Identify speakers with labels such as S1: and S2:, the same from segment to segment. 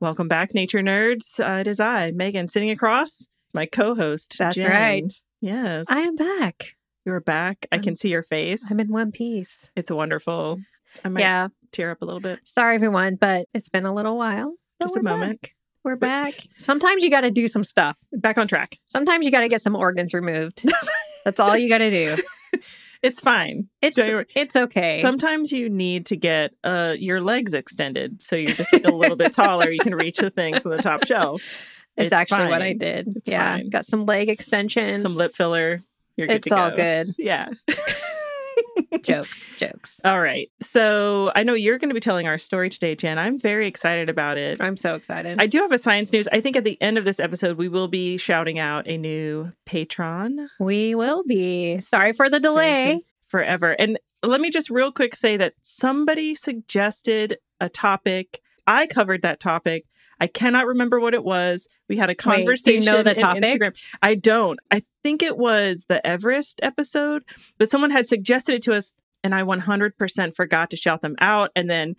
S1: Welcome back, nature nerds. Uh, it is I, Megan, sitting across my co host.
S2: That's right.
S1: Yes.
S2: I am back.
S1: You're back. I
S2: I'm-
S1: can see your face.
S2: I'm in one piece.
S1: it's wonderful. I might
S2: Yeah.
S1: tear up a little bit.
S2: Sorry, everyone, but it's been a little while. but
S1: Just a
S2: we're
S1: moment.
S2: back. We're back. Sometimes you got to do some stuff.
S1: Back on track.
S2: Sometimes you got to get some organs removed. That's all you got to do.
S1: It's fine.
S2: It's
S1: Don't worry.
S2: it's okay.
S1: Sometimes you need to get uh, your legs extended so you're just like a little bit taller. You can reach the things on the top shelf.
S2: it's,
S1: it's
S2: actually what I
S1: fine.
S2: did.
S1: It's
S2: yeah,
S1: fine.
S2: got some leg extensions.
S1: Some lip filler. You're good
S2: It's
S1: to
S2: all
S1: go.
S2: good.
S1: Yeah.
S2: jokes, jokes.
S1: All right. So I know you're going to be telling our story today, Jen. I'm very excited about it.
S2: I'm so excited.
S1: I do have a science news. I think at the end of this episode, we will be shouting out a new patron
S2: we will be. Sorry for the delay.
S1: forever. And let me just real quick say that somebody suggested a topic. I covered that topic. I cannot remember what it was. We had a
S2: do you know
S1: conversation
S2: the
S1: in
S2: topic?
S1: Instagram. I don't. I think it was the Everest episode, but someone had suggested it to us, and I 100% forgot to shout them out. And then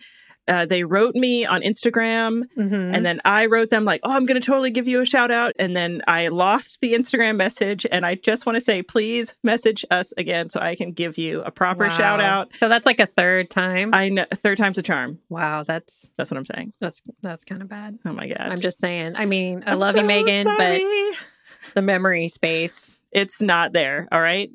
S1: uh, they wrote me on Instagram
S2: Mhm.
S1: and then I wrote them like, "Oh, I'm going to totally give you a shout out." And then I lost the Instagram message, and I just want to say, please message us again so I can give you a proper
S2: Wow.
S1: shout out.
S2: So that's like a third time.
S1: I know third time's a charm.
S2: wow, that's
S1: That's what I'm saying.
S2: that's that's kind of bad.
S1: Oh my god,
S2: I'm just saying. I mean, I
S1: I'm
S2: love you,
S1: so
S2: Megan, but
S1: sorry.
S2: the memory space.
S1: it's not there. All right,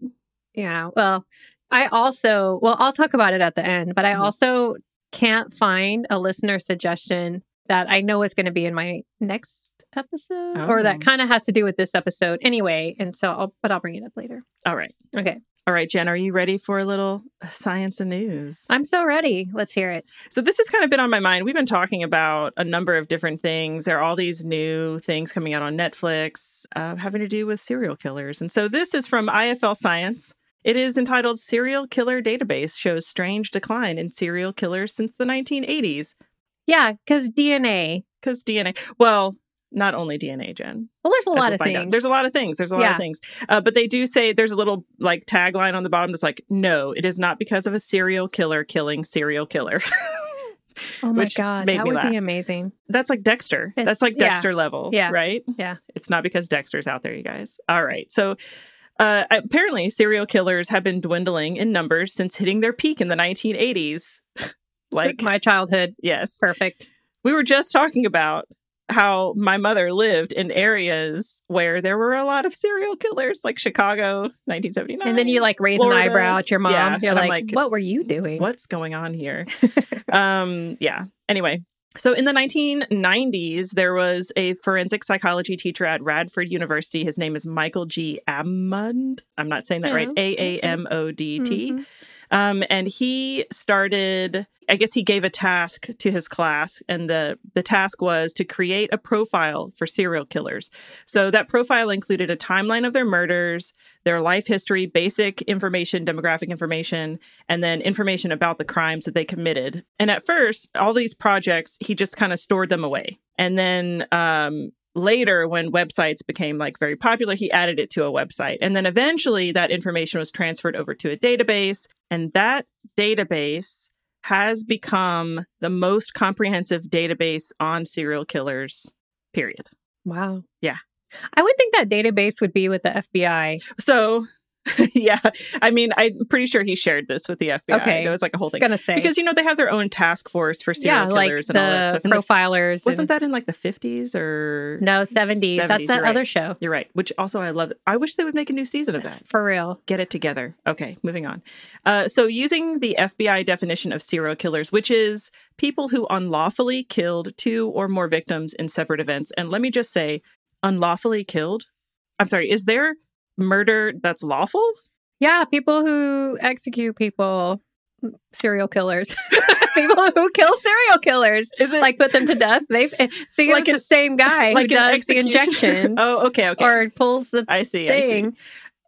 S2: Yeah. Well, I also, well, I'll talk about it at the end, but I
S1: Mhm.
S2: also can't find a listener suggestion that I know is going to be in my next episode or
S1: Oh.
S2: that kind of has to do with this episode anyway. And so I'll, but I'll bring it up later.
S1: all right,
S2: Okay.
S1: all right, Jen, are you ready for a little uh, science and news?
S2: I'm so ready. Let's hear it.
S1: So this has kind of been on my mind. We've been talking about a number of different things. There are all these new things coming out on Netflix uh, having to do with serial killers. And so this is from IFL Science. It is entitled Serial Killer Database Shows Strange Decline in Serial Killers Since the 1980s.
S2: Yeah. Cause DNA,
S1: Because DNA, well, not only DNA, Jen.
S2: well, there's a
S1: as
S2: lot
S1: we'll
S2: of
S1: find out.
S2: things.
S1: There's a lot of things. There's a lot
S2: Yeah.
S1: of things. Uh, but they do say there's a little like tagline on the bottom that's like, no, it is not because of a serial killer killing serial killer.
S2: Oh my
S1: which
S2: God.
S1: made
S2: That
S1: me
S2: would
S1: laugh.
S2: be amazing.
S1: That's like Dexter.
S2: It's-
S1: That's like
S2: yeah.
S1: Dexter level,
S2: Yeah.
S1: right?
S2: Yeah.
S1: It's not because Dexter's out there, you guys. All right. So uh, apparently, serial killers have been dwindling in numbers since hitting their peak in the 1980s. like,
S2: my childhood.
S1: yes.
S2: Perfect.
S1: We were just talking about how my mother lived in areas where there were a lot of serial killers, like Chicago, 1979.
S2: And then you like raise
S1: Florida.
S2: an eyebrow at your mom.
S1: Yeah,
S2: You're
S1: and I'm
S2: like,
S1: like,
S2: what were you doing?
S1: What's going on here? um, yeah. Anyway, so in the 1990s, there was a forensic psychology teacher at Radford University. His name is Michael G. Amund. I'm not saying that right.
S2: Yeah,
S1: A A M O D E T.
S2: Mhm.
S1: Um, and he started. I guess he gave a task to his class, and the the task was to create a profile for serial killers. So that profile included a timeline of their murders, their life history, basic information, demographic information, and then information about the crimes that they committed. And at first, all these projects, he just kind of stored them away. And then um, later, when websites became like very popular, he added it to a website. And then eventually, that information was transferred over to a database. And that database has become the most comprehensive database on serial killers, period.
S2: Wow.
S1: Yeah.
S2: I would think that database would be with the FBI.
S1: So, yeah, I mean, I'm pretty sure he shared this with the FBI.
S2: Okay.
S1: There was like a
S2: I
S1: whole
S2: was
S1: thing.
S2: gonna say
S1: Because you know they have their own task force for serial
S2: yeah, like
S1: killers
S2: the
S1: and all that stuff. And the-
S2: profilers.
S1: wasn't that in like the fifties or
S2: no seventies?
S1: 70s,
S2: That's that
S1: you're right.
S2: other show
S1: You're right. Which also I love. I wish they would make a new season of that.
S2: for real.
S1: Get it together. Okay, moving on. Uh, so using the FBI definition of serial killers, which is people who unlawfully killed two or more victims in separate events. And let me just say, unlawfully killed. I'm sorry. Is there murder that's lawful?
S2: Yeah, people who execute people, serial mm, killers. people who kill serial killers.
S1: Is it
S2: Like put them to death. They eh, see
S1: Like
S2: like it's
S1: an-
S2: the same guy
S1: like
S2: who
S1: an
S2: does the
S1: executioner?
S2: injection
S1: Oh, okay, okay.
S2: or pulls the
S1: I see. I see.
S2: thing.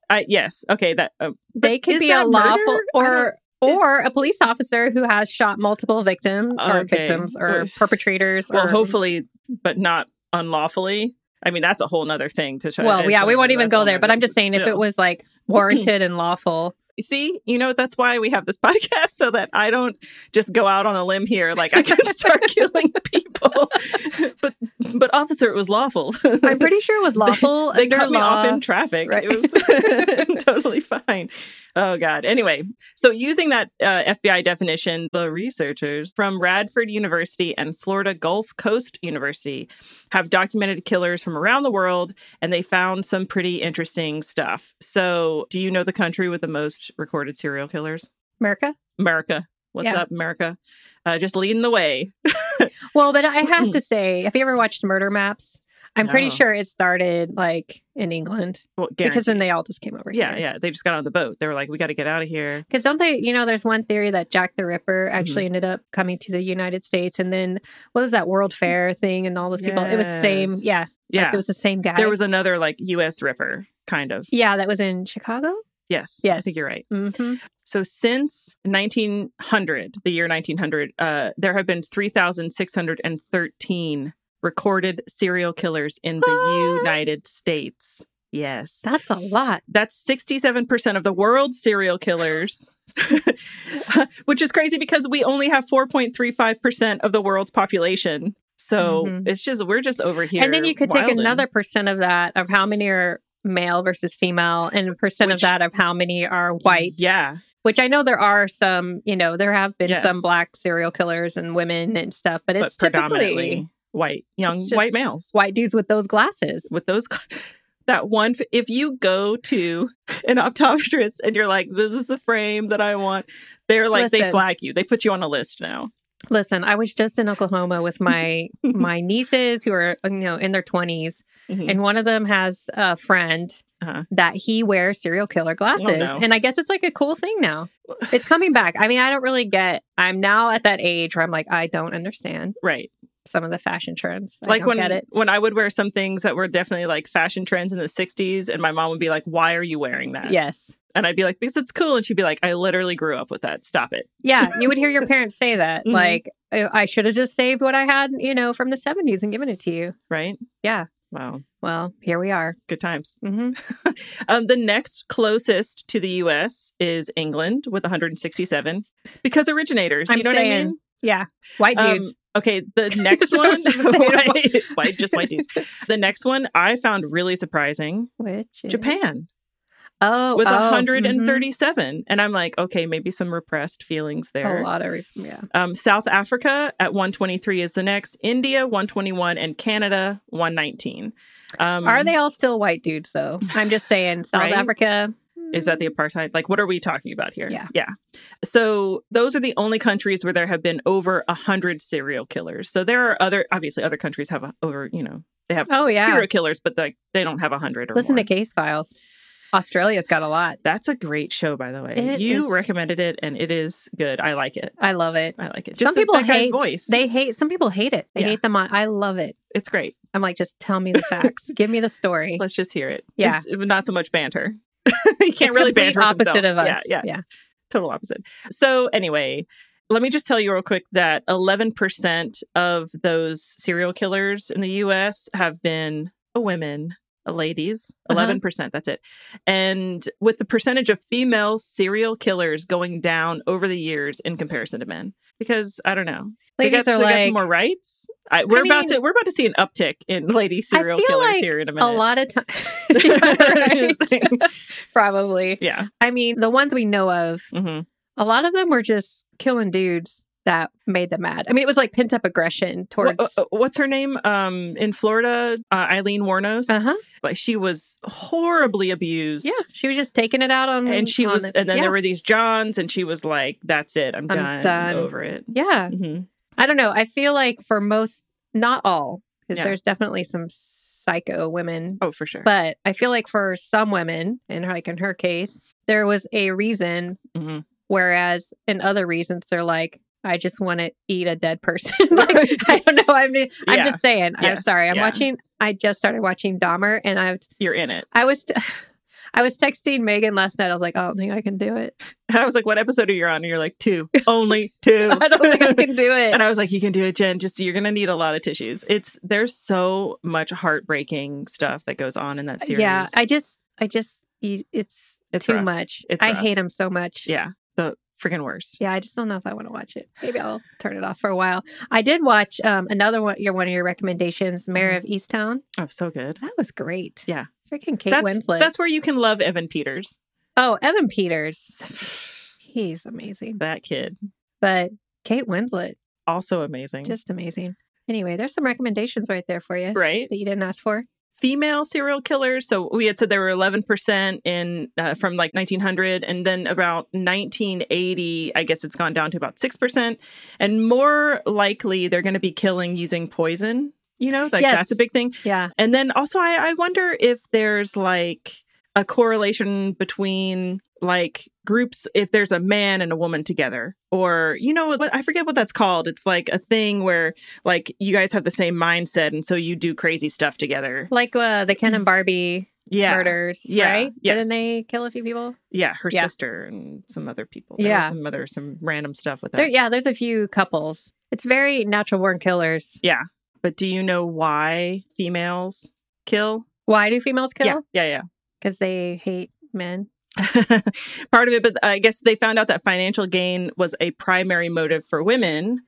S1: I, yes. Okay. That uh, but
S2: They could
S1: is
S2: be a
S1: that
S2: lawful
S1: murder? I
S2: or
S1: it's-
S2: or a police officer who has shot multiple victims or
S1: Okay.
S2: victims
S1: Or-
S2: or perpetrators.
S1: well,
S2: or,
S1: hopefully, but not unlawfully. I mean, that's a whole nother thing to try.
S2: Well,
S1: it's
S2: yeah, we
S1: like,
S2: won't even
S1: that's
S2: go
S1: all
S2: there. But I'm just saying, if
S1: still.
S2: it was like warranted and lawful,
S1: You see, you know, that's why we have this podcast so that I don't just go out on a limb here. Like I can start killing people, but but officer, it was lawful.
S2: I'm pretty sure it was lawful.
S1: they
S2: under
S1: cut me off
S2: law.
S1: in traffic.
S2: right.
S1: It was totally fine. Oh God. Anyway, so using that uh, FBI definition, the researchers from Radford University and Florida Gulf Coast University have documented killers from around the world, and they found some pretty interesting stuff. So, do you know the country with the most recorded serial killers?
S2: America.
S1: America. What's
S2: Yeah.
S1: up, America? Uh, just leading the way.
S2: Well, but I have to say, have you ever watched Murder Maps? I'm pretty
S1: No.
S2: sure it started like in England
S1: Well,
S2: because then they all just came over
S1: guaranteed. yeah,
S2: here.
S1: yeah. They just got on the boat. They were like, "We got to get out of here."
S2: Because don't they, you know, there's one theory that Jack the Ripper
S1: Mm-hmm.
S2: actually ended up coming to the United States. And then what was that World Fair thing and all those people? It was the same.
S1: Mm. Yes.
S2: Yeah. like,
S1: yeah.
S2: it was the same guy.
S1: there was another like U.S. Ripper kind of.
S2: yeah, that was in Chicago.
S1: Yes. I
S2: Yes.
S1: think you're right.
S2: Mm-hmm.
S1: So since 1900, the year 1900, uh, there have been 3,613 recorded serial killers in the
S2: What?
S1: United States. Yes.
S2: That's a lot.
S1: That's 67% of the world's serial killers. Which is crazy because we only have 4.35% of the world's population. So
S2: Mhm.
S1: it's just we're just over here.
S2: And then you could take
S1: wildin'.
S2: another percent of that of how many are male versus female and a percent
S1: Which-
S2: of that of how many are white.
S1: Yeah.
S2: Which I know there are some, you know, there have been
S1: Yes.
S2: some black serial killers and women and stuff, but it's
S1: but predominantly
S2: typically
S1: white, young
S2: It's just-
S1: white males.
S2: white dudes with those glasses.
S1: with those cl- that one if you go to an optometrist and you're like this is the frame that i want they're like they
S2: Listen.
S1: flag you they put you on a list now
S2: Listen, I was just in Oklahoma with my my nieces who are you know in their 20s
S1: Mhm.
S2: and one of them has a friend
S1: Uh-huh. Oh,
S2: that he wears serial killer glasses
S1: no.
S2: and I guess it's like a cool thing now. It's coming back. I mean, I don't really get I'm now at that age where I'm like I don't understand
S1: right
S2: some of the fashion trends. I
S1: like
S2: don't
S1: when
S2: get it.
S1: when i would wear some things that were definitely like fashion trends in the 60s and my mom would be like why are you wearing that
S2: Yes.
S1: and i'd be like because it's cool and she'd be like i literally grew up with that stop it
S2: Yeah, you would hear your parents say that.
S1: Mhm.
S2: Like, I I should have just saved what I had, you know, from the 70s and given it to you.
S1: right
S2: Yeah.
S1: wow
S2: Well, here we are.
S1: good times
S2: hmm
S1: Um, the next closest to the U.S. is England with 167 because originators.
S2: I'm
S1: you know what I
S2: saying,
S1: mean?
S2: yeah. White
S1: Um,
S2: dudes.
S1: okay, the next
S2: That's what I
S1: one,
S2: was gonna say.
S1: white, white- just white dudes. The next one I found really surprising:
S2: Which is-
S1: Japan
S2: Oh,
S1: with
S2: oh,
S1: 137, and I'm like, okay, maybe some repressed feelings
S2: mhm. A
S1: there.
S2: lot of, re- yeah.
S1: Um, South Africa at 123 is the next. India 121 and Canada 119. Um,
S2: Are they all still white dudes, though? I'm just saying, South
S1: Right?
S2: Africa.
S1: Is that the apartheid? Like, what are we talking about here?
S2: Yeah.
S1: Yeah. So, those are the only countries where there have been over 100 serial killers. So, there are other, obviously, other countries have a, over, you know, they have
S2: Oh, yeah.
S1: serial killers, but like they don't have 100 or
S2: Listen
S1: more.
S2: to Case Files. Australia's got a lot.
S1: That's a great show, by the way.
S2: It
S1: you
S2: is-
S1: recommended it and it is good. I like it.
S2: I love it.
S1: I like it.
S2: Some
S1: Just that-
S2: people
S1: that guy's
S2: hate-
S1: voice.
S2: They hate, some people hate it. They
S1: Yeah.
S2: hate them on, I love it.
S1: it's great.
S2: I'm like, just tell me the facts. Give me the story.
S1: Let's just hear it.
S2: Yeah.
S1: It's not so much banter. you can't
S2: It's
S1: really
S2: complete
S1: banter with
S2: opposite
S1: himself.
S2: of us.
S1: Yeah, yeah.
S2: yeah.
S1: total opposite. So anyway, let me just tell you real quick that 11% of those serial killers in the US have been women, ladies,
S2: Uh-huh.
S1: 11%, that's it. And with the percentage of female serial killers going down over the years in comparison to men because I don't know.
S2: Ladies
S1: they got,
S2: are
S1: they got
S2: like
S1: some more rights. I, we're about
S2: mean-
S1: to we're about to see an uptick in lady serial
S2: feel
S1: killers
S2: like
S1: here in a minute.
S2: a lot of
S1: Just saying.
S2: times. Probably.
S1: yeah.
S2: I mean, the ones we know of,
S1: hmm
S2: a lot of them were just killing dudes that made them mad. I mean, it was like pent up aggression towards.
S1: Wha- uh, what's her name? Um, in Florida, uh, Eileen Warnos.
S2: Uh huh.
S1: Like she was horribly abused.
S2: Yeah, she was just taking it out on.
S1: And she
S2: on
S1: was,
S2: the-
S1: and then
S2: yeah,
S1: there were these Johns, and she was like, "That's it, I'm,
S2: I'm
S1: done,
S2: done."
S1: over it."
S2: Yeah,
S1: Mhm.
S2: I don't know. I feel like for most, not all, because
S1: Yeah.
S2: there's definitely some psycho women
S1: Oh, for sure.
S2: But I feel like for some women, and like in her case, there was a reason,
S1: Mhm.
S2: whereas in other reasons, they're like, I just want to eat a dead person. like I don't know. I'm just, I'm
S1: Yeah.
S2: just saying. I'm
S1: Yes,
S2: sorry. I'm
S1: yeah.
S2: watching. I just started watching Dahmer, and I
S1: You're in it.
S2: I was I was texting Megan last night. I was like, I don't think I can do it.
S1: And I was like, what episode are you on? And you're like, two. Only two.
S2: I don't think I can do
S1: And
S2: it.
S1: I was like, you can do it, Jen. Just you're gonna need a lot of tissues. It's there's so much heartbreaking stuff that goes on in that series.
S2: Uh, Yeah, I just I just you- it's,
S1: It's
S2: too
S1: rough.
S2: much.
S1: It's
S2: I
S1: rough.
S2: hate him so much.
S1: yeah, the freaking worst.
S2: Yeah, I just don't know if I want to watch it. Maybe I'll turn it off for a while. I did watch um, another one. Your one of your recommendations, Mayor of Easttown.
S1: Oh, so good.
S2: That was great.
S1: Yeah.
S2: freaking Kate
S1: that's
S2: Winslet.
S1: that's where you can love Evan Peters.
S2: oh Evan Peters. He's amazing,
S1: That kid,
S2: but Kate Winslet
S1: also amazing,
S2: just amazing. Anyway, there's some recommendations right there for you
S1: right?
S2: that you didn't ask for.
S1: Female serial killers. So we had said there were 11 percent in uh, from like 1900, and then about 1980, I guess it's gone down to about six percent, and more likely they're going to be killing using poison. You know, like
S2: Yes.
S1: that's a big thing.
S2: Yeah,
S1: And then also, I, I wonder if there's like a correlation between like groups, if there's a man and a woman together, or, you know, what, I forget what that's called. It's like a thing where like you guys have the same mindset and so you do crazy stuff together.
S2: like uh, the Ken and Barbie
S1: Mm-hmm. Yeah.
S2: murders,
S1: Yeah.
S2: right?
S1: Yes.
S2: Didn't they kill a few people?
S1: Yeah. Her
S2: Yeah.
S1: sister and some other people. There was
S2: Yeah.
S1: Some other, some random stuff with that.
S2: There, yeah, there's a few couples. It's very natural born killers.
S1: But do you know why females kill?
S2: Why do females
S1: Yeah.
S2: kill?
S1: Yeah. Yeah.
S2: Because they hate men.
S1: part of it, but I guess they found out that financial gain was a primary motive for women,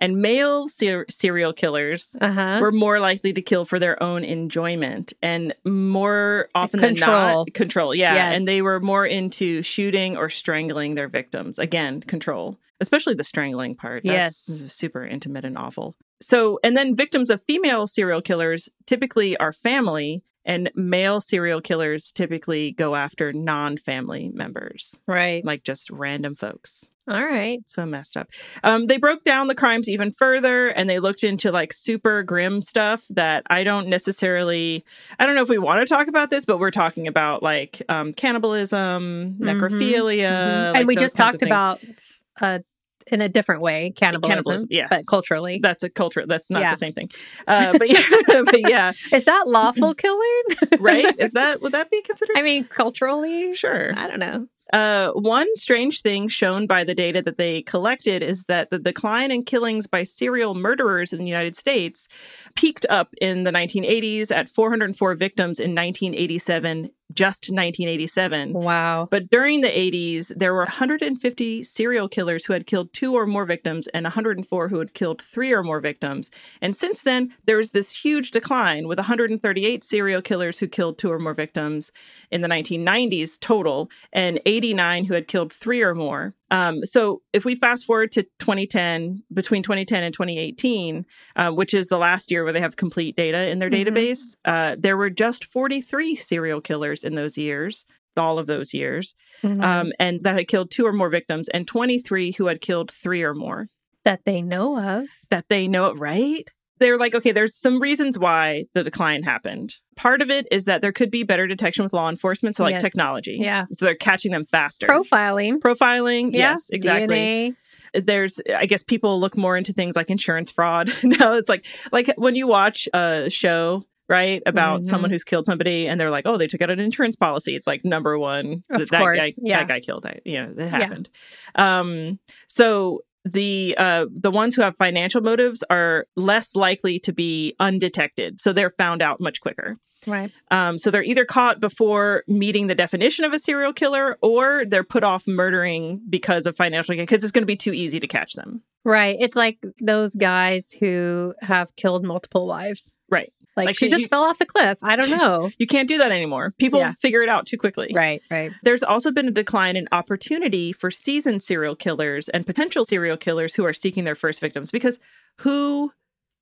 S1: and male ser- serial killers
S2: Uh huh.
S1: were more likely to kill for their own enjoyment and more often than
S2: Control.
S1: not control. Yeah,
S2: Yes.
S1: and they were more into shooting or strangling their victims. Again, control, especially the strangling part. That's super intimate and awful. So, and then victims of female serial killers typically are family. And male serial killers typically go after non family members
S2: Right.
S1: like just random folks.
S2: All right.
S1: So messed up. Um, they broke down the crimes even further and they looked into like super grim stuff that I don't necessarily, I don't know if we want to talk about this, but we're talking about like um, cannibalism,
S2: Mhm,
S1: necrophilia.
S2: Mhm.
S1: Uh, like,
S2: and we
S1: those
S2: just
S1: kinds of
S2: talked
S1: things.
S2: about uh, in a different way cannibalism,
S1: Cannibalism, yes.
S2: but culturally.
S1: That's a culture. That's not
S2: Yeah.
S1: the same thing. Uh, but, yeah, but yeah,
S2: Is that lawful killing?
S1: right? Is that, would that be considered?
S2: I mean, culturally.
S1: sure.
S2: I don't know.
S1: Uh, one strange thing shown by the data that they collected is that the decline in killings by serial murderers in the United States peaked up in the 1980s at 404 victims in 1987, just 1987.
S2: Wow.
S1: But during the 80s, there were 150 serial killers who had killed two or more victims and 104 who had killed three or more victims. And since then, there was this huge decline with 138 serial killers who killed two or more victims in the 1990s total and 89 who had killed three or more. Um, so if we fast forward to 2010, between 2010 and 2018, uh, which is the last year where they have complete data in their
S2: Mhm.
S1: database, uh, there were just 43 serial killers in those years all of those years,
S2: Mhm.
S1: um, and that had killed two or more victims, and 23 who had killed three or more
S2: that they know of.
S1: that they know it right. They're like, okay, there's some reasons why the decline happened. Part of it is that there could be better detection with law enforcement, so like
S2: Yes.
S1: technology.
S2: Yeah.
S1: So they're catching them faster.
S2: Profiling.
S1: Profiling.
S2: Yeah.
S1: Yes, exactly
S2: DNA.
S1: there's i guess people look more into things like insurance fraud now it's like like when you watch a show right about
S2: Mhm.
S1: someone who's killed somebody and they're like oh they took out an insurance policy it's like number one
S2: Of
S1: th- that
S2: course,
S1: guy
S2: yeah.
S1: that guy killed that you know that happened um so the uh the ones who have financial motives are less likely to be undetected so they're found out much quicker
S2: Right.
S1: um, so they're either caught before meeting the definition of a serial killer or they're put off murdering because of financial gain because it's going to be too easy to catch them.
S2: Right. It's like those guys who have killed multiple wives.
S1: Right.
S2: Like,
S1: Like,
S2: she
S1: you-
S2: just
S1: you-
S2: fell off the cliff. I don't know.
S1: You can't do that anymore. People
S2: Yeah.
S1: figure it out too quickly.
S2: right. Right.
S1: There's also been a decline in opportunity for seasoned serial killers and potential serial killers who are seeking their first victims because who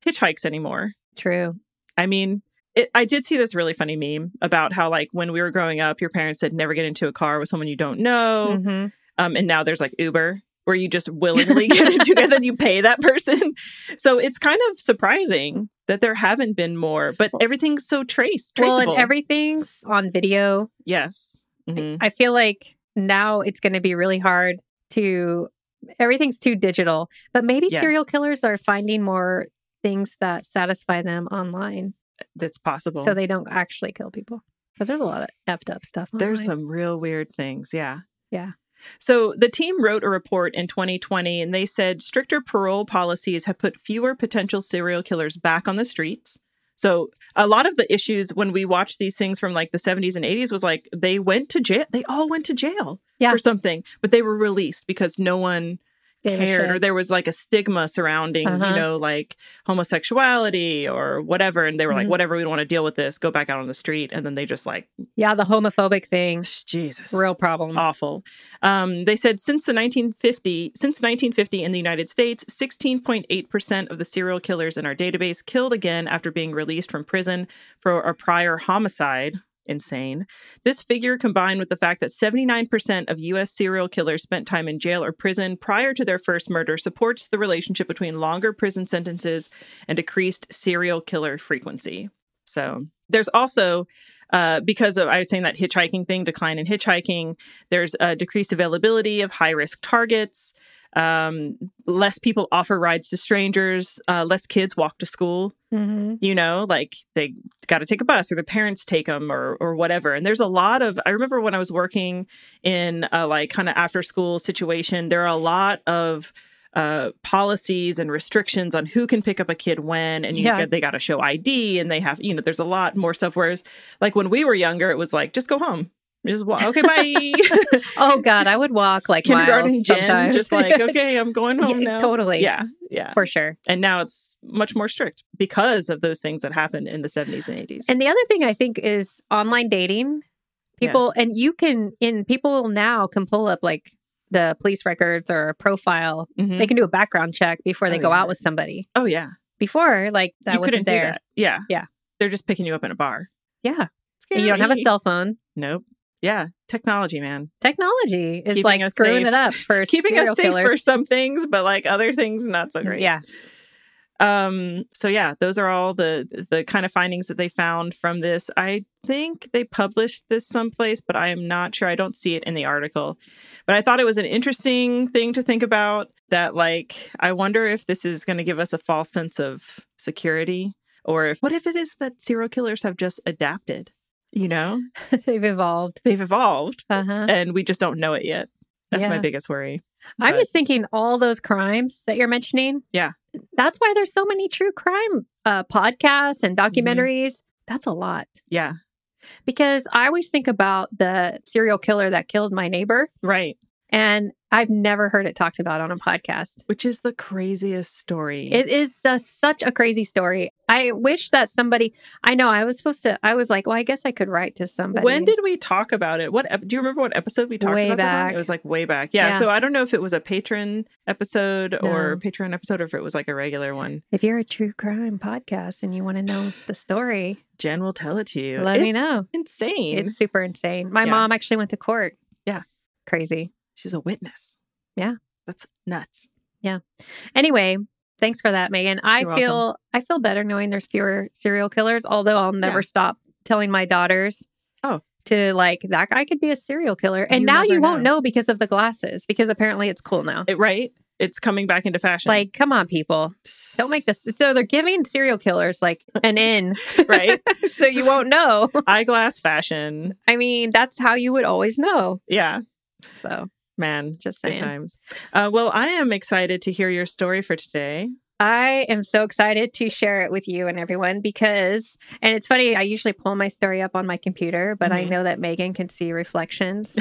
S1: hitchhikes anymore?
S2: True.
S1: I mean, it, I did see this really funny meme about how, like, when we were growing up, your parents said never get into a car with someone you don't know.
S2: Mhm.
S1: Um, and now there's like Uber where you just willingly get into it and then you pay that person. So it's kind of surprising that there haven't been more, but everything's so traced, traceable.
S2: Well, and everything's on video.
S1: yes. Mhm.
S2: I feel like now it's going to be really hard to everything's too digital. But maybe
S1: Yes.
S2: serial killers are finding more things that satisfy them online
S1: That's possible.
S2: so they don't actually kill people. Because there's a lot of effed up stuff. Online.
S1: There's some real weird things. Yeah.
S2: Yeah.
S1: So the team wrote a report in 2020 and they said stricter parole policies have put fewer potential serial killers back on the streets. So a lot of the issues when we watched these things from like the 70s and 80s was like they went to jail. They all went to jail
S2: Yeah.
S1: for something, but they were released because no one
S2: Gave a
S1: cared or
S2: shit.
S1: there was like a stigma surrounding,
S2: Uh-huh.
S1: you know, like homosexuality or whatever. And they were like,
S2: Mhm.
S1: whatever, we don't want to deal with this, go back out on the street. And then they just like,
S2: yeah, the homophobic thing,
S1: Jesus.
S2: real problem.
S1: awful. Um, they said since the 1950 since 1950 in the United States, 16.8% of the serial killers in our database killed again after being released from prison for a prior homicide. Insane. This figure combined with the fact that 79% of US serial killers spent time in jail or prison prior to their first murder supports the relationship between longer prison sentences and decreased serial killer frequency. So there's also uh, because of I was saying that hitchhiking thing, decline in hitchhiking, there's a decreased availability of high risk targets. Um, less people offer rides to strangers. Uh, less kids walk to school.
S2: hmm
S1: You know, like they got to take a bus or the parents take them or or whatever. And there's a lot of. I remember when I was working in a like kind of after school situation, there are a lot of uh, policies and restrictions on who can pick up a kid when, and you
S2: Yeah.
S1: get, they got to show ID, and they have you know, there's a lot more stuff. Whereas, like when we were younger, it was like just go home, just walk. Okay, bye.
S2: Oh God, I would walk like
S1: kindergarten
S2: miles
S1: gym,
S2: sometimes.
S1: just like okay, I'm going home
S2: Yeah,
S1: now.
S2: totally,
S1: Yeah, yeah.
S2: for sure.
S1: And now it's much more strict because of those things that happened in the 70s and 80s.
S2: And the other thing I think is online dating. People and you can in people now can pull up like the police records or a profile.
S1: Mhm.
S2: They can do a background check before they
S1: Oh,
S2: go
S1: yeah.
S2: out with somebody.
S1: oh yeah,
S2: Before, like that
S1: you
S2: wasn't
S1: couldn't
S2: there.
S1: do that. Yeah,
S2: Yeah.
S1: They're just picking you up in a bar.
S2: Yeah, and you don't have a
S1: Scary.
S2: cell phone.
S1: Nope. Yeah, technology, man,
S2: Technology is
S1: Keeping
S2: like
S1: us
S2: screwing
S1: safe.
S2: it up for
S1: keeping
S2: serial
S1: us safe
S2: killers. Mm-hmm.
S1: for some things, but like other things, not so great.
S2: Yeah,
S1: Um, so yeah, those are all the the kind of findings that they found from this. I think they published this someplace, but I am not sure. I don't see it in the article. But I thought it was an interesting thing to think about that like I wonder if this is going to give us a false sense of security or if what if it is that serial killers have just adapted, you know?
S2: they've evolved.
S1: They've evolved
S2: Uh huh.
S1: and we just don't know it yet. That's my
S2: Yeah.
S1: biggest worry.
S2: I'm
S1: But-
S2: just thinking all those crimes that you're mentioning.
S1: Yeah.
S2: That's why there's so many true crime uh, podcasts and documentaries. That's a lot.
S1: Mm-hmm. Yeah,
S2: Because I always think about the serial killer that killed my neighbor,
S1: right.
S2: and I've never heard it talked about on a podcast.
S1: Which is the craziest story.
S2: It is uh, such a crazy story. I wish that somebody, I know I was supposed to, I was like, well, I guess I could write to somebody.
S1: When did we talk about it? What ep- do you remember? What episode we talked
S2: Way
S1: about? that on?
S2: back.
S1: It was like way back. Yeah,
S2: Yeah.
S1: So I don't know if it was a patron episode or
S2: No.
S1: Patreon episode, or if it was like a regular one.
S2: If you're a true crime podcast and you want to know the story,
S1: Jen will tell it to you.
S2: let me
S1: It's
S2: know.
S1: Insane.
S2: It's super insane. My
S1: Yeah.
S2: mom actually went to court.
S1: Yeah.
S2: Crazy.
S1: She's a witness.
S2: Yeah.
S1: That's nuts.
S2: Anyway, thanks for that, Megan. I
S1: You're
S2: feel I feel better knowing there's fewer serial killers, although I'll never
S1: Yeah.
S2: stop telling my daughters
S1: Oh.
S2: to like that guy could be a serial killer. And
S1: You
S2: now you
S1: never
S2: won't
S1: know.
S2: know because of the glasses, because apparently it's cool now.
S1: It- right? It's coming back into fashion.
S2: Like, come on, people. Don't make this so they're giving serial killers like an in.
S1: right
S2: so you won't know.
S1: eyeglass fashion.
S2: I mean, that's how you would always know.
S1: Yeah,
S2: So
S1: man.
S2: just
S1: Good
S2: saying.
S1: times. Uh, well, I am excited to hear your story for today.
S2: I am so excited to share it with you and everyone because, and it's funny, I usually pull my story up on my computer, but I
S1: Mhm.
S2: know that Megan can see reflections.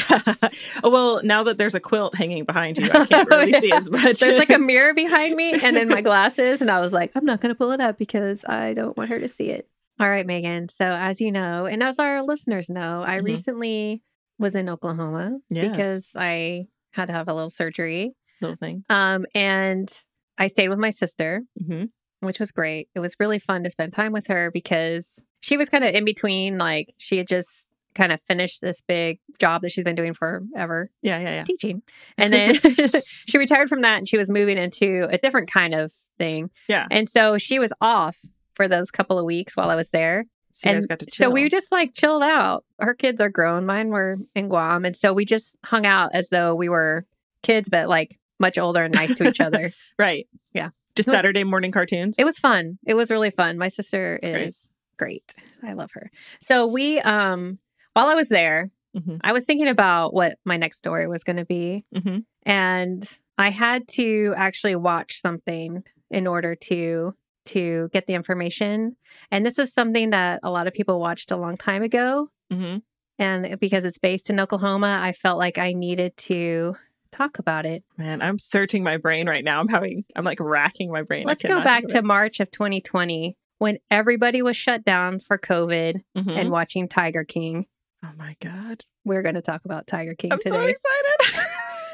S1: Oh, well, now that there's a quilt hanging behind you, I can't really see as much.
S2: There's like a mirror behind me and then my glasses, and I was like, I'm not going to pull it up because I don't want her to see it. All right, Megan. So, as you know, and as our listeners know, I
S1: Mhm.
S2: recently was in Oklahoma
S1: Yes.
S2: because I had to have a little surgery.
S1: little thing.
S2: Um, and I stayed with my sister.
S1: hmm
S2: which was great. It was really fun to spend time with her because she was kind of in between. Like she had just kind of finished this big job that she's been doing forever,
S1: Yeah, yeah, yeah.
S2: teaching. And then she retired from that and she was moving into a different kind of thing.
S1: Yeah.
S2: And so she was off for those couple of weeks while I was there.
S1: So you guys
S2: And
S1: got to
S2: So we
S1: chill.
S2: just like chilled out. Her kids are grown, mine were in Guam. And so we just hung out as though we were kids, but like much older and nice to each other.
S1: Right.
S2: Yeah.
S1: Just
S2: It was-
S1: Saturday morning cartoons.
S2: It was fun. It was really fun. My sister
S1: That's great.
S2: is great. I love her. So we um while I was there,
S1: Mhm.
S2: I was thinking about what my next story was going to be
S1: Mhm.
S2: and I had to actually watch something in order to to get the information. And this is something that a lot of people watched a long time ago
S1: Mhm.
S2: and because it's based in Oklahoma, I felt like I needed to talk about it.
S1: Man, I'm searching my brain right now. I'm having, I'm like racking my brain. I
S2: Let's go
S1: cannot
S2: back
S1: think
S2: to
S1: of
S2: March of 2020 when everybody was shut down for COVID
S1: it. Mhm.
S2: and watching Tiger King.
S1: oh my God.
S2: We're going to talk about Tiger King
S1: I'm so
S2: today.
S1: excited.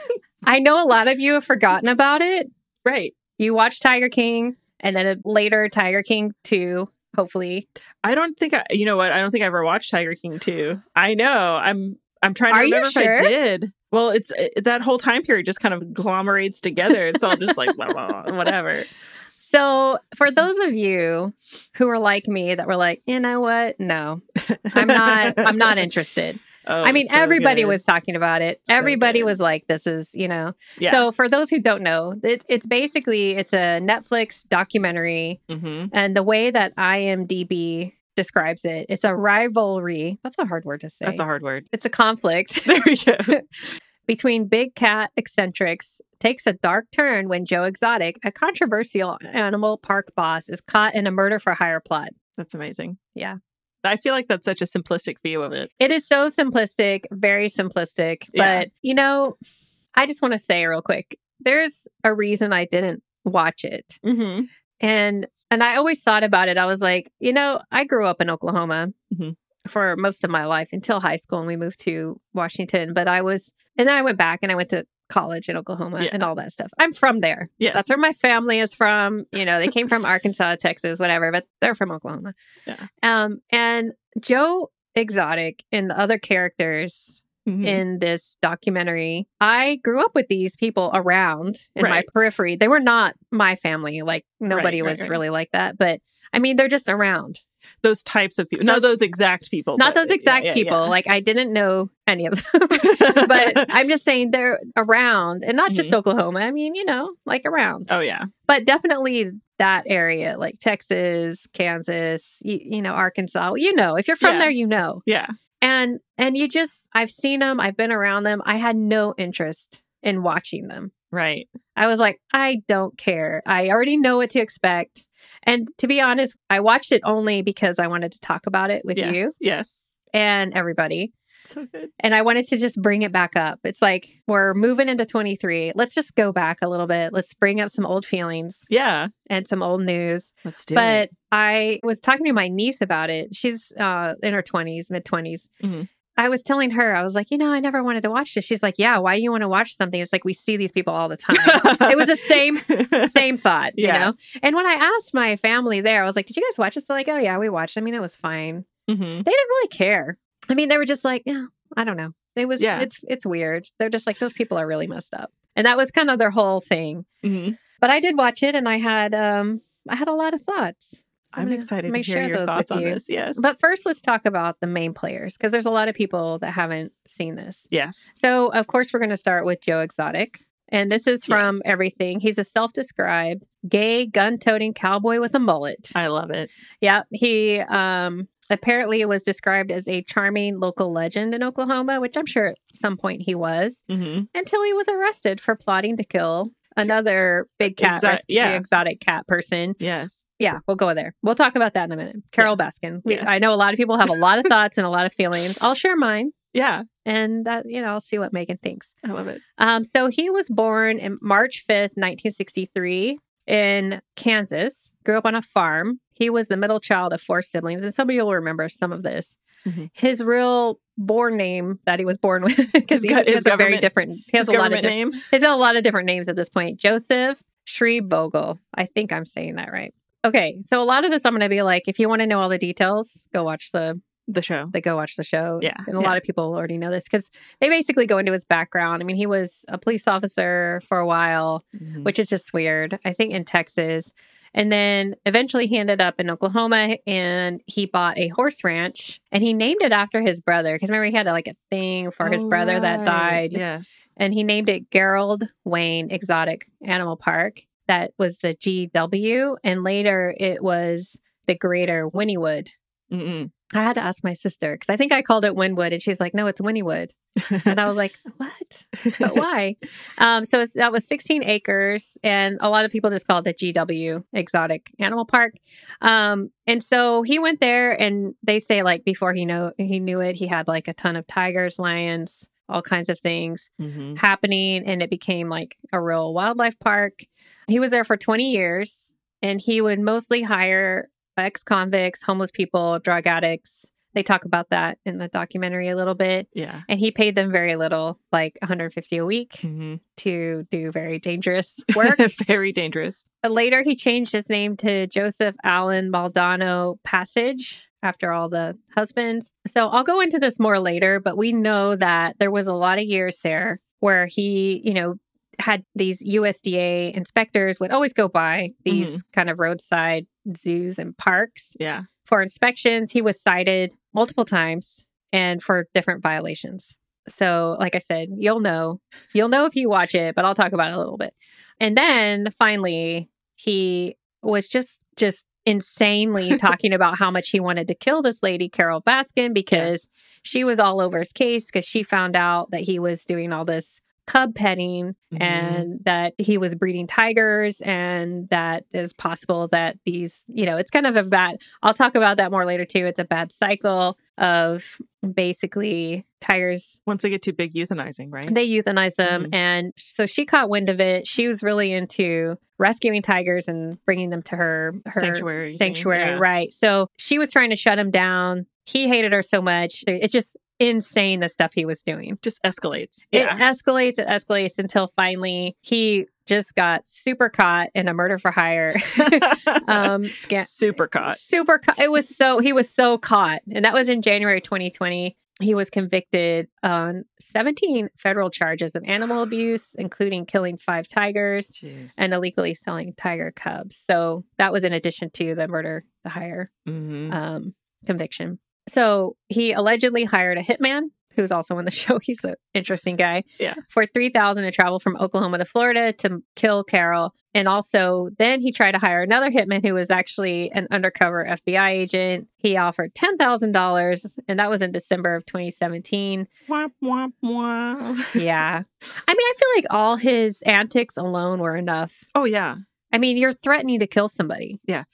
S2: I know a lot of you have forgotten about it.
S1: right.
S2: You watched Tiger King and then a later Tiger King 2, hopefully.
S1: I don't think I, you know what? I don't think I ever watched Tiger King 2. I know. I'm, I'm trying to
S2: Are you
S1: remember
S2: sure?
S1: if I did. Well, it's it, that whole time period just kind of agglomerates together. It's all just like blah, blah, blah, whatever.
S2: So, for
S1: Mm-hmm.
S2: those of you who are like me that were like, "You know what? No. I'm not I'm not interested."
S1: Oh,
S2: I mean,
S1: so
S2: everybody
S1: good.
S2: was talking about it.
S1: So
S2: everybody
S1: good.
S2: was like, "This is, you know."
S1: Yeah.
S2: So, for those who don't know, it, it's basically it's a Netflix documentary
S1: Mhm.
S2: And the way that IMDb describes it, it's a rivalry. That's a hard word to say.
S1: That's a hard word.
S2: it's a conflict
S1: There we go.
S2: between big cat eccentrics takes a dark turn when Joe Exotic, a controversial animal park boss, is caught in a murder for hire plot.
S1: That's amazing.
S2: Yeah.
S1: I feel like that's such a simplistic view of it.
S2: It is so simplistic, very simplistic.
S1: Yeah.
S2: But, you know, I just want to say real quick there's a reason I didn't watch it.
S1: Mm-hmm.
S2: and and i always thought about it i was like you know i grew up in oklahoma
S1: Mhm.
S2: for most of my life until high school and we moved to washington but i was and then i went back and i went to college in oklahoma
S1: Yeah.
S2: and all that stuff i'm from there
S1: Yes.
S2: that's where my family is from you know they came from arkansas texas whatever but they're from oklahoma
S1: Yeah.
S2: um and joe exotic and the other characters
S1: Mhm.
S2: in this documentary. I grew up with these people around in my
S1: Right.
S2: periphery. They were not my family. Like nobody
S1: right,
S2: was
S1: right.
S2: really like that. But I mean, they're just around.
S1: those types of people. Not
S2: Those-
S1: those exact people.
S2: Not
S1: but-
S2: those
S1: yeah,
S2: exact
S1: yeah,
S2: people.
S1: yeah.
S2: Like I didn't know any of them. but I'm just saying they're around and not
S1: Mm-hmm.
S2: just Oklahoma. I mean, you know, like around.
S1: oh yeah,
S2: But definitely that area, like Texas, Kansas, you, you know, Arkansas. You know, if you're from
S1: Yeah.
S2: there, you know.
S1: yeah.
S2: and and you just i've seen them i've been around them i had no interest in watching them
S1: Right.
S2: i was like i don't care i already know what to expect and to be honest i watched it only because i wanted to talk about it with
S1: yes.
S2: you
S1: Yes.
S2: and everybody
S1: So good.
S2: and i wanted to just bring it back up it's like we're moving into 23 let's just go back a little bit let's bring up some old feelings
S1: Yeah.
S2: and some old news
S1: Let's do
S2: but I was talking to my niece about it. She's uh, in her 20s, mid 20s.
S1: Mhm.
S2: I was telling her, I was like, you know, I never wanted to watch this. She's like, yeah, why do you want to watch something? It's like, we see these people all the time. it was the same same thought,
S1: Yeah.
S2: you know? And when I asked my family there, I was like, did you guys watch this? They're like, oh, yeah, we watched. I mean, it was fine.
S1: hmm
S2: They didn't really care. I mean, they were just like, yeah, I don't know. It was,
S1: Yeah.
S2: it's, it's weird. They're just like, those people are really messed up. And that was kind of their whole thing.
S1: hmm
S2: But I did watch it and I had, um, I had a lot of thoughts.
S1: I'm
S2: gonna-
S1: excited
S2: I'm
S1: to
S2: gonna
S1: hear
S2: share
S1: your
S2: those
S1: thoughts
S2: with
S1: on
S2: you.
S1: this. Yes.
S2: But first, let's talk about the main players because there's a lot of people that haven't seen this.
S1: yes.
S2: So, of course, we're going to start with Joe Exotic. And this is from
S1: Yes.
S2: everything. He's a self described gay, gun toting cowboy with a mullet.
S1: I love it.
S2: Yep. He um, apparently was described as a charming local legend in Oklahoma, which I'm sure at some point he was,
S1: hmm
S2: until he was arrested for plotting to kill another big cat,
S1: Exact-
S2: rescue,
S1: yeah.
S2: exotic cat person.
S1: Yes.
S2: Yeah, we'll go there. We'll talk about that in a minute. Carol Baskin. We,
S1: Yes.
S2: I know a lot of people have a lot of thoughts and a lot of feelings. I'll share mine
S1: Yeah.
S2: and that, you know, I'll see what Megan thinks.
S1: I love it.
S2: Um, so he was born in March 5th, 1963 in Kansas, grew up on a farm. He was the middle child of four siblings, and some of you will remember some of this.
S1: Mhm.
S2: His real born name that he was born with, because
S1: His
S2: he
S1: go- his
S2: has a very
S1: government-
S2: different, he has
S1: His
S2: a lot of
S1: government
S2: di-
S1: name.
S2: he has a lot of different names at this point. Joseph Schriebvogel. I think I'm saying that right. Okay, so a lot of this I'm going to be like, if you want to know all the details, go watch the
S1: The show.
S2: they go watch the show.
S1: Yeah,
S2: and a
S1: yeah.
S2: lot of people already know this because they basically go into his background. I mean, he was a police officer for a while,
S1: Mhm.
S2: which is just weird. I think in Texas, And then eventually he ended up in Oklahoma and he bought a horse ranch and he named it after his brother. Because remember, he had like a thing for his
S1: Oh,
S2: brother that
S1: right.
S2: died.
S1: Yes.
S2: And he named it Gerald Wayne Exotic Animal Park. That was the GW. And later it was the greater Winniewood.
S1: Mm-mm.
S2: I had to ask my sister because I think I called it Winwood and she's like, no, it's Winniewood. And I was like, what? But why? um, so it's- that was 16 acres, and a lot of people just call it the GW Exotic Animal Park. Um, and so he went there, and they say like before he know he knew it, he had like a ton of tigers, lions, all kinds of things
S1: Mhm.
S2: happening, and it became like a real wildlife park. He was there for 20 years, and he would mostly hire ex convicts, homeless people, drug addicts. They talk about that in the documentary a little bit
S1: Yeah.
S2: and he paid them very little like 150 a week
S1: Mhm.
S2: to do very dangerous work
S1: Very dangerous.
S2: But Uh, later he changed his name to joseph allen maldonado passage after all the husbands so i'll go into this more later but we know that there was a lot of years there where he you know had these usda inspectors would always go by these kind of roadside zoos and parks
S1: Yeah.
S2: for inspections. He was cited multiple times and for different violations. So, like I said, you'll know. You'll know if you watch it, but I'll talk about it a little bit. And then finally, he was just just insanely talking about how much he wanted to kill this lady Carol Baskin because
S1: Yes.
S2: she was all over his case cuz she found out that he was doing all this cub petting
S1: Mhm.
S2: and that he was breeding tigers and that it is possible that these, you know, it's kind of a bad I'll talk about that more later too. It's a bad cycle of basically tigers.
S1: Once they get too big, euthanizing, right?
S2: They euthanize them.
S1: Mhm.
S2: And so she caught wind of it. She was really into rescuing tigers and bringing them to her, her
S1: Sanctuary thing,
S2: Sanctuary,
S1: yeah.
S2: right. So she was trying to shut him down. He hated her so much. It's just insane the stuff he was doing.
S1: Just escalates.
S2: It
S1: Yeah.
S2: escalates, it escalates until finally he just got super caught in a murder for hire. um, sca-
S1: Super caught.
S2: Super. Cu- it was so he was so caught, and that was in January 2020. He was convicted on 17 federal charges of animal abuse, including killing five tigers
S1: Jeez.
S2: and illegally selling tiger cubs. So that was in addition to the murder, the hire
S1: Mhm.
S2: um, conviction. So he allegedly hired a hitman who's also in the show. He's an interesting guy.
S1: Yeah.
S2: For three thousand to travel from Oklahoma to Florida to kill Carol, and also then he tried to hire another hitman who was actually an undercover FBI agent. He offered ten thousand dollars, and that was in December of 2017.
S1: Womp, womp, womp.
S2: Yeah. I mean, I feel like all his antics alone were enough.
S1: Oh, yeah.
S2: I mean, you're threatening to kill somebody.
S1: I,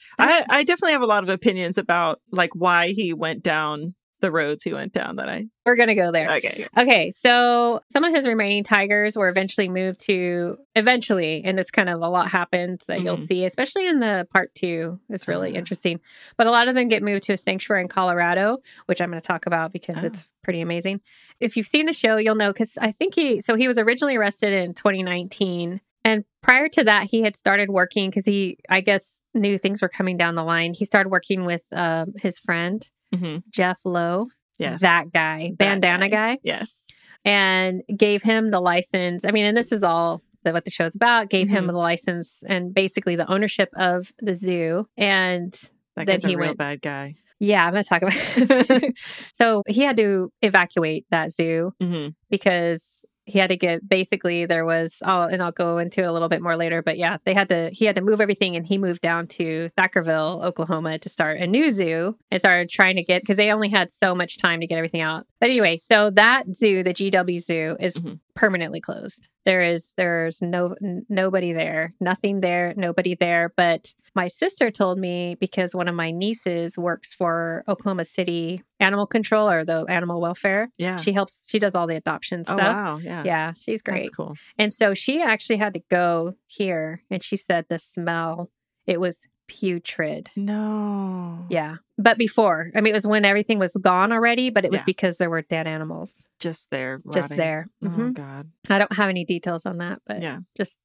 S1: I definitely have a lot of opinions about like why he went down the roads he went down that I
S2: We're gonna go there.
S1: okay
S2: Okay, so some of his remaining tigers were eventually moved to eventually, and it's kind of a lot happens that you'll
S1: Mhm.
S2: see, especially in the part two. It's really
S1: Ah.
S2: interesting, but a lot of them get moved to a sanctuary in Colorado, which I'm going to talk about because
S1: Ah.
S2: it's pretty amazing. If you've seen the show, you'll know because I think he so he was originally arrested in 2019, and prior to that, he had started working because he, I guess, knew things were coming down the line. He started working with um, his friend
S1: mm-hmm.
S2: Jeff Lowe,
S1: yes
S2: that guy, bandana guy
S1: yes
S2: and gave him the license. I mean, and this is all that what the show's about. Gave him the license and basically the ownership of the zoo. And
S1: that
S2: Then
S1: guy's a
S2: he
S1: real
S2: went-
S1: bad guy
S2: yeah, I'm going to talk about. It. so he had to evacuate that zoo
S1: mm-hmm.
S2: because he had to get basically there was oh and I'll go into it a little bit more later but yeah they had to he had to move everything and he moved down to Thackerville Oklahoma to start a new zoo and started trying to get because they only had so much time to get everything out but anyway so that zoo the GW zoo is
S1: Mhm.
S2: permanently closed there is there's no n- nobody there nothing there nobody there but my sister told me because one of my nieces works for Oklahoma City Animal Control or the animal welfare
S1: yeah
S2: she helps. She does all the adoption
S1: oh
S2: stuff.
S1: wow yeah
S2: Yeah, she's great.
S1: that's cool
S2: And so she actually had to go here, and she said the smell it was putrid.
S1: no
S2: Yeah, but before, I mean, it was when everything was gone already, but it was
S1: Yeah.
S2: because there were dead animals
S1: just there
S2: just
S1: rotting.
S2: there.
S1: oh
S2: Mhm.
S1: god
S2: I don't have any details on that, but
S1: Yeah.
S2: just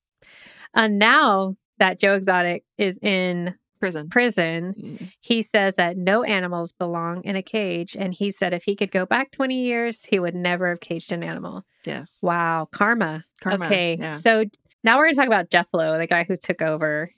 S2: and now that Joe Exotic is in
S1: prison
S2: prison,
S1: Mm.
S2: he says that no animals belong in a cage, and he said if he could go back twenty years, he would never have caged an animal.
S1: yes
S2: Wow, karma.
S1: karma
S2: Okay.
S1: yeah
S2: So Now we're going to talk about Jeff Lowe, the guy who took over.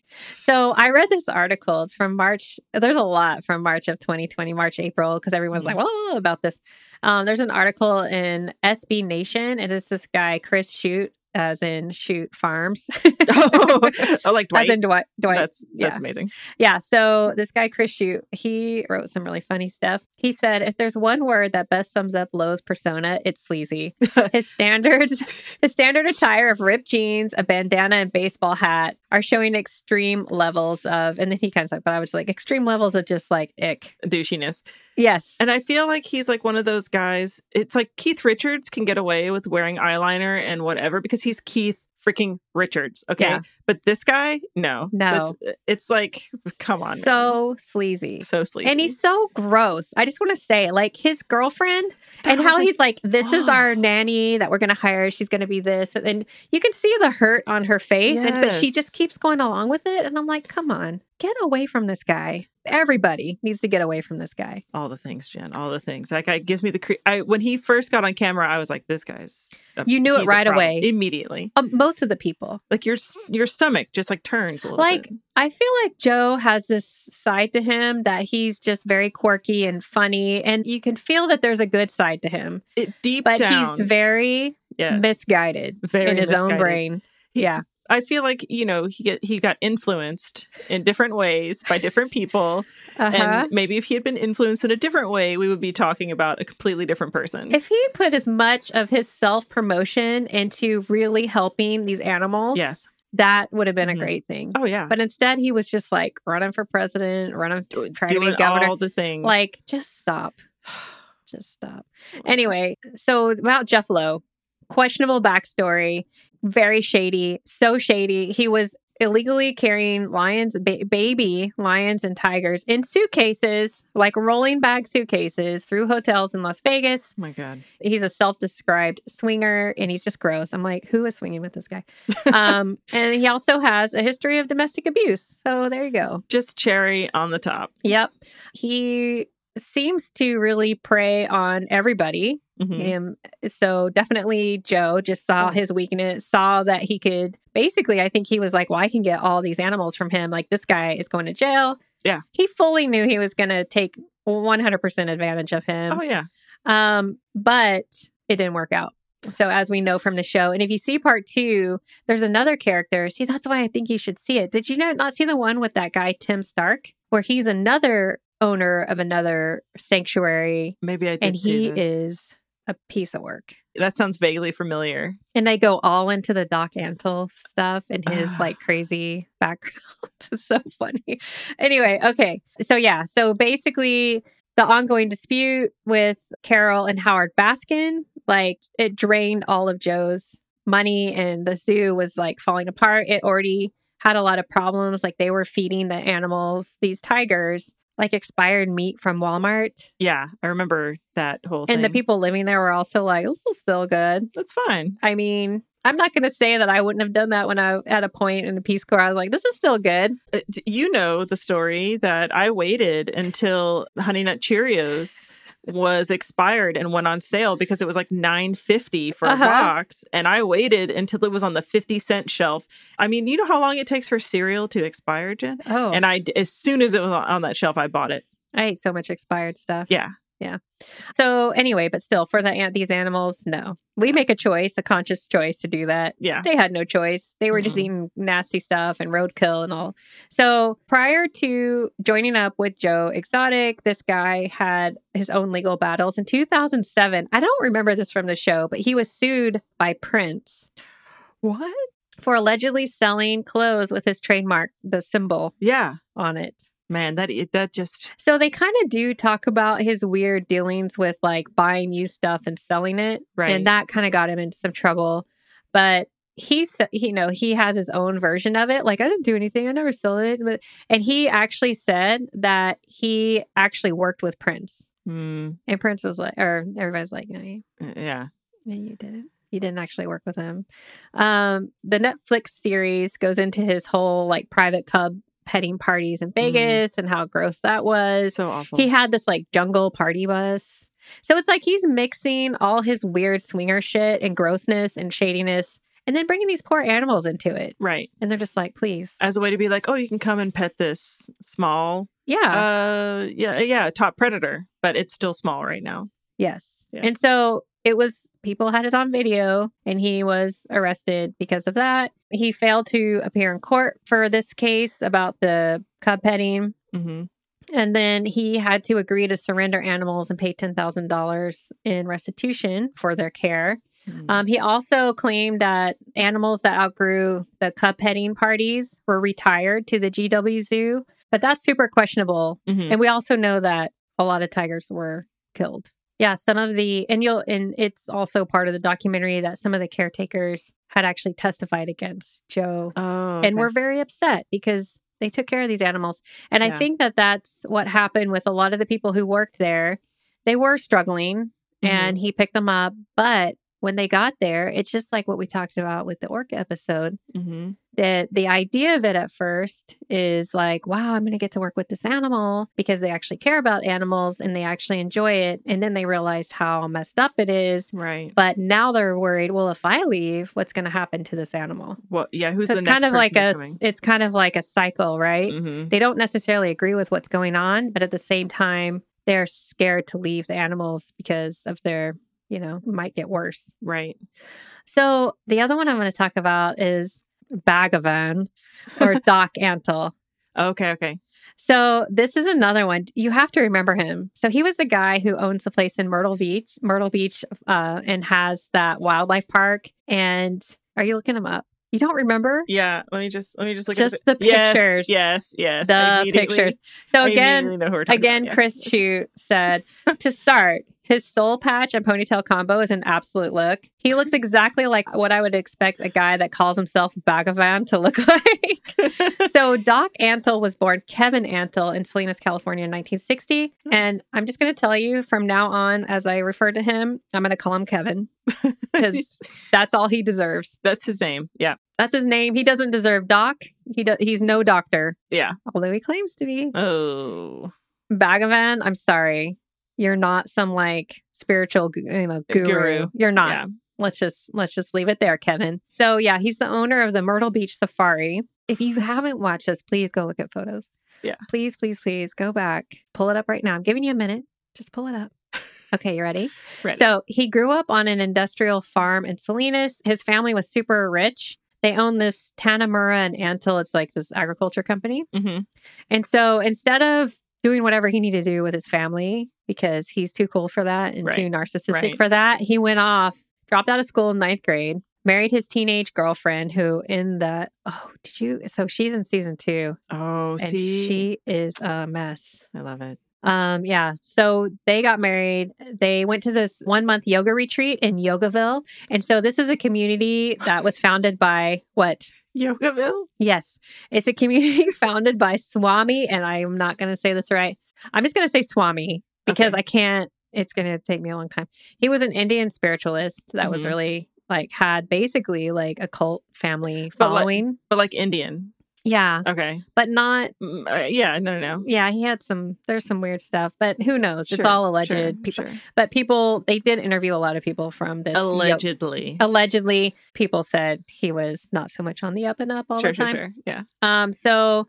S2: So I read this article. It's from March. There's a lot from March of 2020, March, April, because everyone's like,
S1: Mm-hmm.
S2: well, about this. Um, there's an article in SB Nation, and it's this guy, Chris Shoot, as in Shoot Farms.
S1: oh, I like Dwight.
S2: As in Dwight. Dwight.
S1: that's
S2: yeah.
S1: that's amazing.
S2: Yeah. So this guy, Chris Shute, he wrote some really funny stuff. He said, if there's one word that best sums up Lowe's persona, it's sleazy. his standards, his standard attire of ripped jeans, a bandana, and baseball hat are showing extreme levels of, and then he kind of talked about, I was like, extreme levels of just like ick.
S1: Douchiness.
S2: Yes.
S1: And I feel like he's like one of those guys. It's like Keith Richards can get away with wearing eyeliner and whatever because he's Keith freaking Richards. Okay.
S2: Yeah.
S1: But this guy, no.
S2: No.
S1: It's, it's like, come on. man.
S2: So sleazy.
S1: so sleazy.
S2: And he's so gross. I just want to say, like his girlfriend and how he's like, this is our nanny that we're going to hire. She's going to be this. And, and you can see the hurt on her face, and, but she
S1: Yes.
S2: just keeps going along with it. And I'm like, come on, get away from this guy. Everybody needs to get away from this guy.
S1: all the things, Jen. All the things. That guy gives me the. Cre- I when he first got on camera, I was like, this guy's. a-
S2: You knew it
S1: he's a
S2: right
S1: problem.
S2: away.
S1: immediately.
S2: Um, most of the people.
S1: Like your s- your stomach just like turns a little.
S2: Like,
S1: bit.
S2: I feel like Joe has this side to him that he's just very quirky and funny, and you can feel that there's a good side to him,
S1: it deep
S2: but
S1: down.
S2: he's very
S1: yes.
S2: misguided
S1: Very
S2: in his own
S1: misguided.
S2: brain.
S1: He-
S2: yeah.
S1: I feel like you know he get, he got influenced in different ways by different people,
S2: Uh-huh.
S1: and maybe if he had been influenced in a different way, we would be talking about a completely different person.
S2: If he put as much of his self promotion into really helping these animals,
S1: yes.
S2: that would have been
S1: Mhm.
S2: a great thing.
S1: Oh yeah.
S2: But instead, he was just like running for president, running, to trying to
S1: Doing
S2: be governor.
S1: all the things.
S2: Like, just stop. Just stop. Anyway, so about Jeff Lowe, questionable backstory, very shady, so shady. He was illegally carrying lions, ba- baby lions and tigers in suitcases, like rolling bag suitcases through hotels in Las Vegas.
S1: Oh my god.
S2: He's a self-described swinger and he's just gross. I'm like, who is swinging with this guy? Um, and he also has a history of domestic abuse. So there you go.
S1: Just cherry on the top.
S2: Yep. He seems to really prey on everybody.
S1: Mhm.
S2: Um, so definitely Joe just saw
S1: Yeah.
S2: his weakness, saw that he could basically, I think he was like, well, I can get all these animals from him. Like this guy is going to jail.
S1: Yeah.
S2: He fully knew he was going to take 100% advantage of him.
S1: Oh yeah.
S2: Um, but it didn't work out. So as we know from the show, and if you see part two, there's another character. See, that's why I think you should see it. Did you not, not see the one with that guy Tim Stark, where he's another owner of another sanctuary,
S1: Maybe I did
S2: and
S1: see
S2: he
S1: this.
S2: is a piece of work.
S1: That sounds vaguely familiar.
S2: And they go all into the Doc Antle stuff and his
S1: Ah.
S2: like crazy background. it's so funny. Anyway, okay. So, yeah. So basically, the ongoing dispute with Carol and Howard Baskin, like it drained all of Joe's money and the zoo was like falling apart. It already had a lot of problems. Like they were feeding the animals, these tigers, like expired meat from Walmart.
S1: Yeah, I remember that whole thing.
S2: And the people living there were also like, this is still good.
S1: That's fine.
S2: I mean, I'm not going to say that I wouldn't have done that when I at a point in the Peace Corps. I was like, this is still good.
S1: Uh, d- You know the story that I waited until Honey Nut Cheerios was expired and went on sale because it was like 9.50 for
S2: Uh-huh.
S1: a box and I waited until it was on the 50 cent shelf. I mean, you know how long it takes for cereal to expire, Jen?
S2: Oh,
S1: And I d- as soon as it was on- on that shelf, I bought it.
S2: I ate so much expired stuff.
S1: Yeah.
S2: Yeah. So anyway, but still, for the an- these animals, no, we make a choice, a conscious choice to do that.
S1: Yeah.
S2: They had no choice. They were just
S1: Mhm.
S2: eating nasty stuff and roadkill and all. So prior to joining up with Joe Exotic, this guy had his own legal battles in 2007. I don't remember this from the show, but he was sued by Prince.
S1: What?
S2: for allegedly selling clothes with his trademark, the symbol
S1: Yeah.
S2: on it.
S1: Man, that i- that just
S2: So they kind of do talk about his weird dealings with like buying you stuff and selling it.
S1: Right.
S2: And that kind of got him into some trouble. But he said, you know, he has his own version of it. Like, I didn't do anything. I never sold it. But, and he actually said that he actually worked with Prince.
S1: mm,
S2: And Prince was like, or everybody's like, no, you
S1: Uh, yeah.
S2: no, you didn't. You didn't actually work with him. Um, the Netflix series goes into his whole like private cub petting parties in Vegas and how gross that was.
S1: So awful.
S2: He had this like jungle party bus. So it's like he's mixing all his weird swinger shit and grossness and shadiness And then bringing these poor animals into it.
S1: Right.
S2: And they're just like, please.
S1: As a way to be like, oh, you can come and pet this small,
S2: yeah.
S1: uh, yeah, yeah, top predator, but it's still small right now.
S2: yes.
S1: yeah.
S2: And so it was, people had it on video and he was arrested because of that. He failed to appear in court for this case about the cub petting.
S1: Mm-hmm.
S2: And then he had to agree to surrender animals and pay $10,000 in restitution for their care.
S1: Hmm.
S2: Um, he also claimed that animals that outgrew the cub petting parties were retired to the GW Zoo, but that's super questionable.
S1: Mm-hmm.
S2: And we also know that a lot of tigers were killed. Yeah, some of the and you'll and it's also part of the documentary that some of the caretakers had actually testified against Joe
S1: oh, okay.
S2: and we're very upset because they took care of these animals and i
S1: Yeah.
S2: think that that's what happened with a lot of the people who worked there they were struggling
S1: Mhm.
S2: and he picked them up but when they got there it's just like what we talked about with the orca episode
S1: Mhm.
S2: that the idea of it at first is like wow i'm going to get to work with this animal because they actually care about animals and they actually enjoy it and then they realize how messed up it is
S1: right.
S2: but now they're worried well if i leave what's going to happen to this animal
S1: Well, yeah, who's
S2: so
S1: the
S2: it's
S1: next
S2: kind of like a
S1: coming?
S2: it's kind of like a cycle, right?
S1: Mhm.
S2: They don't necessarily agree with what's going on, but at the same time, they're scared to leave the animals because of their, you know, might get worse.
S1: Right.
S2: So the other one I'm going to talk about is Bagavan or Doc Antle.
S1: Okay. Okay.
S2: So this is another one. You have to remember him. So he was the guy who owns a place in Myrtle Beach, Myrtle Beach, uh, and has that wildlife park. And are you looking him up? You don't remember?
S1: Yeah. Let me just let me just look
S2: Just
S1: at
S2: the pictures.
S1: Yes. Yes. yes. I
S2: the
S1: immediately-
S2: pictures. So
S1: I
S2: again,
S1: immediately know who we're talking
S2: again,
S1: about. Yes,
S2: Chris
S1: yes.
S2: Chu said to start, his soul patch and ponytail combo is an absolute look. He looks exactly like what I would expect a guy that calls himself Bhagavan to look like. so Doc Antle was born Kevin Antle in Salinas, California in 1960.
S1: Hmm.
S2: And I'm just going to tell you from now on, as I refer to him, I'm going to call him Kevin because that's all he deserves.
S1: That's his name. Yeah.
S2: That's his name. He doesn't deserve Doc. He do- he's no doctor,
S1: Yeah.
S2: although he claims to be.
S1: Oh.
S2: Bhagavan, I'm sorry. You're not some like spiritual, gu- you know, guru.
S1: Guru.
S2: You're not.
S1: Yeah.
S2: Let's just let's just leave it there, Kevin. So yeah, he's the owner of the Myrtle Beach Safari. If you haven't watched this, please go look at photos.
S1: Yeah.
S2: Please, please, please go back. Pull it up right now. I'm giving you a minute. Just pull it up. Okay, you ready?
S1: Right.
S2: So he grew up on an industrial farm in Salinas. His family was super rich. They own this Tanamura and Antle. It's like this agriculture company.
S1: hmm
S2: And so instead of doing whatever he needed to do with his family, because he's too cool for that and too
S1: Right.
S2: narcissistic
S1: Right.
S2: for that, he went off, dropped out of school in ninth grade, married his teenage girlfriend, who in the, oh, did you? So she's in season two
S1: Oh,
S2: and
S1: see,
S2: she is a mess.
S1: I love it.
S2: Um, yeah. So they got married. They went to this one month yoga retreat in Yogaville. And so this is a community that was founded by what?
S1: Yogaville.
S2: Yes, it's a community founded by Swami, and I am not going to say this right. I'm just going to say Swami because I can't. It's going to take me a long time. He was an Indian spiritualist that was
S1: Mhm.
S2: really like had basically like a cult family
S1: But, like-
S2: following.
S1: but like Indian.
S2: yeah,
S1: Okay.
S2: but not.
S1: Mm, uh, yeah. No. No. no.
S2: Yeah, he had some. There's some weird stuff, but who knows? it's
S1: Sure,
S2: all alleged.
S1: Sure,
S2: people,
S1: sure.
S2: but people they did interview a lot of people from this. yo-
S1: Allegedly.
S2: allegedly, people said he was not so much on the up and up all
S1: sure,
S2: the time.
S1: Sure, sure. Yeah.
S2: Um, so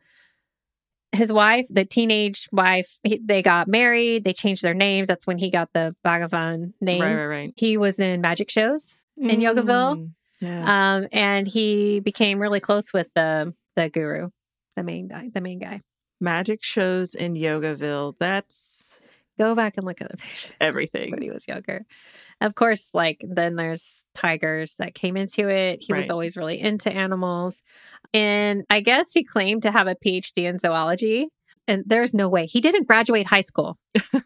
S2: his wife, the teenage wife, he, they got married. They changed their names. That's when he got the Bhagavan name.
S1: Right. Right. Right.
S2: He was in magic shows, In Yogaville?
S1: Mm, Yes.
S2: um, and he became really close with the the guru, the main guy. The main guy.
S1: Magic shows in Yogaville. That's
S2: Go back and look at the picture when
S1: everything.
S2: he was younger. Of course, like then there's tigers that came into it. He was
S1: Right.
S2: always really into animals, and I guess he claimed to have a PhD in zoology. And there's no way he didn't graduate high school.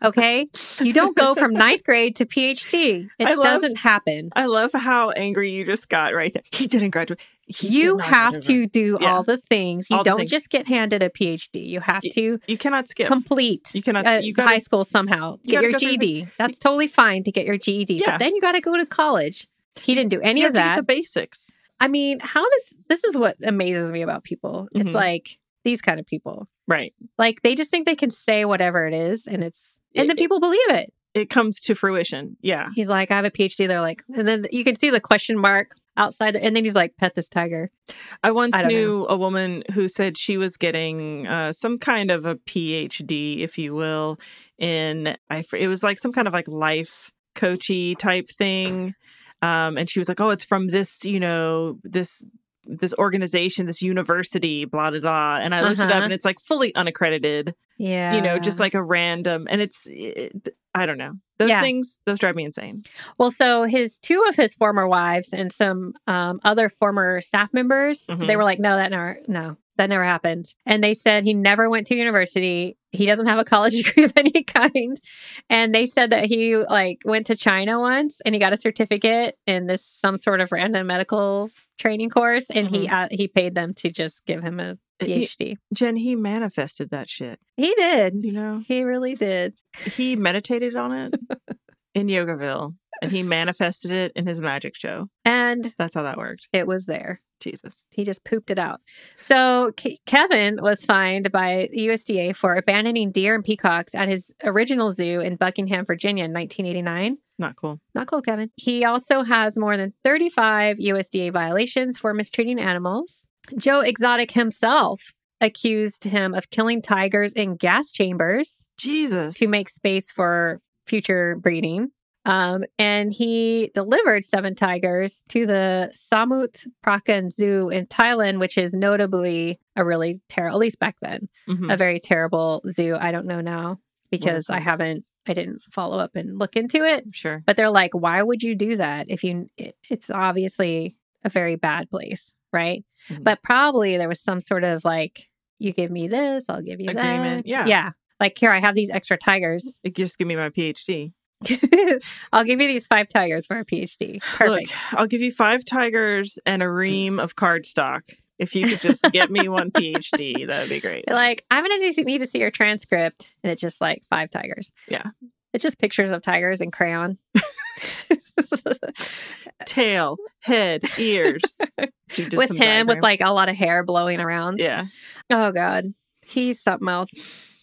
S2: Okay. You don't go from ninth grade to PhD. It
S1: I love-
S2: doesn't happen.
S1: I love how angry you just got right there. He didn't graduate. He did
S2: You
S1: not
S2: have
S1: graduate.
S2: to do
S1: Yeah.
S2: all the things. You
S1: All the
S2: don't
S1: things.
S2: just get handed a PhD. You have
S1: Y-
S2: to
S1: You cannot skip.
S2: complete
S1: you cannot.
S2: uh,
S1: you
S2: high
S1: gotta,
S2: school somehow.
S1: you
S2: Get
S1: gotta
S2: your
S1: go through the-
S2: GED. That's totally fine to get your GED.
S1: Yeah.
S2: But then you got to go to college. He didn't do any
S1: you
S2: of
S1: have to get
S2: that.
S1: the basics.
S2: I mean, how does this is what amazes me about people? It's
S1: Mhm.
S2: like these kind of people.
S1: Right.
S2: Like they just think they can say whatever it is, and it's and the
S1: It-
S2: people believe it.
S1: It comes to fruition. Yeah.
S2: He's like, I have a PhD. They're like, and then you can see the question mark. outside. And then he's like, pet this tiger.
S1: I once
S2: I don't
S1: knew a woman who said she was getting uh, some kind of a PhD, if you will, in I. fr- It was like some kind of like life coachy type thing, um, and she was like, "Oh, it's from this, you know, this." this organization this university blah blah blah and i looked it up
S2: Uh-huh.
S1: and it's like fully unaccredited
S2: Yeah.
S1: you know just like a random and it's it, i don't know those
S2: Yeah.
S1: things those drive me insane
S2: Well, so his two of his former wives and some um, other former staff members,
S1: Mhm.
S2: they were like, no, that never, no, that never happened. And they said he never went to university. He doesn't have a college degree of any kind. And they said that he like went to China once and he got a certificate in this some sort of random medical training course, and he uh, he paid them to just give him a
S1: He-
S2: PhD.
S1: jen he manifested that shit
S2: He did.
S1: you know
S2: He really did.
S1: he meditated on it in Yogaville and he manifested it in his magic show.
S2: And
S1: That's how that worked.
S2: it was there.
S1: Jesus.
S2: He just pooped it out. So Ke- Kevin was fined by the USDA for abandoning deer and peacocks at his original zoo in Buckingham, Virginia in 1989.
S1: Not cool.
S2: Not cool, Kevin. He also has more than 35 USDA violations for mistreating animals. Joe Exotic himself accused him of killing tigers in gas chambers
S1: Jesus.
S2: to make space for future breeding. Um, and he delivered seven tigers to the Samut Prakan Zoo in Thailand, which is notably a really terrible, at least back then,
S1: Mhm.
S2: a very terrible zoo. I don't know now because I
S1: it?
S2: haven't, I didn't follow up and look into it.
S1: sure.
S2: But they're like, why would you do that if you, it- it's obviously a very bad place, right?
S1: Mhm.
S2: But probably there was some sort of like, you give me this, I'll give you
S1: Agreement,
S2: that.
S1: yeah.
S2: Yeah. Like, here, I have these extra tigers.
S1: Like, Just give me my PhD.
S2: I'll give you these five tigers for a PhD. Perfect.
S1: Look, I'll give you five tigers and a ream of cardstock. If you could just get me one PhD, that would be great.
S2: They're like, I'm going to just need to see your transcript. And it's just like five tigers.
S1: Yeah.
S2: It's just pictures of tigers in crayon.
S1: tail, head, ears. You did
S2: with
S1: some
S2: him, with
S1: diagrams.
S2: like a lot of hair blowing around.
S1: yeah.
S2: Oh, God. He's something else.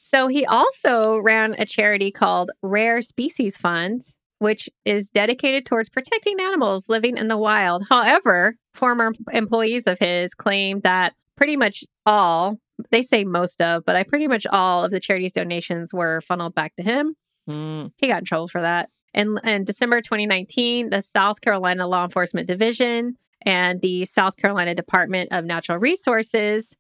S2: So he also ran a charity called Rare Species Fund, which is dedicated towards protecting animals living in the wild. However, former employees of his claim that pretty much all, they say most of, but I pretty much all of the charity's donations were funneled back to him.
S1: Mm.
S2: He got in trouble for that. In, in December 2019, the South Carolina Law Enforcement Division and the South Carolina Department of Natural Resources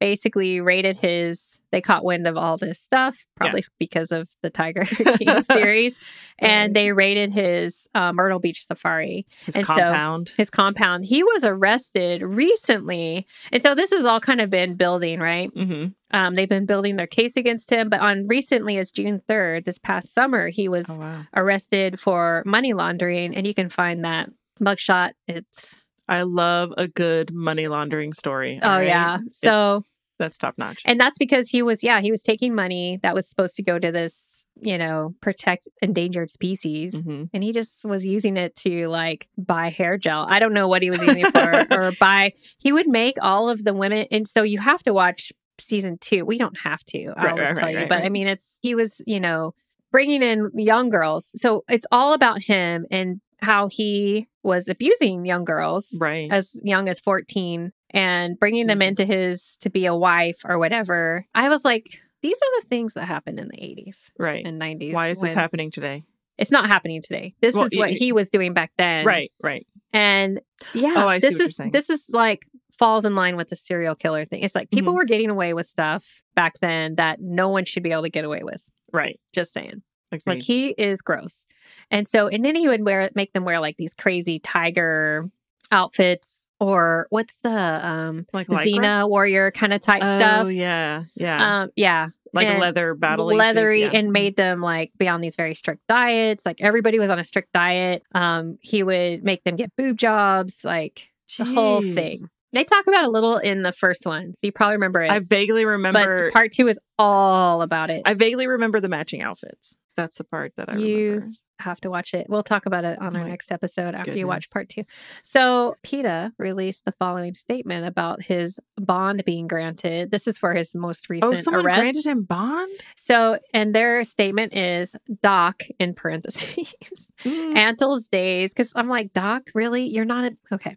S2: basically raided his. They caught wind of all this stuff, probably because of the Tiger King series, and they raided his uh, Myrtle Beach safari,
S1: His
S2: And so-
S1: compound.
S2: his compound. He was arrested recently, and so this has all kind of been building, right?
S1: hmm
S2: Um, they've been building their case against him, but on recently as June 3rd, this past summer, he was
S1: Oh, wow.
S2: arrested for money laundering, and you can find that mugshot. It's
S1: I love a good money laundering story.
S2: oh
S1: all right?
S2: yeah, so
S1: It's- that's top notch.
S2: and that's because he was yeah he was taking money that was supposed to go to this you know protect endangered species.
S1: Mhm.
S2: And he just was using it to like buy hair gel. I don't know what he was using it for, or buy. He would make all of the women, and so you have to watch season two. We don't have to. I'll
S1: Right,
S2: just
S1: right,
S2: tell
S1: right,
S2: you,
S1: right,
S2: but I
S1: right.
S2: mean, it's he was, you know, bringing in young girls. So it's all about him and how he was abusing young girls
S1: Right.
S2: as young as 14 and bringing them
S1: Jesus.
S2: into his to be a wife or whatever. I was like, these are the things that happened in the 80s
S1: right.
S2: and 90s.
S1: Why is this
S2: when-
S1: happening today?
S2: It's not happening today. This
S1: Well,
S2: is what
S1: y-
S2: he was doing back then.
S1: right, right.
S2: And yeah,
S1: Oh, I see
S2: this
S1: what you're
S2: is
S1: saying.
S2: this is like falls in line with the serial killer thing. It's like people
S1: Mhm.
S2: were getting away with stuff back then that no one should be able to get away with.
S1: Right.
S2: Just saying.
S1: Agreed.
S2: Like he is gross. And so and then he would wear make them wear like these crazy tiger outfits or what's the um
S1: like lycra?
S2: Xena warrior kind of type
S1: oh,
S2: stuff.
S1: yeah, yeah.
S2: Um yeah.
S1: like
S2: and
S1: leather battling suits,
S2: leathery
S1: yeah.
S2: and made them like be on these very strict diets. Like everybody was on a strict diet. Um he would make them get boob jobs, like the whole
S1: Jeez.
S2: thing. They talk about it a little in the first one. So you probably remember it.
S1: I vaguely remember.
S2: but part two is all about it.
S1: I vaguely remember the matching outfits. That's the part that I
S2: You-
S1: remember.
S2: have to watch it. We'll talk about it on our
S1: Oh My
S2: next episode after you watch
S1: goodness.
S2: part two. So, PETA released the following statement about his bond being granted. This is for his most recent
S1: Oh, someone
S2: arrest.
S1: granted him bond?
S2: so, and their statement is Doc in parentheses.
S1: Hmm.
S2: Antl's days, because I'm like, Doc, really? You're not a- okay.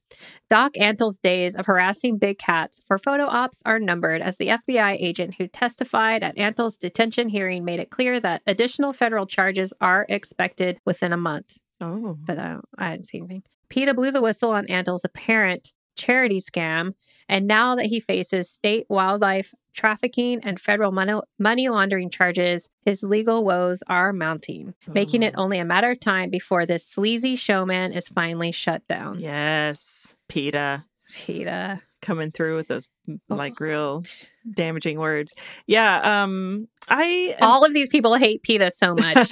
S2: Doc Antl's days of harassing big cats for photo ops are numbered as the FBI agent who testified at Antl's detention hearing made it clear that additional federal charges are expected within a month.
S1: Oh.
S2: But I, don't, I didn't see anything. PETA blew the whistle on Antl's apparent charity scam. And now that he faces state wildlife trafficking and federal money, money laundering charges, his legal woes are mounting making it
S1: Oh.
S2: only a matter of time before this sleazy showman is finally shut down.
S1: Yes. PETA
S2: PETA.
S1: coming through with those
S2: Oh.
S1: like real damaging words. Yeah. Um I am-
S2: All of these people hate PETA so much.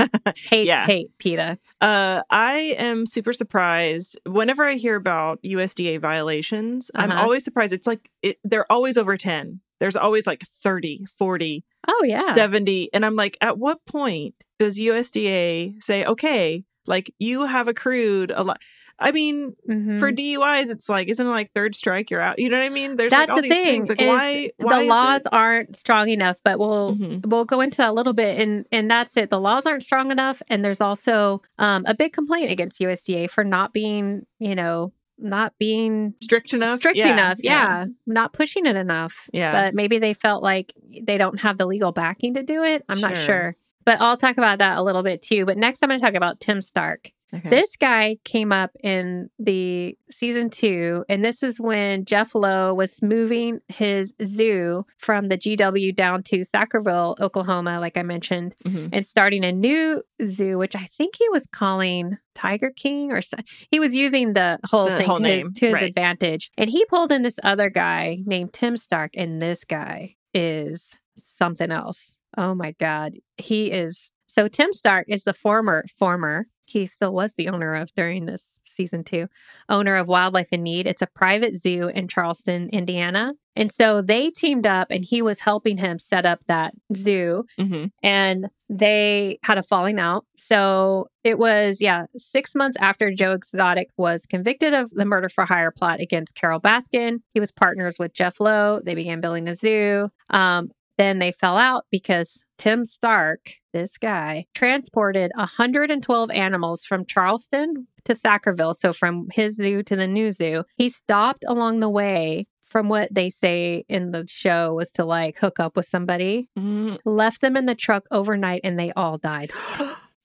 S2: hate,
S1: Yeah.
S2: hate PETA.
S1: Uh, I am super surprised whenever I hear about USDA violations. I'm
S2: Uh-huh.
S1: always surprised. It's like it, they're always over 10. There's always like 30, 40,
S2: Oh, yeah.
S1: 70. And I'm like, at what point does USDA say, okay, like you have accrued a lot? I mean,
S2: Mhm.
S1: for DUIs, it's like, isn't it like third strike, you're out? You know what I mean? There's
S2: That's
S1: like all
S2: the
S1: these
S2: thing.
S1: things. Like,
S2: is
S1: why, why?
S2: the
S1: is
S2: laws
S1: it-
S2: aren't strong enough, but we'll.
S1: Mhm.
S2: We'll go into that a little bit, and and that's it. The laws aren't strong enough, and there's also um, a big complaint against USDA for not being, you know, not being
S1: strict enough?
S2: strict
S1: Yeah,
S2: enough. Yeah. Not pushing it enough.
S1: Yeah.
S2: But maybe they felt like they don't have the legal backing to do it. I'm not
S1: Sure.
S2: sure. But I'll talk about that a little bit too. But next, I'm going to talk about Tim Stark.
S1: Okay.
S2: This guy came up in the season two, and this is when Jeff Lowe was moving his zoo from the GW down to Thackerville, Oklahoma, like I mentioned
S1: Mhm.
S2: and starting a new zoo, which I think he was calling Tiger King or so- he was using the whole
S1: The
S2: thing
S1: whole
S2: to,
S1: name,
S2: his, to his
S1: right.
S2: advantage. And he pulled in this other guy named Tim Stark, and this guy is something else. Oh my God. He is so Tim Stark is the former, former, he still was the owner of during this season two, owner of Wildlife in Need. It's a private zoo in Charleston, Indiana. And so they teamed up and he was helping him set up that zoo
S1: Mhm.
S2: and they had a falling out. So it was, yeah, six months after Joe Exotic was convicted of the murder for hire plot against Carol Baskin. He was partners with Jeff Lowe. They began building a zoo. Um, then they fell out because Tim Stark, this guy, transported 112 animals from Charleston to Thackerville. So from his zoo to the new zoo. He stopped along the way. From what they say in the show, was to like hook up with somebody
S1: Mm.
S2: left them in the truck overnight and they all died.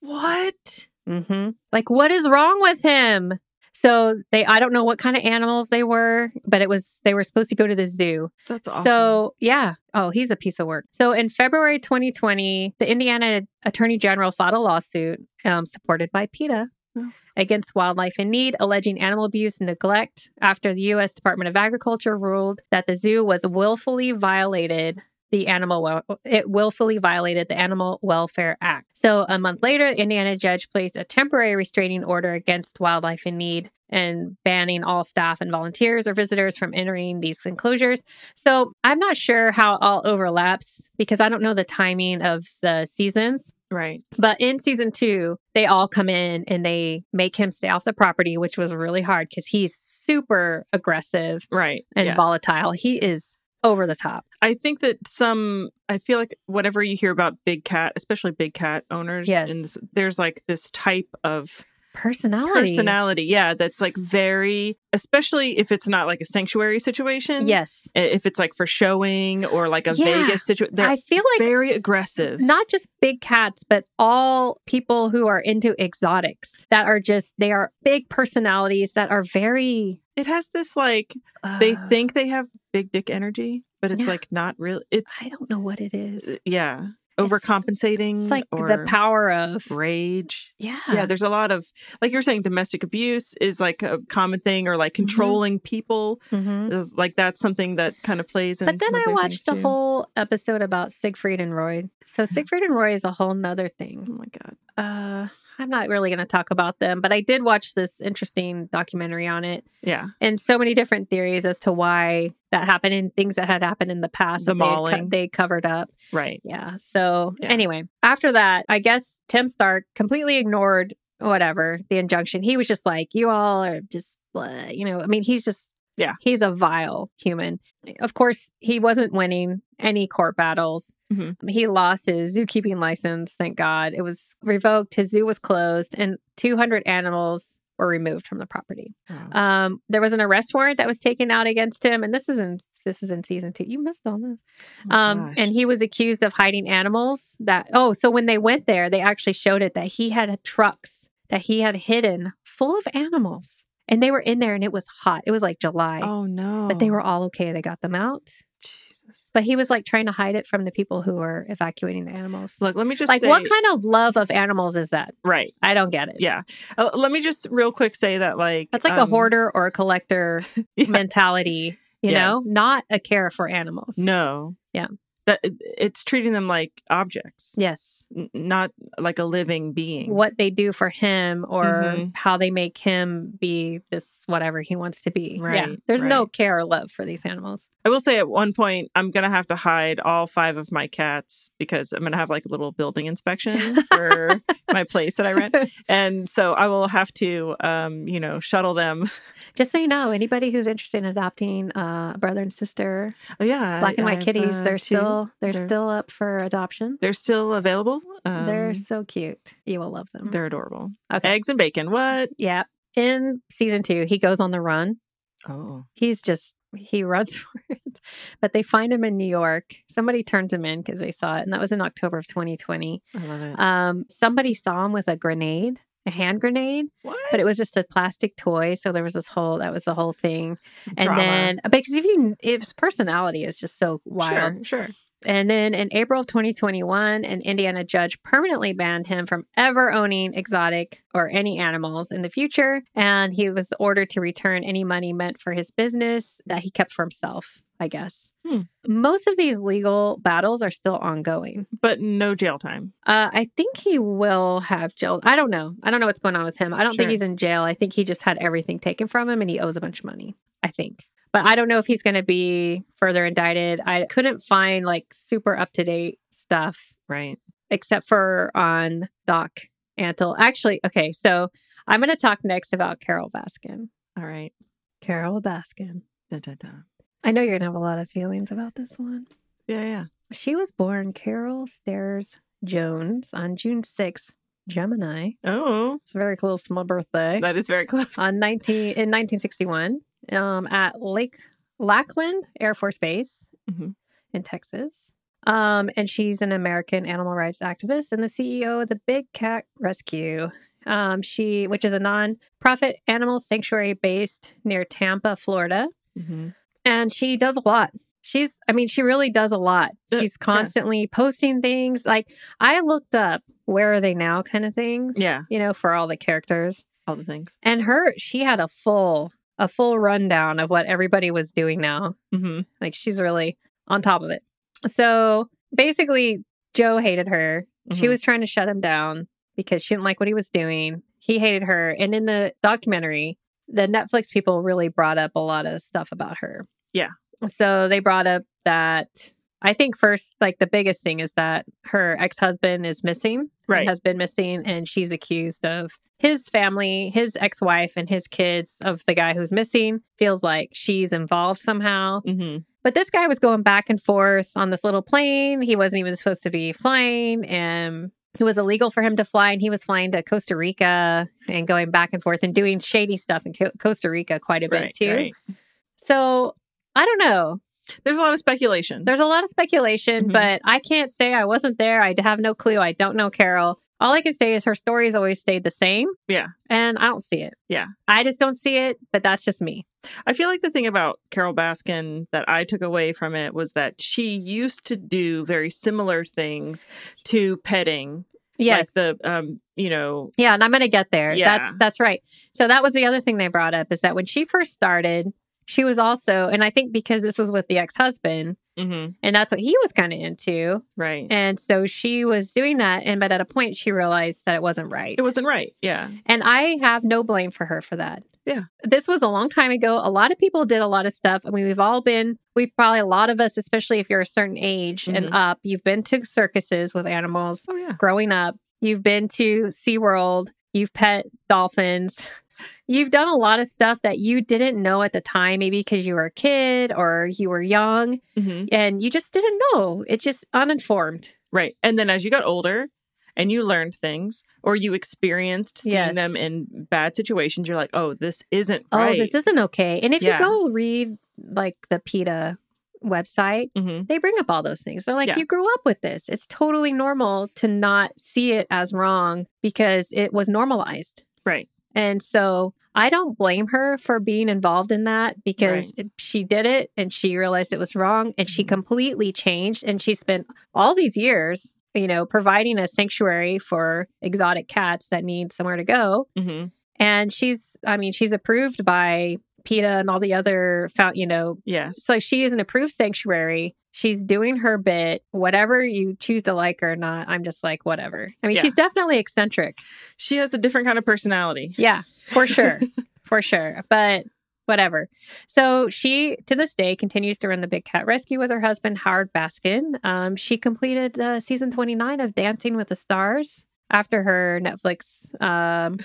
S1: what?
S2: hmm Like, what is wrong with him? So they, I don't know what kind of animals they were, but it was, they were supposed to go to the zoo.
S1: That's awful.
S2: So, yeah. Oh, he's a piece of work. So, in February 2020, the Indiana Attorney General filed a lawsuit um, supported by PETA
S1: Oh.
S2: against Wildlife in Need, alleging animal abuse and neglect after the U.S. Department of Agriculture ruled that the zoo was willfully violated. The animal wel- it willfully violated the Animal Welfare Act. So a month later, Indiana judge placed a temporary restraining order against Wildlife in Need and banning all staff and volunteers or visitors from entering these enclosures. So I'm not sure how it all overlaps because I don't know the timing of the seasons.
S1: right.
S2: But in season two, they all come in and they make him stay off the property, which was really hard because he's super aggressive
S1: Right.
S2: and
S1: yeah.
S2: volatile. He is over the top.
S1: I think that some I feel like whenever you hear about big cat, especially big cat owners,
S2: Yes.
S1: and s- there's like this type of
S2: Personality.
S1: personality, yeah, that's like very, especially if it's not like a sanctuary situation,
S2: Yes.
S1: i- if it's like for showing or like a
S2: Yeah.
S1: Vegas situation, they're
S2: I feel like
S1: very aggressive.
S2: not just big cats, but all people who are into exotics that are just, they are big personalities that are very.
S1: It has this like they
S2: uh,
S1: think they have big dick energy, but it's
S2: Yeah.
S1: like not real. It's
S2: I don't know what it is.
S1: yeah, overcompensating.
S2: It's like
S1: Mm, or
S2: the power of
S1: rage.
S2: yeah,
S1: yeah there's a lot of like you were saying domestic abuse is like a common thing or
S2: Mm-hmm.
S1: like controlling people
S2: Mhm.
S1: Is- like that's something that kind of plays in
S2: But then
S1: mm-hmm. some of
S2: I
S1: their
S2: watched
S1: things,
S2: a
S1: too.
S2: whole episode about Siegfried and Roy. So Siegfried and Roy is a whole nother
S1: oh
S2: thing.
S1: my god
S2: Uh, I'm not really going to talk about them, but I did watch this interesting documentary on it,
S1: yeah
S2: and so many different theories as to why that happened and things that had happened in the past
S1: The
S2: that they had co-
S1: mauling.
S2: they covered up.
S1: right
S2: Yeah. So
S1: Yeah.
S2: anyway, after that, I guess Tim Stark completely ignored whatever the injunction. He was just like, you all are just, blah, you know, I mean, he's just,
S1: Yeah.
S2: he's a vile human. Of course, he wasn't winning any court battles.
S1: Mhm.
S2: He lost his zookeeping license. Thank God it was revoked. His zoo was closed, and 200 animals were removed from the property.
S1: Oh
S2: Um, there was an arrest warrant that was taken out against him, and this is in this is in season two. You missed all this.
S1: Oh
S2: Um, and he was accused of hiding animals that, oh, so when they went there, they actually showed it that he had trucks that he had hidden full of animals. And they were in there and it was hot. It was like July,
S1: oh no!
S2: but they were all okay. They got them out.
S1: Jesus.
S2: But he was like trying to hide it from the people who were evacuating the animals.
S1: Look, let me just
S2: like,
S1: say,
S2: what kind of love of animals is that?
S1: Right.
S2: I don't get it.
S1: Yeah. Uh, let me just real quick say that like
S2: That's like a
S1: um,
S2: hoarder or a collector
S1: Yeah.
S2: mentality, you know,
S1: Yes.
S2: not a care for animals.
S1: No.
S2: Yeah.
S1: That it- it's treating them like objects,
S2: Yes.
S1: n- not like a living being.
S2: what they do for him or
S1: Mhm.
S2: how they make him be this whatever he wants to be. yeah.
S1: Right,
S2: There's no
S1: right.
S2: care or love for these animals.
S1: I will say at one point I'm gonna have to hide all five of my cats because I'm gonna have like a little building inspection for my place that I rent, and so I will have to, um, you know, shuttle them.
S2: Just so you know, anybody who's interested in adopting uh, a brother and sister,
S1: Oh, yeah,
S2: black and white
S1: I've,
S2: kitties,
S1: uh,
S2: they're
S1: two.
S2: still they're,
S1: They're-
S2: still up for adoption.
S1: they're still available. Um,
S2: they're so cute. You will love them.
S1: they're adorable.
S2: Okay.
S1: Eggs and bacon. What?
S2: Yeah. In season two, he goes on the run.
S1: Oh,
S2: He's just he runs for it. But they find him in New York. Somebody turns him in because they saw it, and that was in October of 2020.
S1: I love it.
S2: Um, somebody saw him with a grenade, a hand grenade,
S1: what?
S2: but it was just a plastic toy. So there was this whole that was the whole thing. And
S1: Drama.
S2: then uh, because if you his personality is just so wild.
S1: Sure, sure.
S2: And then in April of 2021, an Indiana judge permanently banned him from ever owning exotic or any animals in the future. And he was ordered to return any money meant for his business that he kept for himself, I guess.
S1: Hmm.
S2: Most of these legal battles are still ongoing.
S1: But no jail time.
S2: Uh, I think he will have jail. I don't know. I don't know what's going on with him. I don't
S1: Sure.
S2: think he's in jail. I think he just had everything taken from him and he owes a bunch of money, I think. But I don't know if he's going to be further indicted. I couldn't find like super up to date stuff
S1: Right.
S2: except for on Doc Antle. Actually, okay. So I'm going to talk next about Carol Baskin.
S1: All right.
S2: Carol Baskin.
S1: Da, da, da.
S2: I know you're going to have a lot of feelings about this one.
S1: Yeah, yeah.
S2: She was born Carol Stairs Jones on June 6th, Gemini.
S1: Oh,
S2: It's very close to my birthday.
S1: that is very close.
S2: On 19 in 1961, um, at Lake Lackland Air Force Base
S1: Mhm.
S2: in Texas. Um, and she's an American animal rights activist and the CEO of the Big Cat Rescue. Um, she, which is a nonprofit animal sanctuary based near Tampa, Florida
S1: mm-hmm.
S2: and she does a lot. She's, I mean, she really does a lot.
S1: Uh,
S2: She's
S1: yeah.
S2: constantly posting things. Like I looked up where are they now kind of things,
S1: Yeah,
S2: you know, for all the characters.
S1: all the things.
S2: And her, she had a full, a full rundown of what everybody was doing now.
S1: Mm-hmm.
S2: Like she's really on top of it. So basically, Joe hated her. She
S1: Mhm.
S2: was trying to shut him down because she didn't like what he was doing. He hated her. And in the documentary, the Netflix people really brought up a lot of stuff about her.
S1: Yeah.
S2: So they brought up that I think first, like the biggest thing is that her ex husband is missing
S1: Mm-hmm. Right.
S2: has been missing and she's accused of his family his ex-wife and his kids of the guy who's missing feels like she's involved somehow
S1: mm-hmm.
S2: but this guy was going back and forth on this little plane he wasn't even supposed to be flying and it was illegal for him to fly and he was flying to costa rica and going back and forth and doing shady stuff in Co- costa rica quite a bit
S1: Right,
S2: too
S1: right.
S2: so i don't know
S1: There's a lot of speculation.
S2: there's a lot of speculation,
S1: Mhm.
S2: but I can't say I wasn't there. I have no clue. I don't know Carol. All I can say is her story's always stayed the same.
S1: Yeah.
S2: And I don't see it.
S1: Yeah.
S2: I just don't see it, but that's just me.
S1: I feel like the thing about Carol Baskin that I took away from it was that she used to do very similar things to petting.
S2: Yes.
S1: Like the, um, you know,
S2: yeah, and I'm going to get there.
S1: Yeah.
S2: That's that's right. So that was the other thing they brought up is that when she first started, she was also and I think because this was with the ex-husband
S1: mhm,
S2: and that's what he was kind of into,
S1: right.
S2: Mm-hmm. and so she was doing that and but at a point she realized that it wasn't right.
S1: it wasn't right. Yeah.
S2: And I have no blame for her for that.
S1: Yeah.
S2: This was a long time ago. A lot of people did a lot of stuff. I mean, we've all been, we've probably, a lot of us, especially if you're a certain age and
S1: Mhm.
S2: up, you've been to circuses with animals
S1: Oh, yeah.
S2: growing up. You've been to SeaWorld. You've pet dolphins. You've done a lot of stuff that you didn't know at the time, maybe because you were a kid or you were young
S1: Mhm.
S2: and you just didn't know. It's just uninformed.
S1: Right. And then as you got older and you learned things or you experienced seeing
S2: Yes.
S1: them in bad situations, you're like, oh, this isn't right.
S2: Oh, this isn't okay. And if
S1: Yeah.
S2: you go read like the PETA website,
S1: Mhm.
S2: they bring up all those things. They're like,
S1: Yeah.
S2: you grew up with this. It's totally normal to not see it as wrong because it was normalized.
S1: Right.
S2: And so I don't blame her for being involved in that because she did it and she realized it was wrong and she
S1: Mhm.
S2: completely changed. And she spent all these years, you know, providing a sanctuary for exotic cats that need somewhere to go.
S1: hmm
S2: And she's, I mean, she's approved by PETA and all the other, fou- you know,
S1: Yes.
S2: so she is an approved sanctuary. She's doing her bit, whatever you choose to like or not. I'm just like, whatever. I mean,
S1: Yeah.
S2: she's definitely eccentric.
S1: She has a different kind of personality.
S2: Yeah, for sure. for sure. But whatever. So she, to this day, continues to run the Big Cat Rescue with her husband, Howard Baskin. Um, she completed uh, season 29 of Dancing with the Stars after her Netflix um,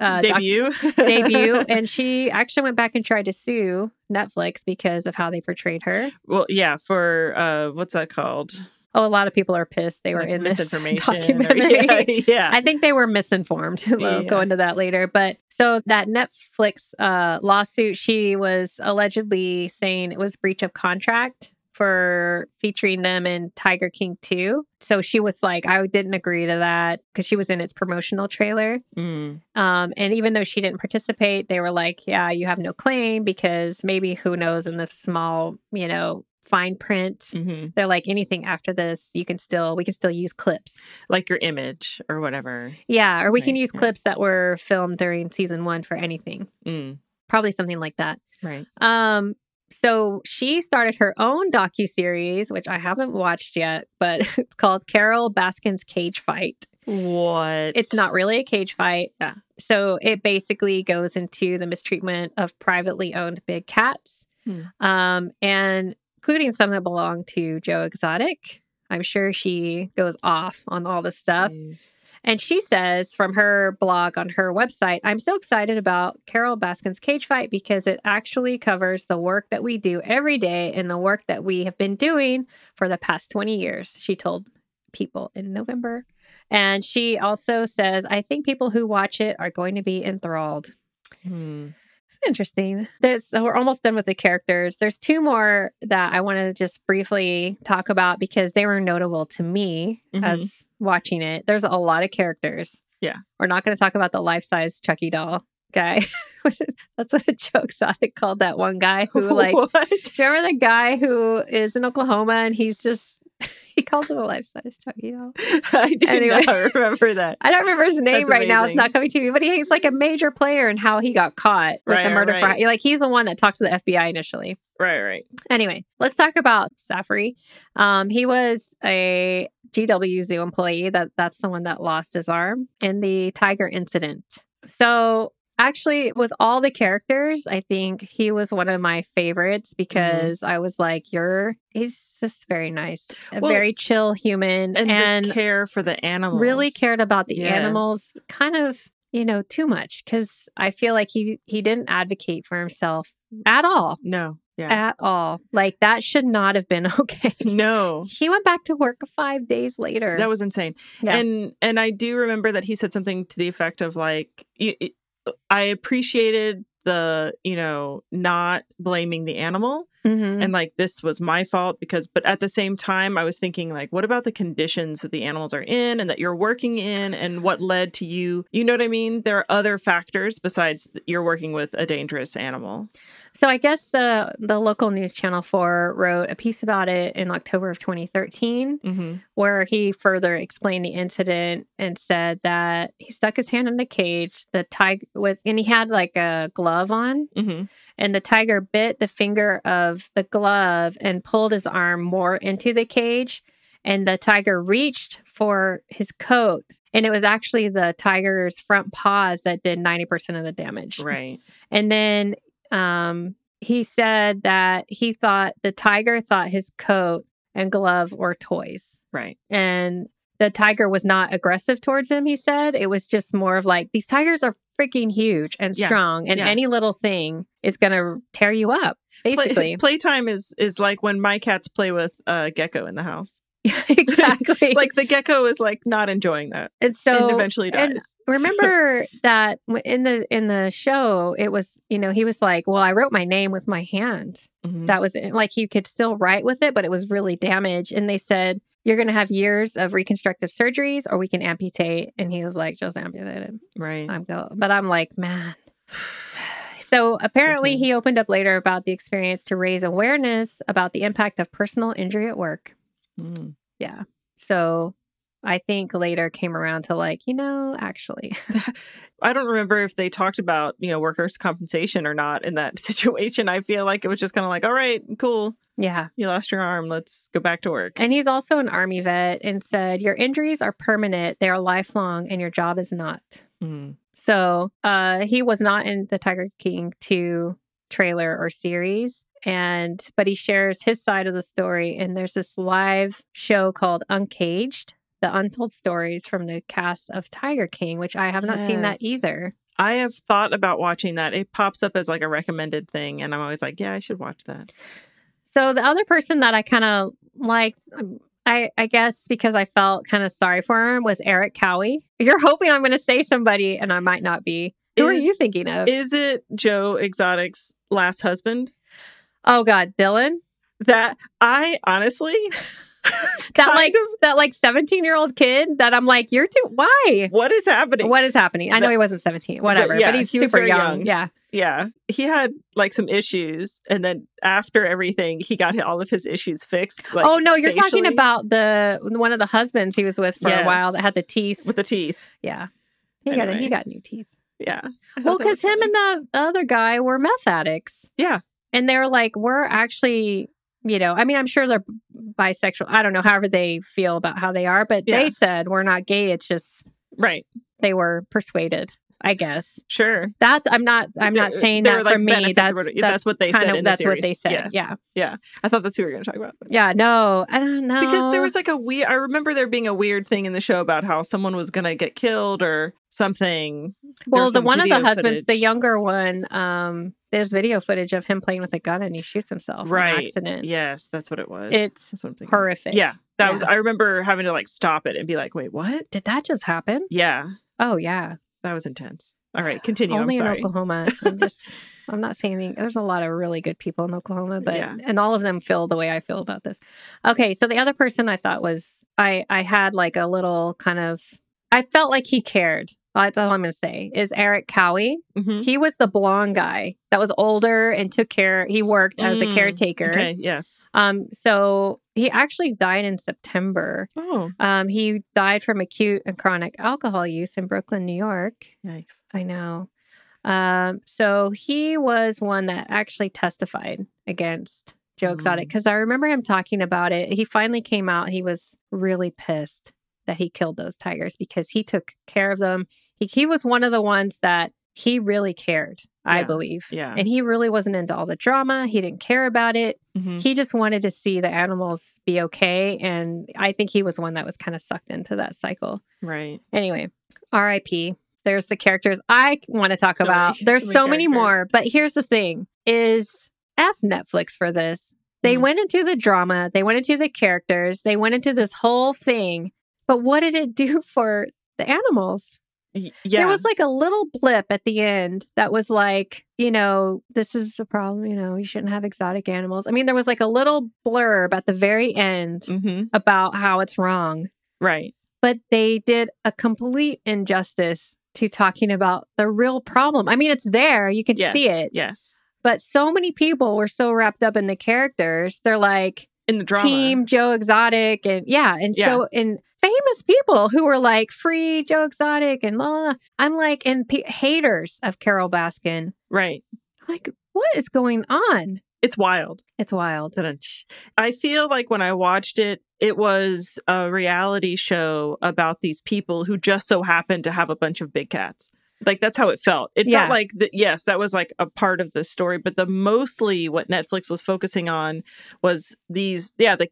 S2: uh, doc-
S1: debut.
S2: debut. And she actually went back and tried to sue Netflix because of how they portrayed her.
S1: well, yeah, for uh, what's that called?
S2: Oh, a lot of people are pissed they were
S1: Like
S2: in this
S1: misinformation. or-
S2: documentary.
S1: yeah. yeah.
S2: I think they were misinformed. we'll go
S1: Yeah.
S2: into that later. But so that Netflix uh, lawsuit, she was allegedly saying it was breach of contract for featuring them in Tiger King 2. So she was like, I didn't agree to that because she was in its promotional trailer.
S1: Mm.
S2: Um, and even though she didn't participate, they were like, yeah, you have no claim because maybe who knows in the small, you know, fine print
S1: Mhm.
S2: they're like anything after this you can still we can still use clips
S1: Like your image or whatever.
S2: yeah or we can
S1: Right,
S2: use
S1: yeah.
S2: clips that were filmed during season one for anything
S1: Mm.
S2: probably something like that
S1: Right.
S2: um so she started her own docu-series which i haven't watched yet but it's called carol baskin's cage fight
S1: What?
S2: it's not really a cage fight
S1: Yeah.
S2: so it basically goes into the mistreatment of privately owned big cats
S1: Hmm.
S2: um and including some that belong to joe exotic i'm sure she goes off on all this stuff
S1: Jeez.
S2: and she says from her blog on her website, I'm so excited about Carol Baskin's cage fight because it actually covers the work that we do every day and the work that we have been doing for the past 20 years, she told people in November. And she also says, I think people who watch it are going to be enthralled.
S1: Hmm.
S2: It's interesting. There's so we're almost done with the characters. There's two more that I want to just briefly talk about because they were notable to me
S1: Mhm.
S2: as watching it. There's a lot of characters.
S1: Yeah.
S2: We're not going to talk about the life-size Chucky doll guy. That's what a joke Sonic called that one guy who like
S1: What?
S2: do you remember the guy who is in Oklahoma and he's just he calls him a life-size Chucky doll?
S1: I do
S2: Anyway.
S1: not remember that.
S2: I don't remember his name
S1: That's
S2: right now. It's
S1: amazing.
S2: not coming to me, but he- he's like a major player in how he got caught with
S1: Right,
S2: the
S1: right,
S2: murder.
S1: right.
S2: fri- Like he's the one that talked to the FBI initially.
S1: Right, right.
S2: Anyway, let's talk about Safri. Um, he was a GW Zoo employee. That that's the one that lost his arm in the tiger incident. So actually, with all the characters, I think he was one of my favorites
S1: Mm-hmm.
S2: because I was like, "You're he's just very nice, a
S1: Well,
S2: very chill human,
S1: And,
S2: and,
S1: the care for the animals.
S2: really cared about the
S1: Yes.
S2: animals kind of you know too much because i feel like he he didn't advocate for himself at all
S1: No. Yeah.
S2: at all like that should not have been okay
S1: no.
S2: he went back to work five days later
S1: That was insane.
S2: Yeah.
S1: And and I do remember that he said something to the effect of like y- y- I appreciated the, you know, not blaming the animal
S2: Mhm.
S1: and like this was my fault because but at the same time I was thinking like what about the conditions that the animals are in and that you're working in and what led to you, you know what I mean? There are other factors besides that you're working with a dangerous animal.
S2: so i guess the the local news channel 4 wrote a piece about it in october of 2013
S1: Mhm.
S2: where he further explained the incident and said that he stuck his hand in the cage the tiger with and he had like a glove on
S1: Mhm.
S2: and the tiger bit the finger of the glove and pulled his arm more into the cage and the tiger reached for his coat and it was actually the tiger's front paws that did 90% of the damage
S1: Right.
S2: and then um, he said that he thought the tiger thought his coat and glove were toys
S1: Right.
S2: and the tiger was not aggressive towards him, he said. It was just more of like, these tigers are freaking huge and
S1: Yeah.
S2: strong, and
S1: Yeah.
S2: any little thing is going to tear you up, basically.
S1: Play, playtime is is like when my cats play with a gecko in the house.
S2: exactly.
S1: Like the gecko is like not enjoying that
S2: and
S1: and
S2: so
S1: eventually dies.
S2: and remember that w- in the in the show it was you know he was like well i wrote my name with my hand
S1: Mhm.
S2: that was it. like he could still write with it but it was really damaged and they said you're going to have years of reconstructive surgeries or we can amputate and he was like just amputate him
S1: right.
S2: i'm go but i'm like man so apparently he
S1: Sometimes.
S2: opened up later about the experience to raise awareness about the impact of personal injury at work
S1: Mm.
S2: so i think later came around to like you know actually
S1: I don't remember if they talked about you know workers' compensation or not in that situation. I feel like it was just kind of like, all right, cool,
S2: yeah
S1: you lost your arm, let's go back to work.
S2: And he's also an army vet and said, Your injuries are permanent, they are lifelong, and your job is not.
S1: Mm.
S2: So uh, he was not in the Tiger King 2 trailer or series. And but he shares his side of the story, and there's this live show called Uncaged, the untold stories from the cast of Tiger King, which I have not seen that
S1: Yes.
S2: either.
S1: I have thought about watching that. It pops up as like a recommended thing, and I'm always like, yeah, I should watch that.
S2: So the other person that I kind of liked, um, I, I guess because I felt kind of sorry for him, was Eric Cowie. You're hoping I'm going to say somebody, and I might not be. Who are
S1: Is-
S2: you thinking of?
S1: Is it Joe Exotic's last husband?
S2: oh God, Dylan,
S1: That I honestly
S2: that
S1: kind
S2: like
S1: of-
S2: that like 17 year old kid that I'm like, you're too. Why?
S1: what is happening?
S2: What is happening? I know
S1: The-
S2: he wasn't 17, whatever,
S1: yeah,
S2: but he's
S1: he was
S2: super
S1: very
S2: young.
S1: young.
S2: Yeah,
S1: Yeah, he had like some issues, and then after everything, he got all of his issues fixed. Like,
S2: oh no, you're talking
S1: facially.
S2: about the one of the husbands he was with for a while
S1: Yes.
S2: that had the teeth.
S1: with the teeth.
S2: yeah, he got a, he
S1: Anyway.
S2: got new teeth.
S1: Yeah. I thought
S2: Well,
S1: that was
S2: because him
S1: funny.
S2: and the other guy were meth addicts.
S1: Yeah.
S2: And they're like, we're actually, you know, I mean, I'm sure they're bisexual. I don't know, however they feel about how they are, but
S1: Yeah.
S2: they said we're not gay. It's just
S1: right,
S2: they were persuaded, I guess.
S1: sure.
S2: That's, I'm not, I'm not
S1: There- uh,
S2: saying
S1: there
S2: that
S1: were,
S2: for
S1: like,
S2: me.
S1: benefits
S2: That's,
S1: or whatever.
S2: that's,
S1: what they said.
S2: kind
S1: in
S2: of,
S1: the
S2: that's what they
S1: series.
S2: said.
S1: Yes.
S2: Yeah.
S1: I thought that's who we were going to talk about.
S2: Yeah. No, I don't know.
S1: Because there was like a we I remember there being a weird thing in the show about how someone was gonna get killed or something. there
S2: well,
S1: was
S2: the
S1: some
S2: one of the
S1: video
S2: husbands, the
S1: footage.
S2: younger one, um, there's video footage of him playing with a gun and he shoots himself. Right.
S1: Right.
S2: accident.
S1: Yes, that's what it was.
S2: It's
S1: that's what I'm thinking.
S2: Horrific.
S1: Yeah. That was
S2: Yeah.
S1: I remember having to like stop it and be like, wait, what?
S2: Did that just happen?
S1: Yeah.
S2: Oh yeah.
S1: That was intense. All right, continue.
S2: Only
S1: I'm
S2: in
S1: sorry.
S2: Oklahoma. I'm just I'm not saying anything. there's a lot of really good people in Oklahoma, but
S1: Yeah.
S2: and all of them feel the way I feel about this. Okay, so the other person I thought was I I had like a little kind of I felt like he cared. That's all I'm going to say is Eric Cowie.
S1: Mhm.
S2: He was the blonde guy that was older and took care. He worked as a
S1: Mm,
S2: caretaker.
S1: Okay, yes.
S2: Um, so he actually died in September.
S1: Oh,
S2: Um, he died from acute and chronic alcohol use in Brooklyn, New York.
S1: yikes.
S2: I know. Um, so he was one that actually testified against Joe Exotic
S1: Mm.
S2: because I remember him talking about it. He finally came out. He was really pissed that he killed those tigers because he took care of them. He, he was one of the ones that he really cared, I
S1: Yeah.
S2: believe.
S1: Yeah.
S2: And he really wasn't into all the drama. He didn't care about it.
S1: Mhm.
S2: He just wanted to see the animals be okay. And I think he was one that was kind of sucked into that cycle.
S1: Right.
S2: Anyway, RIP. There's the characters I want to talk
S1: So many-
S2: about.
S1: so
S2: There's
S1: many
S2: so many
S1: characters.
S2: more, but here's the thing is F Netflix for this. They
S1: Mhm.
S2: went into the drama, they went into the characters, they went into this whole thing. But what did it do for the animals?
S1: Y- yeah.
S2: There was like a little blip at the end that was like, you know, this is a problem, you know, you shouldn't have exotic animals. I mean, there was like a little blurb at the very end
S1: hmm
S2: about how it's wrong
S1: Right.
S2: but they did a complete injustice to talking about the real problem. I mean, it's there, you can
S1: Yes.
S2: see it,
S1: Yes.
S2: but so many people were so wrapped up in the characters. They're like
S1: In the drama.
S2: Team Joe Exotic and yeah, and so and famous people who were like free Joe Exotic and la la. la. I'm like and pe haters of Carol Baskin.
S1: Right.
S2: Like what is going on?
S1: It's wild.
S2: It's wild.
S1: Dun-dun-sh. I feel like when I watched it, it was a reality show about these people who just so happened to have a bunch of big cats. Like that's how it felt. It
S2: Yeah.
S1: felt like that. Yes, that was like a part of the story, but the mostly what Netflix was focusing on was these, yeah, the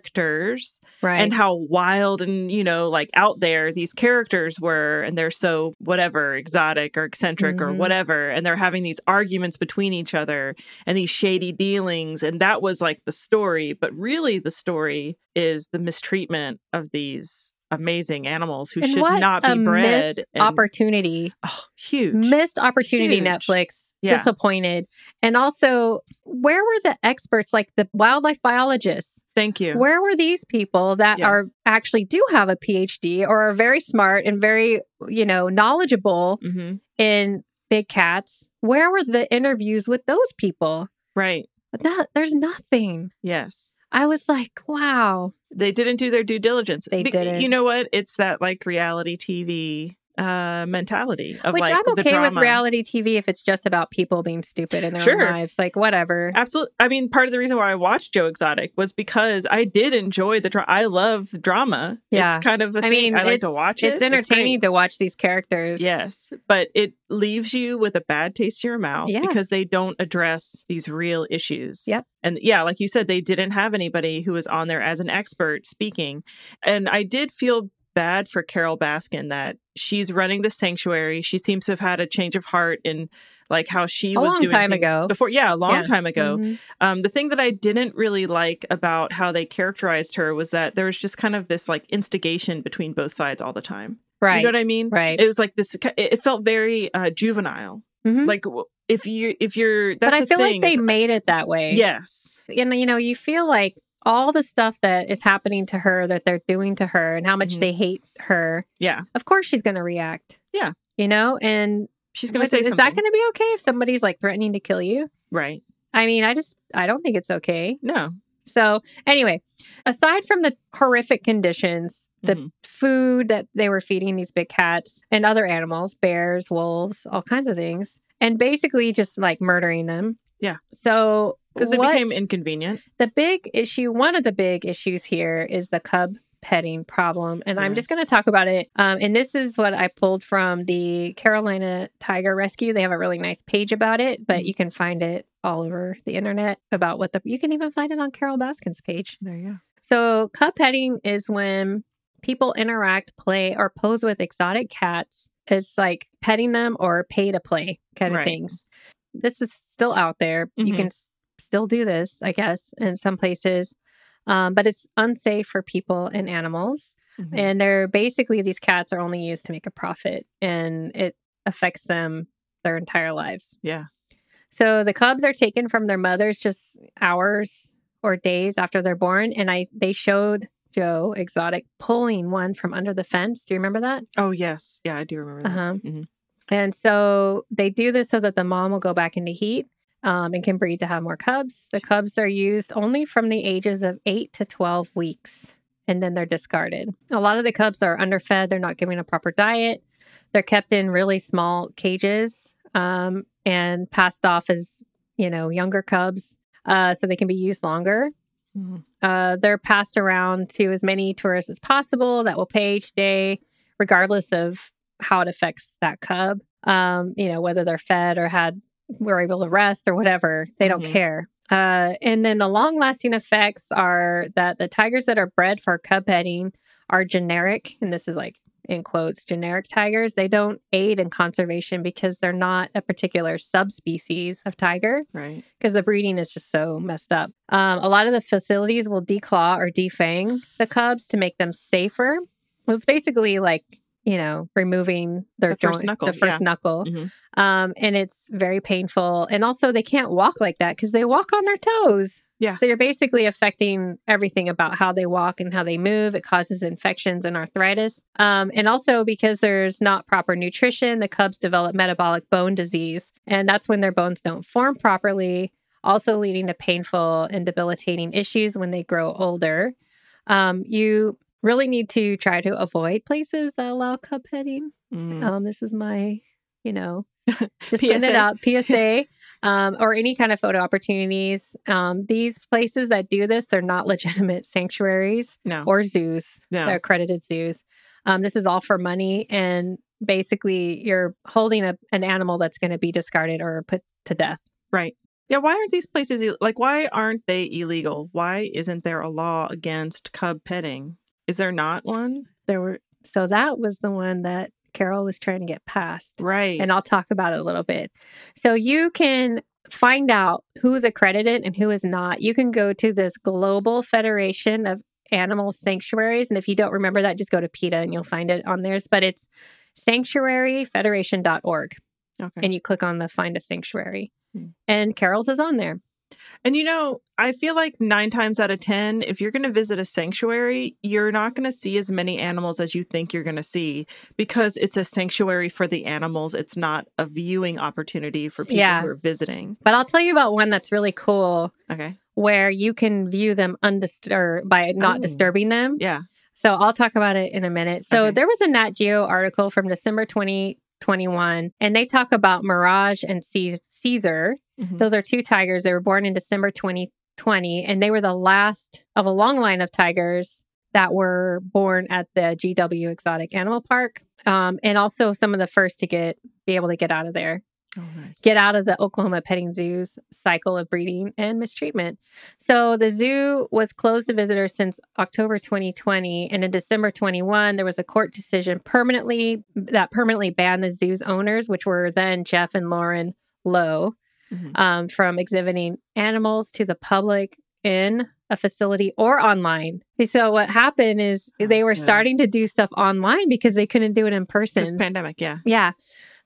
S1: characters
S2: Right.
S1: and how wild and you know like out there these characters were, and they're so whatever exotic or eccentric or
S2: Mhm.
S1: whatever, and they're having these arguments between each other and these shady dealings, and that was like the story. But really, the story is the mistreatment of these. Amazing animals who
S2: And
S1: should
S2: what
S1: not be
S2: a
S1: bred.
S2: missed
S1: and-
S2: opportunity.
S1: Oh, huge.
S2: Missed opportunity,
S1: Huge.
S2: Netflix.
S1: Yeah.
S2: Disappointed. And also, where were the experts, like the wildlife biologists?
S1: Thank you.
S2: Where were these people that
S1: Yes.
S2: are actually do have a PhD or are very smart and very, you know, knowledgeable
S1: hmm
S2: in big cats? Where were the interviews with those people?
S1: Right.
S2: No, there's nothing.
S1: Yes.
S2: I was like, wow.
S1: They didn't do their due diligence.
S2: They didn't.
S1: You know what? It's that like reality TV uh mentality of
S2: Which
S1: like
S2: I'm
S1: the
S2: okay with
S1: drama.
S2: reality TV if it's just about people being stupid in their
S1: Sure.
S2: own lives. Like, whatever.
S1: Absolutely. I mean, part of the reason why I watched Joe Exotic was because I did enjoy the drama. I love drama.
S2: Yeah.
S1: It's kind of a
S2: I
S1: thing.
S2: mean,
S1: I like to
S2: it's-
S1: watch it.
S2: It's entertaining
S1: great.
S2: to watch these characters.
S1: Yes, but it leaves you with a bad taste in your mouth
S2: Yeah.
S1: because they don't address these real issues.
S2: Yep.
S1: And yeah, like you said, they didn't have anybody who was on there as an expert speaking. And I did feel bad for Carol Baskin that she's running the sanctuary. She seems to have had a change of heart in like how she
S2: A
S1: was
S2: long
S1: doing
S2: time
S1: things
S2: ago.
S1: before. Yeah, a long
S2: Yeah.
S1: time ago.
S2: Mhm.
S1: Um, the thing that I didn't really like about how they characterized her was that there was just kind of this like instigation between both sides all the time.
S2: Mm-hmm. Right.
S1: You know what I mean?
S2: right.
S1: it was like this it- it felt very uh juvenile
S2: Mhm.
S1: like w- if you if you're that's
S2: but I
S1: the
S2: feel
S1: thing,
S2: like they
S1: is-
S2: made it that way.
S1: yes
S2: And, you know, you feel like all the stuff that is happening to her, that they're doing to her, and how much
S1: Mhm.
S2: they hate her.
S1: Yeah.
S2: Of course she's going to react.
S1: Yeah.
S2: You know, and
S1: she's gonna
S2: was-
S1: say
S2: is
S1: something
S2: that going to be okay if somebody's like threatening to kill you?
S1: right
S2: I mean, I just, I don't think it's okay.
S1: no
S2: So, anyway, aside from the horrific conditions, the
S1: Mhm.
S2: food that they were feeding these big cats and other animals, bears, wolves, all kinds of things, and basically just like murdering them.
S1: Yeah.
S2: So,
S1: because they
S2: what-
S1: became inconvenient
S2: the big issue, one of the big issues here is the cub petting problem. And I'm just
S1: Yes.
S2: going to talk about it. Um, and this is what I pulled from the Carolina Tiger Rescue. They have a really nice page about it, but you can find it all over the internet about what the, you can even find it on Carol Baskin's page.
S1: there you go
S2: So, cub petting is when people interact, play, or pose with exotic cats. It's like petting them or pay to play kind of
S1: Right.
S2: things. This is still out there. You
S1: Mhm.
S2: can s- still do this, I guess, in some places, um, but it's unsafe for people and animals.
S1: Mhm.
S2: And they're basically, these cats are only used to make a profit and it affects them their entire lives.
S1: Yeah.
S2: So the cubs are taken from their mothers just hours or days after they're born. And I they showed Joe Exotic pulling one from under the fence. Do you remember that?
S1: oh yes yeah i do remember that
S2: Uh-huh.
S1: Mhm.
S2: And so they do this so that the mom will go back into heat um, and can breed to have more cubs. The cubs are used only from the ages of eight to 12 weeks and then they're discarded. A lot of the cubs are underfed, they're not given a proper diet, they're kept in really small cages um, and passed off as, you know, younger cubs uh, so they can be used longer.
S1: Mhm.
S2: Uh, they're passed around to as many tourists as possible that will pay each day, regardless of how it affects that cub. Um, you know, whether they're fed or had were able to rest or whatever, they don't
S1: Mhm.
S2: care. Uh, and then the long lasting effects are that the tigers that are bred for cub petting are generic, and this is like in quotes, generic tigers. They don't aid in conservation because they're not a particular subspecies of tiger
S1: right
S2: because the breeding is just so messed up. Um, a lot of the facilities will declaw or defang the cubs to make them safer. It's basically like you know removing their
S1: The first
S2: joint-
S1: knuckle,
S2: the first
S1: yeah.
S2: knuckle,
S1: Mhm.
S2: um, and it's very painful. And also, they can't walk like that because they walk on their toes.
S1: Yeah.
S2: So you're basically affecting everything about how they walk and how they move. It causes infections and arthritis. Um, and also because there's not proper nutrition, the cubs develop metabolic bone disease, and that's when their bones don't form properly, also leading to painful and debilitating issues when they grow older. Um, you really need to try to avoid places that allow cub petting.
S1: Mm.
S2: Um, this is my, you know, just putting it
S1: PSA.
S2: out PSA um, or any kind of photo opportunities. Um, these places that do this, they're not legitimate sanctuaries
S1: no
S2: or zoos.
S1: No.
S2: They're accredited zoos. Um, this is all for money, and basically you're holding a, an animal that's going to be discarded or put to death.
S1: Right. Yeah. Why aren't these places ill- like why aren't they illegal? Why isn't there a law against cub petting? Is there not one?
S2: There were so that was the one that Carol was trying to get past.
S1: Right.
S2: And I'll talk about it a little bit. So you can find out who's accredited and who is not. You can go to this Global Federation of Animal Sanctuaries. And if you don't remember that, just go to PETA and you'll find it on theirs. But it's sanctuaryfederation.org.
S1: okay.
S2: And you click on the find a sanctuary.
S1: Hmm.
S2: And Carol's is on there.
S1: And you know, I feel like nine times out of 10, if you're going to visit a sanctuary, you're not going to see as many animals as you think you're going to see because it's a sanctuary for the animals. It's not a viewing opportunity for people
S2: Yeah.
S1: who are visiting.
S2: But I'll tell you about one that's really cool
S1: Okay.
S2: where you can view them undisturbed by not
S1: Oh.
S2: disturbing them.
S1: Yeah.
S2: So I'll talk about it in a minute. So
S1: Okay.
S2: there was a Nat Geo article from December 2021, and they talk about Mirage and Ce- Caesar.
S1: Mhm.
S2: Those are two tigers. They were born in December 2020, and they were the last of a long line of tigers that were born at the GW Exotic Animal Park, um, and also some of the first to get be able to get out of there
S1: Oh, nice.
S2: get out of the Oklahoma petting zoo's cycle of breeding and mistreatment. So the zoo was closed to visitors since October 2020 and in December 21 there was a court decision permanently that permanently banned the zoo's owners which were then Jeff and Lauren Lowe
S1: Mhm.
S2: um, from exhibiting animals to the public in a facility or online. So what happened is they were
S1: Okay.
S2: starting to do stuff online because they couldn't do it in
S1: This
S2: person.
S1: pandemic. Yeah.
S2: Yeah.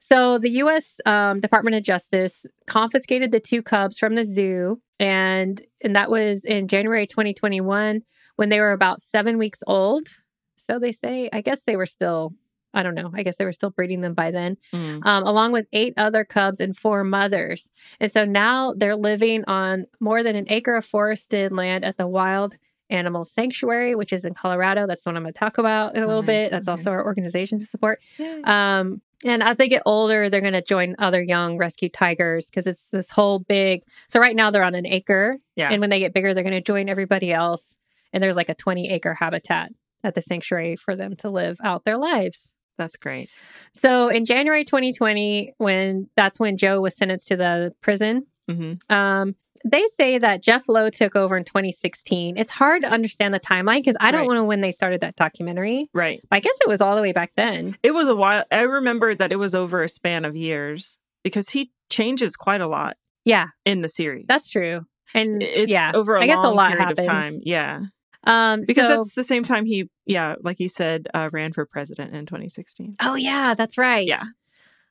S2: So the U.S. Um, Department of Justice confiscated the two cubs from the zoo, and and that was in January 2021 when they were about seven weeks old. So they say. I guess they were still. I don't know. I guess they were still breeding them by then,
S1: Mm.
S2: um, along with eight other cubs and four mothers. And so now they're living on more than an acre of forested land at the Wild Animal Sanctuary, which is in Colorado. That's what I'm going to talk about in a
S1: Oh,
S2: little
S1: nice.
S2: bit. That's
S1: Okay.
S2: also our organization to support.
S1: Yay.
S2: Um, and as they get older, they're going to join other young rescued tigers because it's this whole big. So right now they're on an acre,
S1: Yeah.
S2: and when they get bigger, they're going to join everybody else. And there's like a 20 acre habitat at the sanctuary for them to live out their lives.
S1: That's great.
S2: So in January 2020, when that's when Joe was sentenced to the prison,
S1: hmm
S2: um, they say that Jeff Lowe took over in 2016. It's hard to understand the timeline because I don't
S1: Right.
S2: know when they started that documentary.
S1: Right.
S2: I guess it was all the way back then.
S1: It was a while. I remember that it was over a span of years because he changes quite a lot
S2: Yeah,
S1: in the series.
S2: that's true. And
S1: it's
S2: yeah,
S1: over a
S2: I guess a
S1: long
S2: lot
S1: period of
S2: happens.
S1: time. Yeah.
S2: Um,
S1: because
S2: so-
S1: that's the same time he yeah like you said uh, ran for president in 2016
S2: oh yeah, that's right.
S1: Yeah.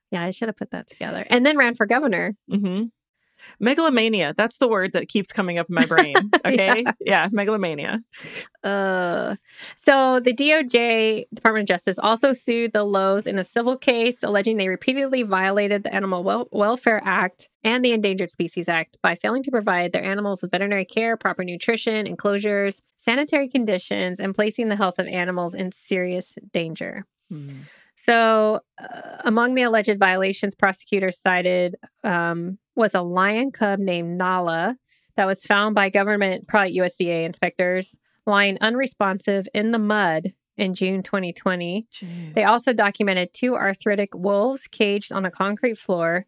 S2: yeah, I should have put that together. And then ran for governor.
S1: hmm megalomania that's the word that keeps coming up in my brain okay yeah. megalomania
S2: Uh, so the DOJ Department of Justice also sued the Lows in a civil case alleging they repeatedly violated the Animal Wel- Welfare Act and the Endangered Species Act by failing to provide their animals with veterinary care, proper nutrition, enclosures, sanitary conditions, and placing the health of animals in serious danger. Hmm. So, uh, among the alleged violations prosecutors cited um, was a lion cub named Nala that was found by government, probably USDA inspectors, lying unresponsive in the mud in June 2020. They also documented two arthritic wolves caged on a concrete floor,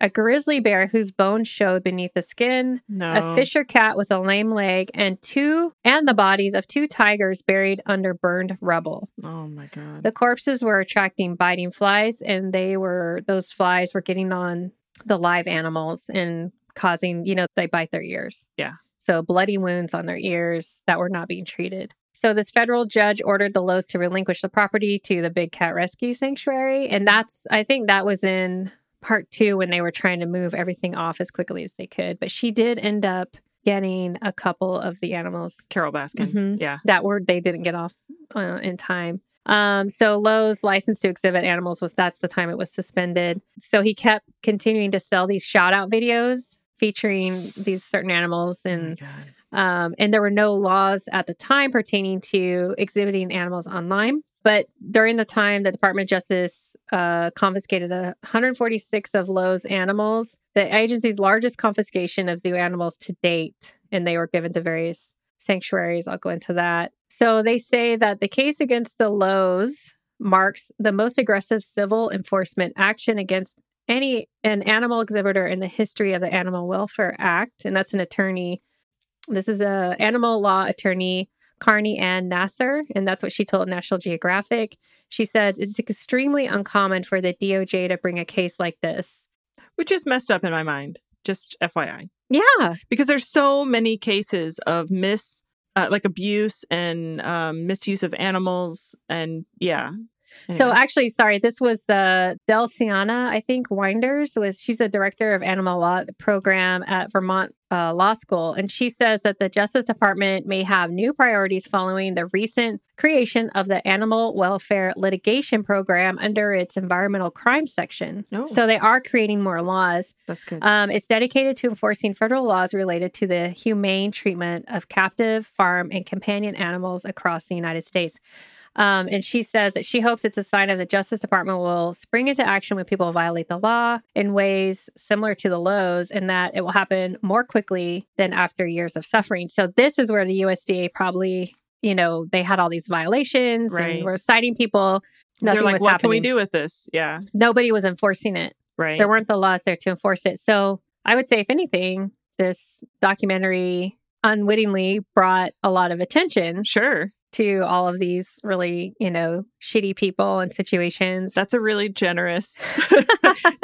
S2: a grizzly bear whose bones showed beneath the skin,
S1: no
S2: a fisher cat with a lame leg, and two and the bodies of two tigers buried under burned rubble.
S1: oh my god
S2: The corpses were attracting biting flies, and they were those flies were getting on the live animals and causing, you know, they bite their ears.
S1: Yeah.
S2: So bloody wounds on their ears that were not being treated. So this federal judge ordered the Lows to relinquish the property to the Big Cat Rescue Sanctuary, and that's I think that was in part two when they were trying to move everything off as quickly as they could. But she did end up getting a couple of the animals
S1: carol baskin
S2: Mhm.
S1: yeah
S2: that word they didn't get off uh, in time. Um, so Lowe's license to exhibit animals was that's the time it was suspended. So he kept continuing to sell these shout out videos featuring these certain animals
S1: oh my
S2: and
S1: god
S2: um, and there were no laws at the time pertaining to exhibiting animals online. But during the time, the Department of Justice uh, confiscated a 146 of Lowe's animals, the agency's largest confiscation of zoo animals to date, and they were given to various sanctuaries. I'll go into that. So they say that the case against the Lowe's marks the most aggressive civil enforcement action against any an animal exhibitor in the history of the Animal Welfare Act, and that's an attorney. This is a animal law attorney, Carney Ann Nasser, and that's what she told National Geographic. She said it's extremely uncommon for the DOJ to bring a case like this.
S1: which is messed up in my mind. Just FYI,
S2: Yeah,
S1: because there's so many cases of mis, uh, like abuse and um, misuse of animals, and yeah.
S2: So
S1: Anyway.
S2: actually, sorry, this was the Delciana, I think, Winders was she's a director of animal law program at Vermont uh, Law School, and she says that the Justice Department may have new priorities following the recent creation of the Animal Welfare Litigation Program under its Environmental Crime section.
S1: Oh.
S2: So they are creating more laws.
S1: that's good.
S2: Um, it's dedicated to enforcing federal laws related to the humane treatment of captive, farm, and companion animals across the United States. Um, and she says that she hopes it's a sign of the Justice Department will spring into action when people violate the law in ways similar to the lows, and that it will happen more quickly than after years of suffering. So this is where the USDA probably, you know, they had all these violations
S1: Right.
S2: and were citing people. Nothing
S1: They're like,
S2: was
S1: what
S2: happening.
S1: can we do with this? Yeah,
S2: Nobody was enforcing it
S1: right.
S2: there weren't the laws there to enforce it. So I would say, if anything, this documentary unwittingly brought a lot of attention
S1: sure.
S2: to all of these really, you know, shitty people and situations.
S1: That's a really generous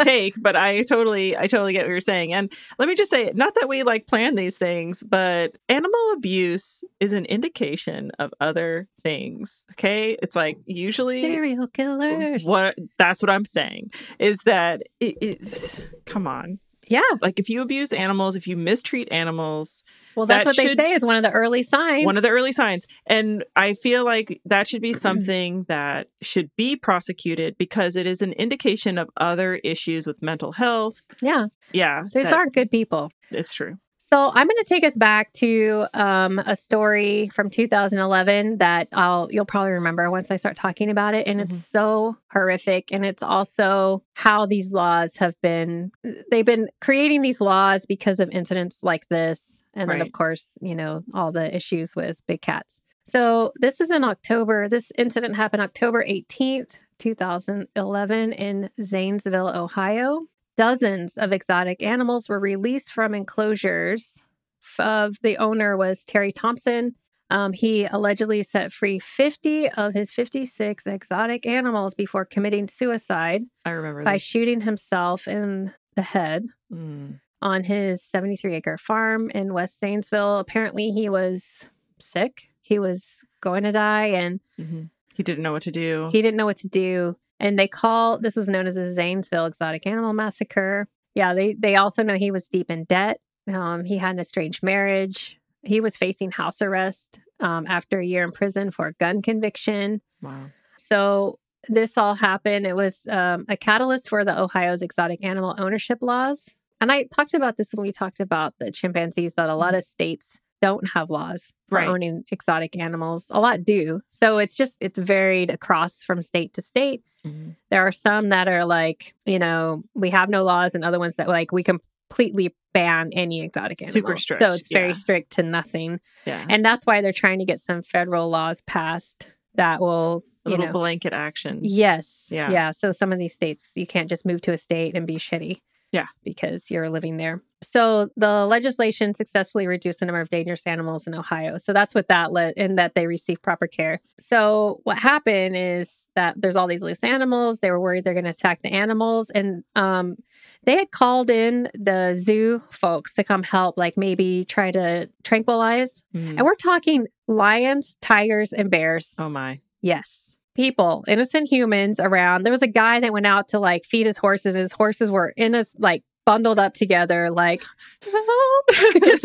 S1: take, but I totally I totally get what you're saying. And let me just say, not that we like plan these things, but animal abuse is an indication of other things. Okay? It's like usually
S2: serial killers.
S1: what that's what I'm saying is that it, it come on.
S2: Yeah.
S1: Like if you abuse animals, if you mistreat animals,
S2: Well, that's
S1: That
S2: what
S1: should-
S2: they say is one of the early signs.
S1: one of the early signs. And I feel like that should be something that should be prosecuted because it is an indication of other issues with mental health.
S2: yeah,
S1: Yeah,
S2: these
S1: that-
S2: aren't good people.
S1: It's true.
S2: So I'm going to take us back to um, a story from 2011 that I'll you'll probably remember once I start talking about it, and it's so horrific, and it's also how these laws have been they've been creating these laws because of incidents like this, and then of
S1: Right.
S2: course you know all the issues with big cats. So this is in October. This incident happened October 18th, 2011, in Zanesville, Ohio dozens of exotic animals were released from enclosures f- of the owner was terry thompson um, he allegedly set free 50 of his 56 exotic animals before committing suicide
S1: I remember
S2: by
S1: this.
S2: shooting himself in the head
S1: Mm.
S2: on his 73 acre farm in west zanesville apparently he was sick he was going to die and
S1: Mhm. He didn't know what to do.
S2: he didn't know what to do. And they call this was known as the Zanesville Exotic Animal Massacre. Yeah, they they also know he was deep in debt. Um, he had an estranged marriage. He was facing house arrest um, after a year in prison for a gun conviction.
S1: wow.
S2: So this all happened. It was um, a catalyst for the Ohio's exotic animal ownership laws. And I talked about this when we talked about the chimpanzees that a lot of states don't have laws for
S1: Right.
S2: owning exotic animals. A lot do. So it's just it's varied across from state to state.
S1: Mhm.
S2: There are some that are like, you know, we have no laws and other ones that like we completely ban any exotic animal.
S1: Super strict,
S2: So it's very
S1: yeah.
S2: strict to nothing.
S1: Yeah.
S2: And that's why they're trying to get some federal laws passed that will,
S1: A
S2: you
S1: little
S2: know,
S1: blanket action.
S2: Yes.
S1: Yeah.
S2: Yeah. So some of these states, you can't just move to a state and be shitty.
S1: Yeah.
S2: Because you're living there. So the legislation successfully reduced the number of dangerous animals in Ohio. So that's what that led in that they received proper care. So what happened is that there's all these loose animals. They were worried they're going to attack the animals. And um, they had called in the zoo folks to come help, like maybe try to tranquilize.
S1: Mm.
S2: And we're talking lions, tigers, and bears.
S1: Oh my.
S2: Yes. People, innocent humans around. There was a guy that went out to like feed his horses. His horses were in his like bundled up together, like
S1: Just-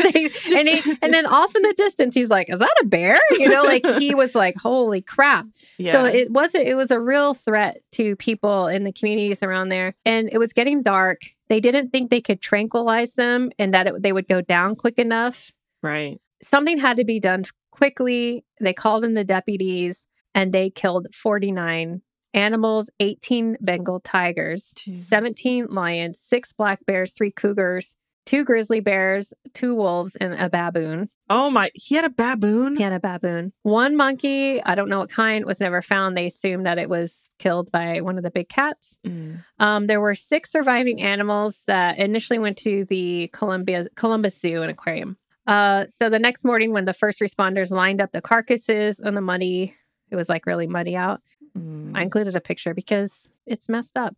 S2: and he, and then off in the distance, he's like, "Is that a bear?" You know, like he was like, "Holy crap!"
S1: yeah.
S2: So it wasn't. It was a real threat to people in the communities around there, and it was getting dark. They didn't think they could tranquilize them, and that it, they would go down quick enough
S1: right.
S2: something had to be done quickly. They called in the deputies and they killed 49 animals, 18 Bengal tigers,
S1: Jesus.
S2: 17 lions, six black bears, three cougars, two grizzly bears, two wolves, and a baboon.
S1: Oh my, he had a baboon?
S2: He had a baboon. One monkey, I don't know what kind, was never found. They assumed that it was killed by one of the big cats.
S1: Mm.
S2: Um, there were six surviving animals that initially went to the Columbia Columbus Zoo and Aquarium. Uh, so the next morning, when the first responders lined up the carcasses and the muddy, it was like really muddy out. I
S1: Mm.
S2: included a picture because it's messed up.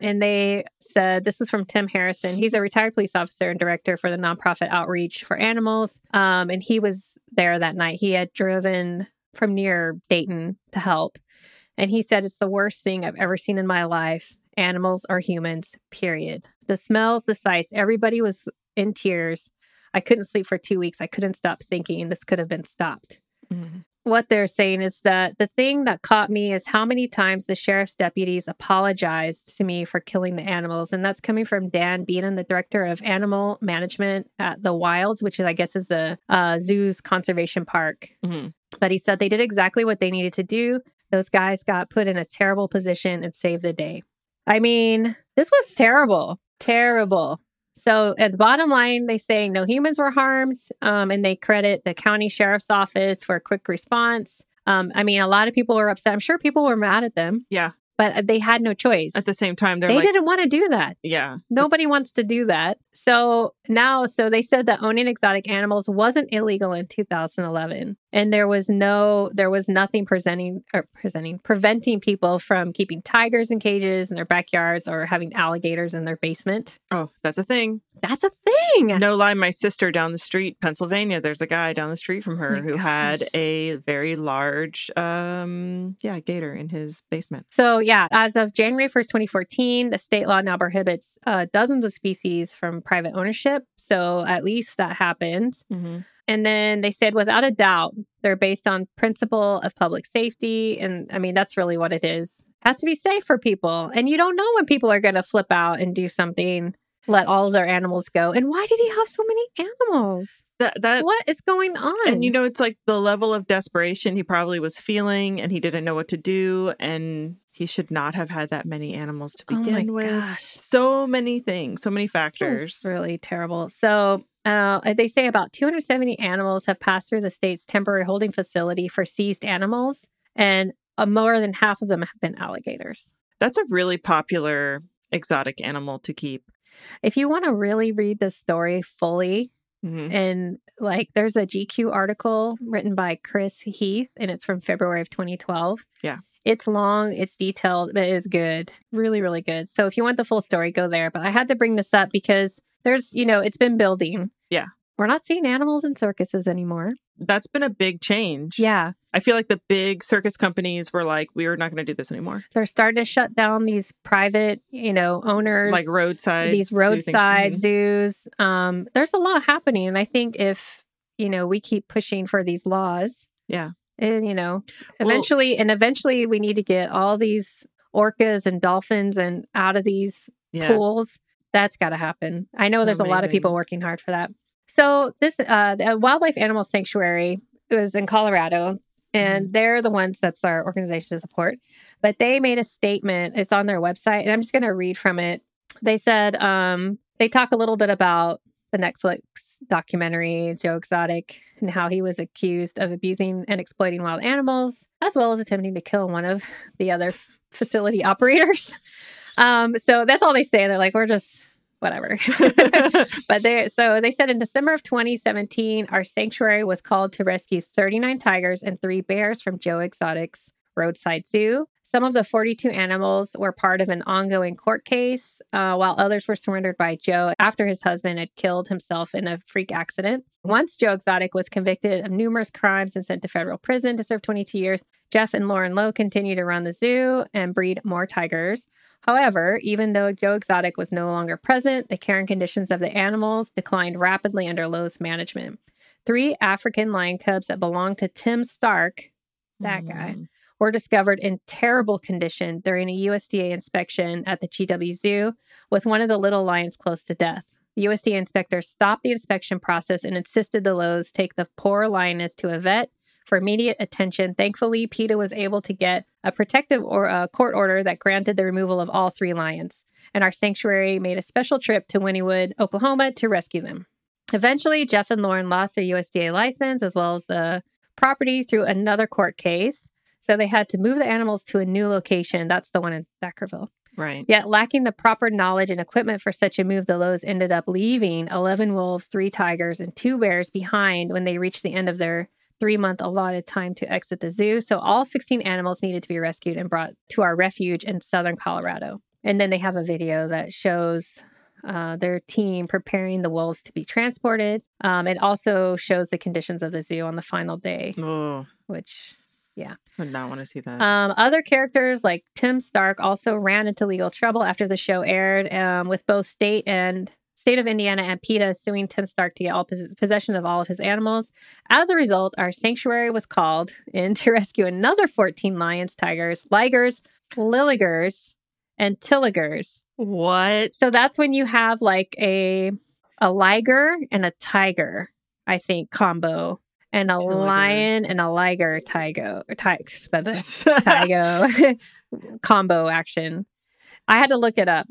S2: And they said this is from Tim Harrison. He's a retired police officer and director for the nonprofit Outreach for Animals. Um, and he was there that night. He had driven from near Dayton to help. And he said, It's the worst thing I've ever seen in my life. Animals are humans, period. The smells, the sights, everybody was in tears. I couldn't sleep for two weeks. I couldn't stop thinking this could have been stopped
S1: Mm.
S2: what they're saying is that the thing that caught me is how many times the sheriff's deputies apologized to me for killing the animals. And that's coming from Dan Beaton, the director of animal management at the Wilds, which is, I guess is the uh, zoo's conservation park.
S1: Mm.
S2: But he said they did exactly what they needed to do. Those guys got put in a terrible position and saved the day. I mean, this was terrible, terrible. So, at the bottom line, they say no humans were harmed, um, and they credit the county sheriff's office for a quick response. Um, I mean, a lot of people were upset. I'm sure people were mad at them.
S1: Yeah.
S2: But they had no choice.
S1: At the same time, they're
S2: they
S1: like,
S2: didn't want to do that.
S1: yeah.
S2: Nobody wants to do that. So now, so they said that owning exotic animals wasn't illegal in 2011, and there was no, there was nothing presenting or presenting preventing people from keeping tigers in cages in their backyards or having alligators in their basement.
S1: Oh, that's a thing.
S2: That's a thing.
S1: No lie, my sister down the street, Pennsylvania, there's a guy down the street from her
S2: Oh my
S1: who
S2: gosh.
S1: had a very large, um, yeah, gator in his basement.
S2: So, yeah, as of January 1st, 2014, the state law now prohibits uh, dozens of species from private ownership. So, at least that happened.
S1: Mm-hmm.
S2: And then they said, without a doubt, they're based on principle of public safety. And I mean, that's really what it is. Has to be safe for people. And you don't know when people are going to flip out and do something, let all their animals go. And why did he have so many animals?
S1: That, that,
S2: what is going on?
S1: Uh, and you know, it's like the level of desperation he probably was feeling and he didn't know what to do. And he should not have had that many animals to
S2: oh
S1: begin
S2: my
S1: with.
S2: gosh.
S1: So many things, so many
S2: That was
S1: factors.
S2: really terrible. So uh, they say about 270 animals have passed through the state's temporary holding facility for seized animals, and uh, more than half of them have been alligators.
S1: That's a really popular exotic animal to keep.
S2: If you want to really read the story fully, Mm-hmm.
S1: Mhm.
S2: and like there's a GQ article written by Chris Heath, and it's from February of 2012.
S1: Yeah.
S2: It's long, it's detailed, but it is good. Really, really good. So if you want the full story, go there. But I had to bring this up because there's, you know, it's been building.
S1: Yeah.
S2: We're not seeing animals in circuses anymore.
S1: That's been a big change.
S2: Yeah.
S1: I feel like the big circus companies were like, we're not going to do this anymore.
S2: They're starting to shut down these private, you know, owners.
S1: like roadside
S2: these
S1: zoo things.
S2: roadside
S1: Mhm.
S2: zoos. Um, there's a lot happening, and I think if you know we keep pushing for these laws,
S1: Yeah.
S2: and you know,
S1: Well-
S2: eventually, and eventually, we need to get all these orcas and dolphins and out of these
S1: Yes.
S2: pools. That's got to happen. I know
S1: So
S2: there's a
S1: many
S2: lot of people
S1: things.
S2: working hard for that. So this uh, the wildlife animal sanctuary is in Colorado, and they're the ones that's our organization to support. But they made a statement. It's on their website, and I'm just going to read from it. They said um, they talk a little bit about the Netflix documentary Joe Exotic and how he was accused of abusing and exploiting wild animals, as well as attempting to kill one of the other facility operators. Um, so that's all they say. They're like, we're just whatever. but they so they said in December of 2017, our sanctuary was called to rescue 39 tigers and three bears from Joe Exotic's roadside zoo. Some of the 42 animals were part of an ongoing court case, uh, while others were surrendered by Joe after his husband had killed himself in a freak accident. Once Joe Exotic was convicted of numerous crimes and sent to federal prison to serve 22 years, Jeff and Lauren Lowe continue to run the zoo and breed more tigers. However, even though Joe Exotic was no longer present, the care and conditions of the animals declined rapidly under Lowe's management. Three African lion cubs that belonged to Tim Stark, that guy,
S1: Mm.
S2: were discovered in terrible condition during a USDA inspection at the GW Zoo, with one of the little lions close to death. The USDA inspector stopped the inspection process and insisted the Lowe's take the poor lioness to a vet for immediate attention. Thankfully, PETA was able to get a protective or uh, court order that granted the removal of all three lions. and our sanctuary made a special trip to Winniewood, Oklahoma to rescue them. Eventually, Jeff and Lauren lost their USDA license as well as the property through another court case. So they had to move the animals to a new location. That's the one in Thackerville.
S1: Right.
S2: Yet, lacking the proper knowledge and equipment for such a move, the Lows ended up leaving 11 wolves, three tigers, and two bears behind when they reached the end of their three month allotted time to exit the zoo. So, all 16 animals needed to be rescued and brought to our refuge in southern Colorado. And then they have a video that shows uh, their team preparing the wolves to be transported. Um, it also shows the conditions of the zoo on the final day,
S1: Oh,
S2: which
S1: would not want to see that.
S2: um, other characters like Tim Stark also ran into legal trouble after the show aired, um, with both state and state of Indiana and PETA suing Tim Stark to get all pos- possession of all of his animals. As a result, our sanctuary was called in to rescue another 14 lions, tigers, ligers, lilligers, and tilligers.
S1: what?
S2: So that's when you have like a a liger and a tiger, I think combo, and a
S1: Tilliger.
S2: lion and a liger tiger tiger Tygo uh, combo action. I had to look it up,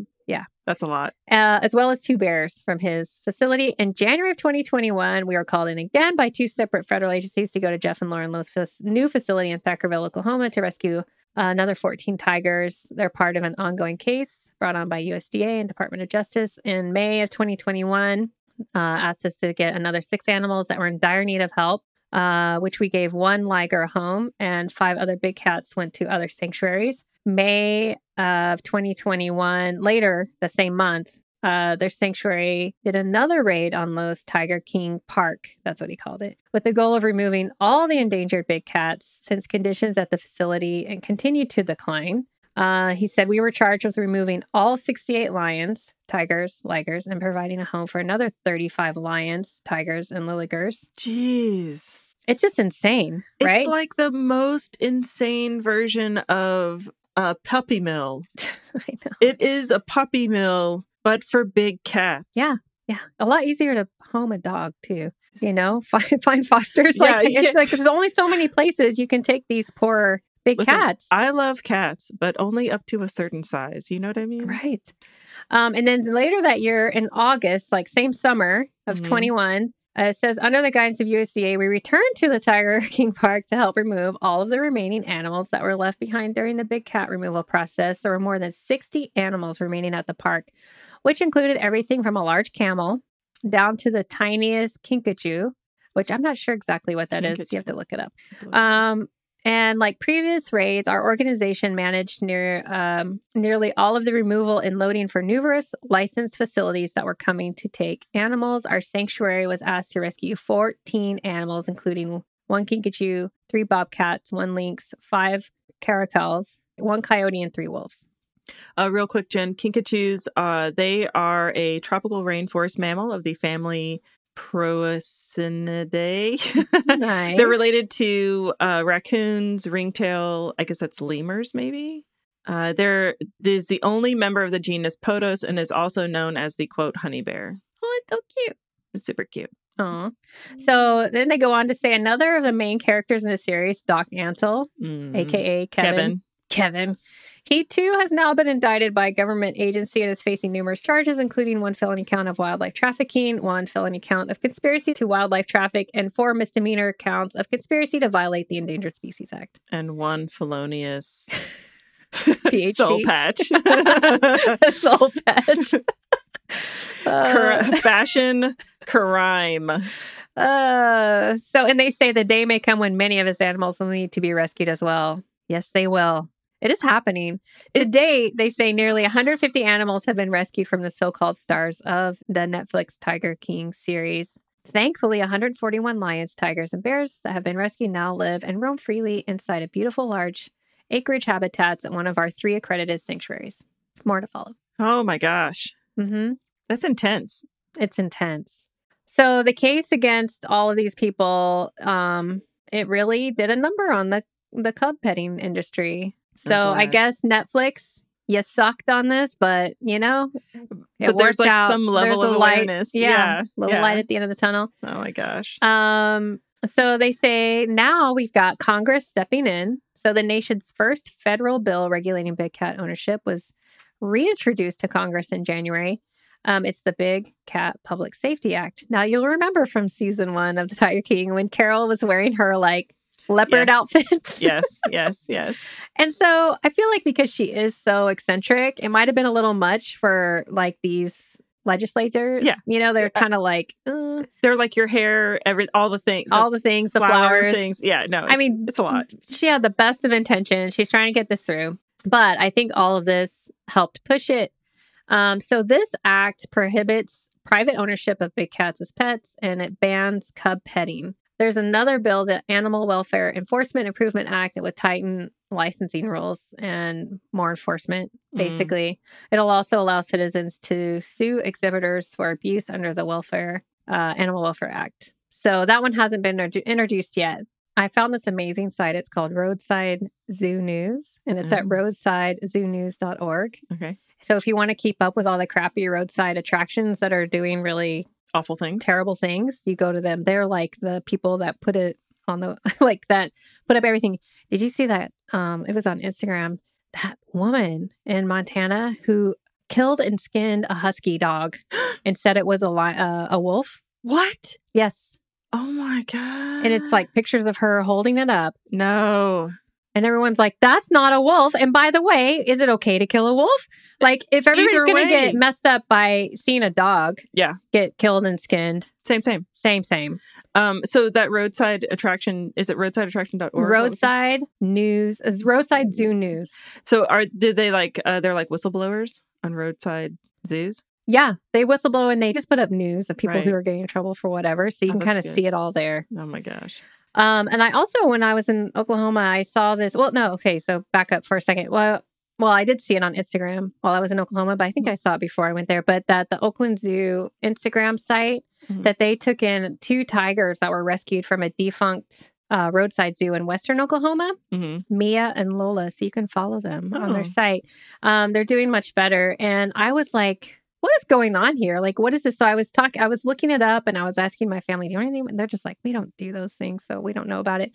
S1: That's a lot.
S2: uh, as well as two bears from his facility. In January of 2021, we were called in again by two separate federal agencies to go to Jeff and Lauren Lowe's fac- new facility in Thackerville, Oklahoma, to rescue uh, another 14 tigers. They're part of an ongoing case brought on by USDA and Department of Justice in May of 2021. Uh, asked us to get another six animals that were in dire need of help, uh, which we gave one liger a home, and five other big cats went to other sanctuaries. May of 2021, later the same month, uh, their sanctuary did another raid on Lowe's Tiger King Park. That's what he called it, with the goal of removing all the endangered big cats since conditions at the facility and continued to decline. Uh, he said we were charged with removing all 68 lions, tigers, ligers, and providing a home for another 35 lions, tigers, and lilligers.
S1: Jeez.
S2: It's just insane, right?
S1: It's like the most insane version of a puppy mill.
S2: I know.
S1: It is a puppy mill, but for big cats.
S2: Yeah. Yeah, a lot easier to home a dog too. You know, find, find fosters. Like
S1: Yeah, you
S2: it's
S1: can't-
S2: like there's only so many places you can take these poor big
S1: Listen,
S2: cats.
S1: I love cats, but only up to a certain size. You know what I mean?
S2: right. Um, and then later that year in August, like same summer of
S1: Mhm.
S2: 21, uh, it says under the guidance of USDA, we returned to the Tiger King Park to help remove all of the remaining animals that were left behind during the big cat removal process. There were more than 60 animals remaining at the park, which included everything from a large camel down to the tiniest kinkajou, which I'm not sure exactly what that is. You have
S1: Kinkajou.
S2: to look it up. Um, and like previous raids, our organization managed near um, nearly all of the removal and loading for numerous licensed facilities that were coming to take animals. Our sanctuary was asked to rescue 14 animals, including one kinkajou, three bobcats, one lynx, five caracals, one coyote, and three wolves.
S1: Uh, real quick, Jen, kinkajous, uh, they are a tropical rainforest mammal of the family Proacinidae.
S2: Nice.
S1: They're related to uh, raccoons, ringtail. I guess that's lemurs, maybe. Uh, they're is the only member of the genus Podos and is also known as the quote honey bear.
S2: Oh, it's so cute.
S1: It's super cute.
S2: Aw. So then they go on to say another of the main characters in the series, Doc Antle,
S1: Mm.
S2: aka Kevin. Kevin. He too has now been indicted by a government agency and is facing numerous charges, including one felony count of wildlife trafficking, one felony count of conspiracy to wildlife traffic, and four misdemeanor counts of conspiracy to violate the Endangered Species Act.
S1: and one felonious
S2: PhD.
S1: soul patch.
S2: Soul patch.
S1: Cor-
S2: Uh,
S1: fashion crime.
S2: uh, so, and they say the day may come when many of his animals will need to be rescued as well. Yes, they will. It is happening. To date, they say nearly 150 animals have been rescued from the so called stars of the Netflix Tiger King series. Thankfully, 141 lions, tigers, and bears that have been rescued now live and roam freely inside a beautiful, large acreage habitats at one of our three accredited sanctuaries. More to follow.
S1: Oh my gosh,
S2: hmm
S1: that's intense.
S2: it's intense. So the case against all of these people, um, it really did a number on the the cub petting industry. So I
S1: glad.
S2: guess Netflix, you sucked on this, but you know, it
S1: but there's
S2: worked
S1: like
S2: out.
S1: some level
S2: There's a
S1: of
S2: light.
S1: awareness.
S2: Yeah, little
S1: yeah.
S2: light at the end of the tunnel.
S1: Oh my gosh.
S2: Um, so they say now we've got Congress stepping in. So the nation's first federal bill regulating big cat ownership was reintroduced to Congress in January. Um, it's the Big Cat Public Safety Act. Now you'll remember from season one of The Tiger King when Carol was wearing her like leopard
S1: Yes.
S2: outfits.
S1: yes, yes, yes.
S2: And so I feel like because she is so eccentric, it might have been a little much for like these legislators.
S1: Yeah.
S2: You know, they're
S1: Yeah.
S2: kind of like uh,
S1: They're like your hair, every all the things,
S2: all the things, the flowers.
S1: things. Yeah, no,
S2: I
S1: it's-
S2: mean,
S1: it's a lot.
S2: she had the best of intention. She's trying to get this through. But I think all of this helped push it. Um, so this act prohibits private ownership of big cats as pets and it bans cub petting. There's another bill, the Animal Welfare Enforcement Improvement Act, that would tighten licensing rules and more enforcement,
S1: Mm.
S2: basically. It'll also allow citizens to sue exhibitors for abuse under the Welfare uh, Animal Welfare Act. So that one hasn't been introdu- introduced yet. I found this amazing site. It's called Roadside Zoo News, and it's at
S1: Oh.
S2: roadsidezoonews.org.
S1: Mm, Okay,
S2: So if you want to keep up with all the crappy roadside attractions that are doing really
S1: awful things.
S2: terrible things, you go to them. They're like the people that put it on the like that put up everything. Did you see that? Um, it was on Instagram. That woman in Montana who killed and skinned a husky dog and said it was a li- uh, a wolf.
S1: What?
S2: Yes,
S1: Oh my god!
S2: and it's like pictures of her holding it up.
S1: no.
S2: And everyone's like, that's not a wolf. And by the way, is it okay to kill a wolf? Like, if everybody's
S1: Either
S2: going to
S1: way.
S2: get messed up by seeing a dog
S1: Yeah.
S2: get killed and skinned,
S1: Same, same.
S2: same, same.
S1: Um, so that roadside attraction is it roadsideattraction.org? What was it?
S2: roadside news, is roadside zoo news.
S1: So are did they like uh they're like whistleblowers on roadside zoos?
S2: Yeah, they whistleblow and they just put up news of people who
S1: Right.
S2: are getting in trouble for whatever. So you
S1: Oh,
S2: can kind
S1: that's
S2: of
S1: good.
S2: see it all there.
S1: Oh my gosh.
S2: Um, and I also, when I was in Oklahoma, I saw this. Well, no, okay, so back up for a second. Well, well, I did see it on Instagram while I was in Oklahoma, but I
S1: Hmm.
S2: think I saw it before I went there. But that the Oakland Zoo Instagram site
S1: Mhm.
S2: that they took in two tigers that were rescued from a defunct uh, roadside zoo in Western Oklahoma.
S1: hmm
S2: Mia and Lola. So you can follow them on
S1: Oh.
S2: their site. Um, they're doing much better. And I was like, what is going on here? Like, what is this? So I was talking, I was looking it up and I was asking my family, do you know anything? And they're just like, we don't do those things. So we don't know about it.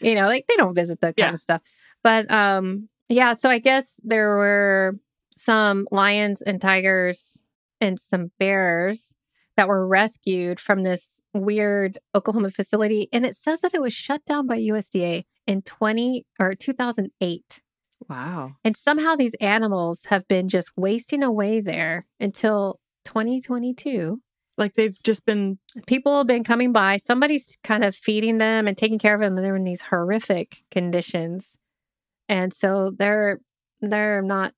S2: you know, like they don't visit that kind
S1: Yeah.
S2: of stuff. But um, yeah, so I guess there were some lions and tigers and some bears that were rescued from this weird Oklahoma facility. And it says that it was shut down by USDA in 20 or 2008.
S1: Wow.
S2: And somehow these animals have been just wasting away there until 2022.
S1: Like they've just been
S2: People have been coming by, somebody's kind of feeding them and taking care of them. And they're in these horrific conditions. And so they're they're not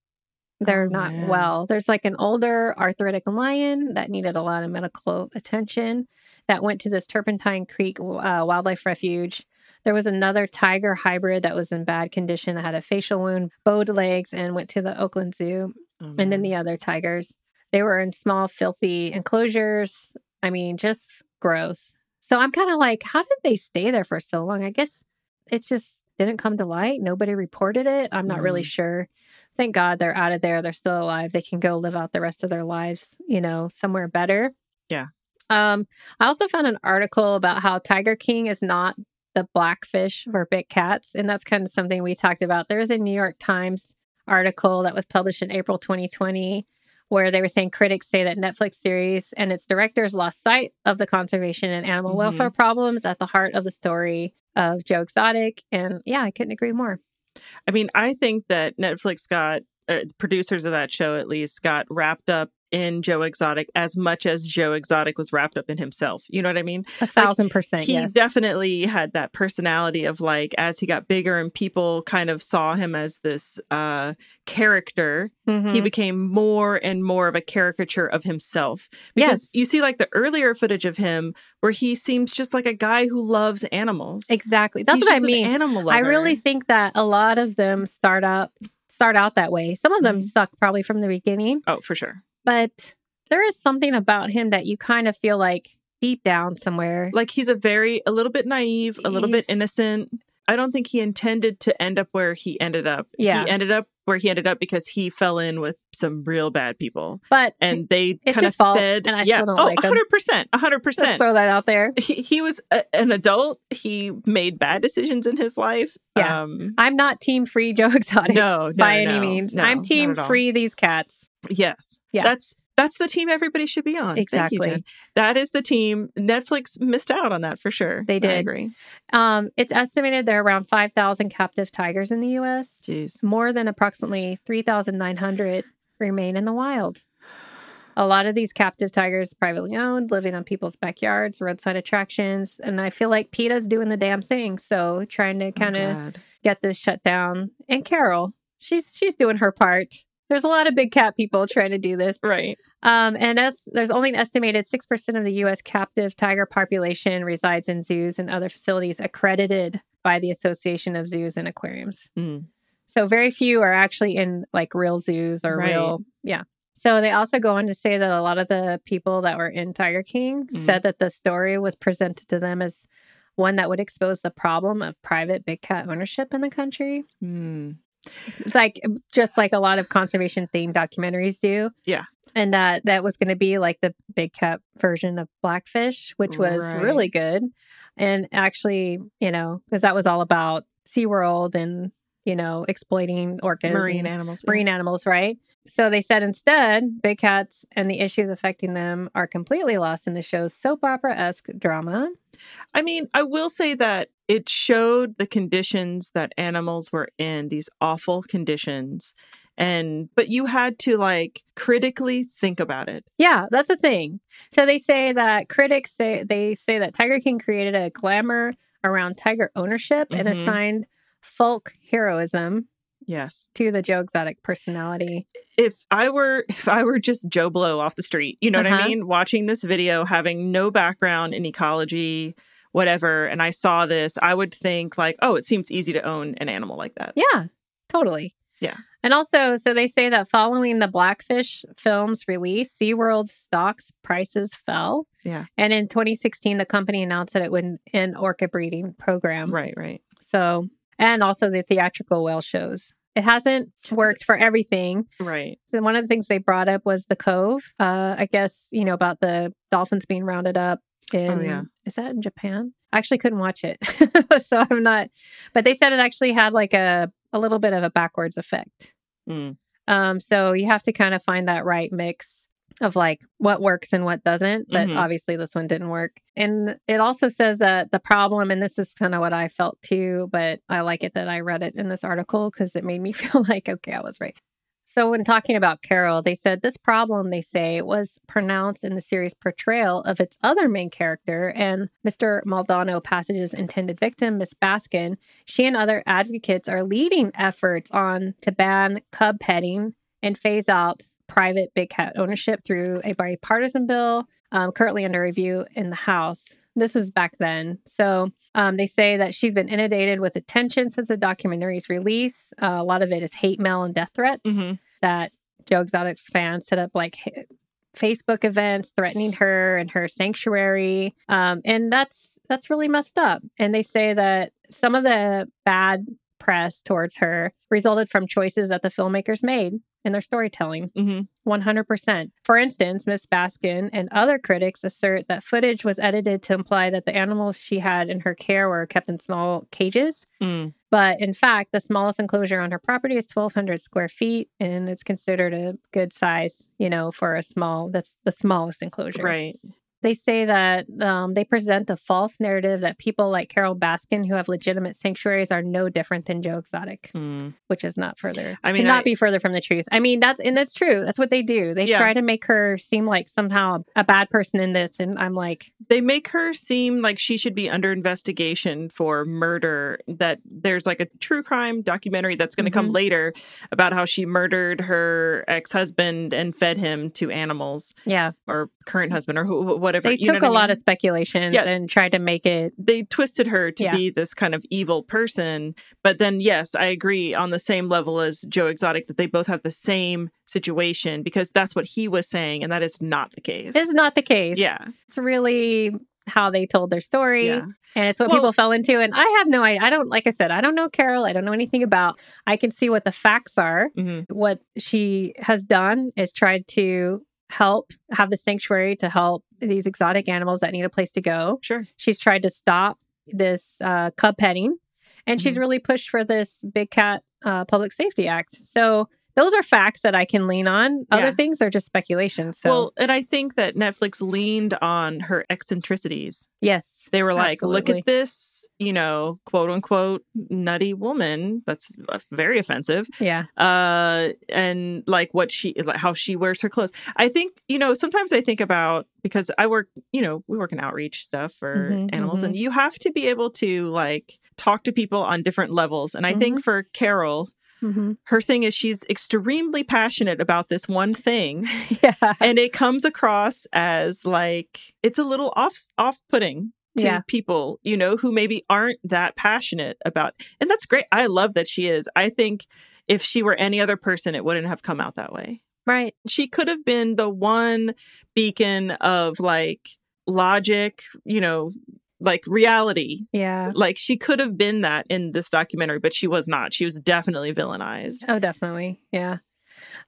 S2: they're
S1: Oh,
S2: not
S1: man.
S2: well. There's like an older arthritic lion that needed a lot of medical attention that went to this Turpentine Creek uh, Wildlife Refuge. There was another tiger hybrid that was in bad condition that had a facial wound, bowed legs, and went to the Oakland Zoo.
S1: oh,
S2: And
S1: man.
S2: then the other tigers, they were in small, filthy enclosures. I mean, just gross. So I'm kind of like, how did they stay there for so long? I guess it's just didn't come to light. Nobody reported it. I'm not really
S1: Mm.
S2: sure. Thank God they're out of there. They're still alive. They can go live out the rest of their lives, you know, somewhere better.
S1: Yeah.
S2: Um, I also found an article about how Tiger King is not the blackfish for big cats. And that's kind of something we talked about. There was a New York Times article that was published in April 2020 where they were saying critics say that Netflix series and its directors lost sight of the conservation and animal
S1: Mhm.
S2: welfare problems at the heart of the story of Joe Exotic. And yeah, I couldn't agree more.
S1: I mean, I think that Netflix got or the producers of that show at least got wrapped up in Joe Exotic as much as Joe Exotic was wrapped up in himself. You know what I mean?
S2: A thousand percent.
S1: he
S2: yes.
S1: definitely had that personality of like as he got bigger and people kind of saw him as this uh character he
S2: Mhm.
S1: became more and more of a caricature of himself because
S2: Yes.
S1: you see like the earlier footage of him where he seemed just like a guy who loves animals
S2: exactly. That's
S1: He's
S2: what I
S1: just an
S2: mean.
S1: animal
S2: I
S1: lover.
S2: really think that a lot of them start out start out that way. Some of them
S1: Mhm.
S2: suck probably from the beginning,
S1: oh for sure
S2: but there is something about him that you kind of feel like deep down somewhere.
S1: like he's a very a little bit naive a little bit
S2: He's-
S1: innocent i don't think he intended to end up where he ended up
S2: Yeah.
S1: he ended up where he ended up because he fell in with some real bad people.
S2: But
S1: and they
S2: It's
S1: kind
S2: his
S1: of
S2: fault,
S1: fed.
S2: and I
S1: yeah.
S2: still don't
S1: oh,
S2: like him.
S1: 100%. 100%.
S2: just throw that out there.
S1: he, he was a, an adult. He made bad decisions in his life.
S2: Yeah.
S1: Um,
S2: I'm not team free Joe Exotic
S1: no, no,
S2: by any
S1: no,
S2: means.
S1: no,
S2: I'm
S1: not
S2: team
S1: at all.
S2: free these cats.
S1: Yes.
S2: Yeah.
S1: That's that's the team everybody should be on. Thank you,
S2: Exactly.
S1: Jen. that is the team. Netflix missed out on that for sure.
S2: They
S1: I
S2: did.
S1: agree.
S2: Um, it's estimated there are around 5,000 captive tigers in the U.S.
S1: Jeez.
S2: More than approximately 3,900 remain in the wild. A lot of these captive tigers privately owned, living on people's backyards, roadside attractions, and I feel like PETA's doing the damn thing. So trying to kind of
S1: God.
S2: get this shut down. And Carol, she's she's doing her part. There's a lot of big cat people trying to do this.
S1: right.
S2: Um, and as there's only an estimated 6% of the U.S. captive tiger population resides in zoos and other facilities accredited by the Association of Zoos and Aquariums.
S1: Mm.
S2: So very few are actually in like real zoos or
S1: Right.
S2: real, yeah. So they also go on to say that a lot of the people that were in Tiger King
S1: Mhm.
S2: said that the story was presented to them as one that would expose the problem of private big cat ownership in the country.
S1: Mm.
S2: It's like just like a lot of conservation themed documentaries do.
S1: Yeah.
S2: And that that was going to be like the big cat version of Blackfish, which was
S1: Right.
S2: really good. And actually, you know, because that was all about SeaWorld and, you know, exploiting orcas.
S1: Marine
S2: and
S1: animals.
S2: Marine animals, right? So they said instead, big cats and the issues affecting them are completely lost in the show's soap opera esque drama.
S1: I mean, I will say that it showed the conditions that animals were in, these awful conditions. And but you had to like critically think about it.
S2: Yeah, that's a thing. So they say that critics say they say that Tiger King created a glamour around tiger ownership and
S1: Mhm.
S2: assigned folk heroism
S1: Yes.
S2: to the Joe Exotic personality.
S1: If I were if I were just Joe Blow off the street, you know what
S2: Uh-huh.
S1: I mean? Watching this video, having no background in ecology, whatever, and I saw this, I would think like, oh, it seems easy to own an animal like that.
S2: Yeah, totally.
S1: Yeah.
S2: And also, so they say that following the Blackfish film's release, SeaWorld's stocks prices fell.
S1: Yeah.
S2: And in 2016, the company announced that it would end orca breeding program.
S1: Right, right.
S2: So, and also the theatrical whale shows. It hasn't worked for everything.
S1: Right.
S2: So one of the things they brought up was the cove. Uh, I guess you know about the dolphins being rounded up. In,
S1: yeah.
S2: Is that in Japan? I actually couldn't watch it, so I'm not. But they said it actually had like a a little bit of a backwards effect.
S1: Mm.
S2: Um, so you have to kind of find that right mix of like what works and what doesn't. But
S1: Mhm.
S2: obviously, this one didn't work. And it also says that the problem, and this is kind of what I felt too, but I like it that I read it in this article because it made me feel like, okay, I was right. So, when talking about Carol, they said this problem, they say, was pronounced in the series' portrayal of its other main character and Mr. Maldonado Passage's intended victim, Miss Baskin. She and other advocates are leading efforts on to ban cub petting and phase out private big cat ownership through a bipartisan bill um, currently under review in the House. This is back then. So um, they say that she's been inundated with attention since the documentary's release. Uh, a lot of it is hate mail and death threats
S1: Mhm.
S2: that Joe Exotic's fans set up like h- Facebook events threatening her and her sanctuary. Um, and that's that's really messed up. And they say that some of the bad press towards her resulted from choices that the filmmakers made in their storytelling.
S1: Mhm.
S2: 100%. For instance, Miss Baskin and other critics assert that footage was edited to imply that the animals she had in her care were kept in small cages.
S1: Mm.
S2: But in fact, the smallest enclosure on her property is 1,200 square feet, and it's considered a good size, you know, for a small, that's the smallest enclosure.
S1: Right.
S2: They say that um, they present the false narrative that people like Carol Baskin, who have legitimate sanctuaries, are no different than Joe Exotic
S1: Mm.
S2: which is not further.
S1: I
S2: I
S1: mean,
S2: mean, not
S1: I-
S2: be further from the truth. I mean, that's and that's true. That's what they do. They
S1: Yeah.
S2: try to make her seem like somehow a bad person in this, and I'm like,
S1: they make her seem like she should be under investigation for murder that there's like a true crime documentary that's going to come
S2: Mhm.
S1: later about how she murdered her ex-husband and fed him to animals
S2: yeah.
S1: or current husband or who, whatever
S2: Mm. They
S1: you know
S2: took a
S1: what I
S2: lot
S1: mean?
S2: of speculations
S1: Yeah.
S2: and tried to make it.
S1: they twisted her to
S2: Yeah.
S1: be this kind of evil person but then yes i agree on the same level as joe exotic that they both have the same situation because that's what he was saying and that is not the case
S2: This is not the case.
S1: yeah
S2: it's really how they told their story.
S1: Yeah.
S2: And it's what
S1: Well-
S2: people fell into. And I have no idea. I don't, like I said, I don't know Carol. I don't know anything about. I can see what the facts are.
S1: Mhm.
S2: What she has done is tried to help have the sanctuary to help these exotic animals that need a place to go.
S1: Sure.
S2: She's tried to stop this uh, cub petting, and she's
S1: Mhm.
S2: really pushed for this Big Cat uh, Public Safety Act. So those are facts that I can lean on. Other
S1: Yeah.
S2: things are just speculation. So
S1: Well, and I think that Netflix leaned on her eccentricities.
S2: yes,
S1: They were like, look
S2: Absolutely.
S1: at this, you know, quote unquote, nutty woman. That's uh, very offensive.
S2: yeah,
S1: uh and like what she like how she wears her clothes i think you know sometimes i think about because i work you know we work in outreach stuff for
S2: Mhm,
S1: animals and you have to be able to like talk to people on different levels and i
S2: Mm-hmm.
S1: think for carol
S2: Mhm.
S1: her thing is she's extremely passionate about this one thing
S2: yeah,
S1: and it comes across as like it's a little off off putting to
S2: Yeah.
S1: people you know who maybe aren't that passionate about and that's great i love that she is i think if she were any other person it wouldn't have come out that way
S2: right,
S1: she could have been the one beacon of like logic you know like reality
S2: yeah.
S1: like she could have been that in this documentary but she was not she was definitely villainized
S2: Oh, definitely, yeah.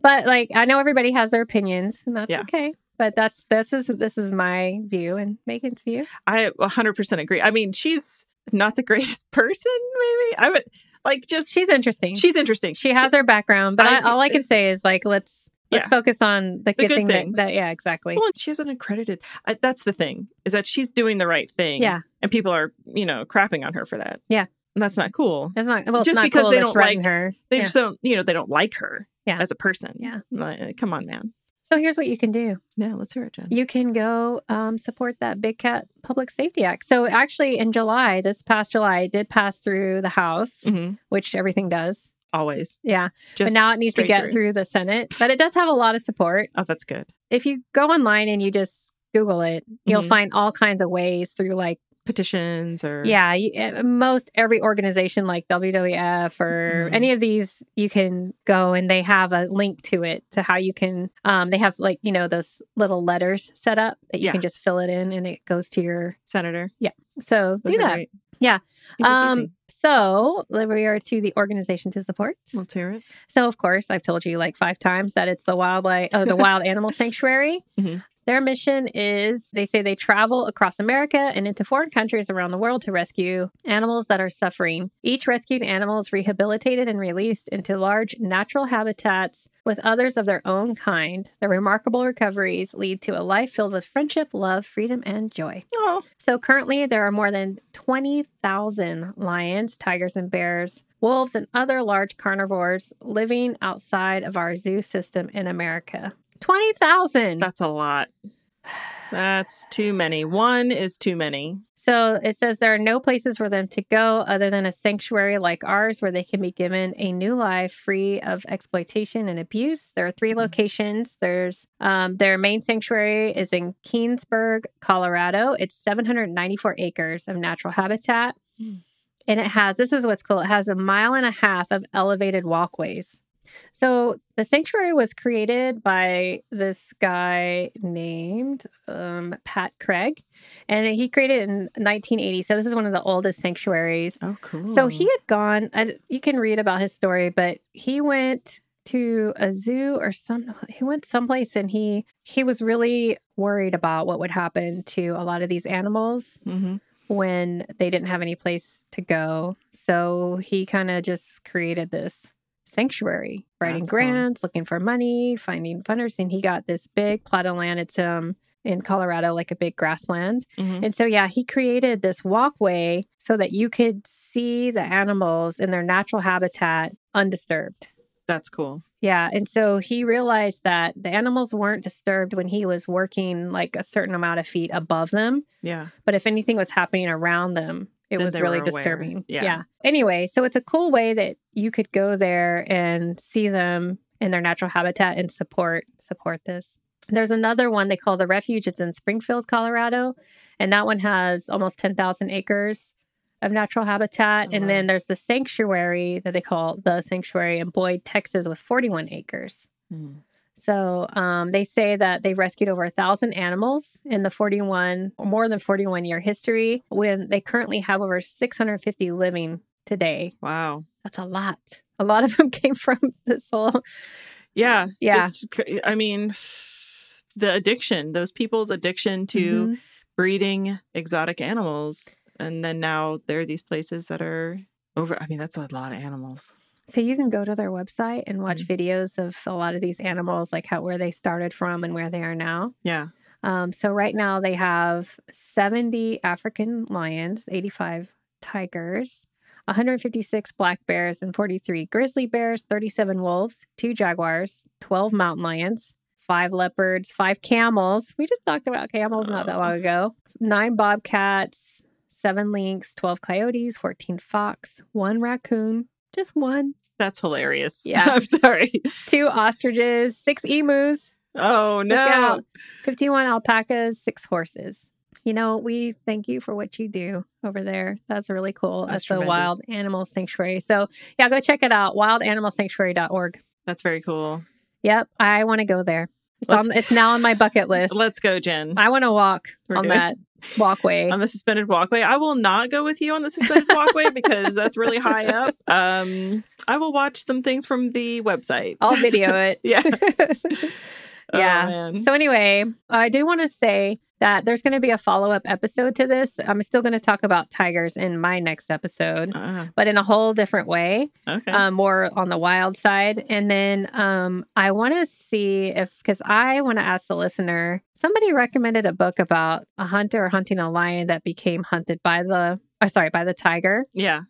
S2: But like, I know everybody has their opinions, and that's
S1: Yeah.
S2: okay. But that's this is this is my view and Megan's view.
S1: I 100% agree. I mean, she's not the greatest person, maybe. I would like just
S2: She's interesting.
S1: she's interesting.
S2: She has her background, but
S1: I
S2: I, all I
S1: think-
S2: can say is like let's let's
S1: Yeah.
S2: focus on the good,
S1: good
S2: thing that,
S1: things.
S2: that yeah exactly
S1: Well, and she has an accredited. I, that's the thing is that she's doing the right thing.
S2: yeah
S1: and people are you know crapping on her for that.
S2: Yeah.
S1: and that's not cool.
S2: that's not well it's
S1: Just
S2: not
S1: because
S2: cool
S1: they
S2: to
S1: don't
S2: threaten
S1: like-
S2: her
S1: They
S2: Yeah.
S1: just don't you know they don't like her.
S2: Yeah.
S1: as a person.
S2: Yeah.
S1: Like, come on, man.
S2: so here's what you can do
S1: Yeah, let's hear it, Jen.
S2: you can go um, support that big cat public safety act so actually in july this past july it did pass through the house
S1: Mhm.
S2: which everything does
S1: Always.
S2: yeah
S1: Just
S2: but now it needs to
S1: straight
S2: get through. the senate but it does have a lot of support
S1: Oh, that's good.
S2: if you go online and you just google it you'll
S1: Mhm.
S2: find all kinds of ways through like
S1: Petitions or
S2: Yeah, you, uh, most every organization like WWF or
S1: Mhm.
S2: any of these, you can go and they have a link to it to how you can. Um, they have like you know those little letters set up that you
S1: Yeah.
S2: can just fill it in and it goes to your.
S1: senator.
S2: So
S1: Those
S2: do
S1: are
S2: that.
S1: great.
S2: Yeah.
S1: Easy peasy.
S2: Um, so we are to the organization to support.
S1: let's hear it.
S2: So of course, I've told you like five times that it's the wildlife, oh, the wild animal sanctuary.
S1: Mhm.
S2: Their mission is they say they travel across America and into foreign countries around the world to rescue animals that are suffering. Each rescued animal is rehabilitated and released into large natural habitats with others of their own kind. Their remarkable recoveries lead to a life filled with friendship, love, freedom, and joy.
S1: Oh,
S2: So currently, there are more than 20,000 lions, tigers, and bears, wolves, and other large carnivores living outside of our zoo system in America. 20,000.
S1: that's a lot. That's too many. One is too many.
S2: So it says there are no places for them to go other than a sanctuary like ours where they can be given a new life free of exploitation and abuse. There are three
S1: Mhm.
S2: locations. There's um, their main sanctuary is in Keensburg, Colorado. It's 794 acres of natural habitat.
S1: Mm.
S2: And it has, this is what's cool, it has a mile and a half of elevated walkways. So the sanctuary was created by this guy named um, Pat Craig, and he created it in 1980. So this is one of the oldest sanctuaries.
S1: Oh, cool.
S2: So he had gone. I, you can read about his story, but he went to a zoo or some. He went someplace, and he he was really worried about what would happen to a lot of these animals
S1: hmm
S2: when they didn't have any place to go. So he kind of just created this sanctuary, writing
S1: That's cool.
S2: grants, looking for money, finding funders. And he got this big plot of land. It's um in Colorado, like a big grassland.
S1: Mm-hmm.
S2: And so yeah, he created this walkway so that you could see the animals in their natural habitat undisturbed.
S1: That's cool.
S2: Yeah. And so he realized that the animals weren't disturbed when he was working like a certain amount of feet above them
S1: Yeah.
S2: but if anything was happening around them, it
S1: Then
S2: was
S1: they
S2: really
S1: were aware.
S2: disturbing.
S1: Yeah.
S2: Anyway, so it's a cool way that you could go there and see them in their natural habitat and support support this. There's another one they call the refuge. It's in Springfield, Colorado, and that one has almost 10,000 acres of natural habitat.
S1: Oh,
S2: and
S1: wow.
S2: then there's the
S1: Hmm.
S2: sanctuary that they call the sanctuary in Boyd, Texas, with 41 acres. So um, they say that they rescued over a thousand animals in the 41, more than 41 year history, when they currently have over 650 living today.
S1: Wow.
S2: That's a lot. A lot of them came from this whole.
S1: Yeah.
S2: Yeah.
S1: Just, c- I mean, the addiction, those people's addiction to
S2: Mhm.
S1: breeding exotic animals. And then now there are these places that are over. I mean, that's a lot of animals.
S2: So you can go to their website and watch videos of a lot of these animals, like how where they started from and where they are now.
S1: Yeah.
S2: Um, so right now they have 70 African lions, 85 tigers, 156 black bears, and 43 grizzly bears, 37 wolves, two jaguars, 12 mountain lions, five leopards, five camels. We just talked about camels not that long ago. Nine bobcats, seven lynx, 12 coyotes, 14 fox, one raccoon, just one,
S1: That's hilarious.
S2: Yeah.
S1: I'm sorry.
S2: two ostriches, six emus,
S1: Oh,
S2: Look
S1: no.
S2: out. 51 alpacas, six horses. You know, we thank you for what you do over there. That's really cool.
S1: That's
S2: That's, the Wild
S1: tremendous.
S2: Animal Sanctuary. So, yeah, go check it out wildanimalsanctuary.org.
S1: That's very cool.
S2: Yep, I want to go there. It's,
S1: Let's-
S2: on, it's now on my bucket list.
S1: Let's go, Jen.
S2: I want to walk
S1: We're
S2: on
S1: doing-
S2: that walkway.
S1: on the suspended walkway. I will not go with you on the suspended walkway because that's really high up. Um, I will watch some things from the website.
S2: I'll video it.
S1: yeah. Oh,
S2: yeah.
S1: man.
S2: So anyway, I do want to say that there's going to be a follow-up episode to this. I'm still going to talk about tigers in my next episode,
S1: Ah,
S2: but in a whole different way.
S1: okay.
S2: um, more on the wild side. And then um, I want to see if, because I want to ask the listener, somebody recommended a book about a hunter hunting a lion that became hunted by the, oh, sorry, by the tiger,
S1: yeah.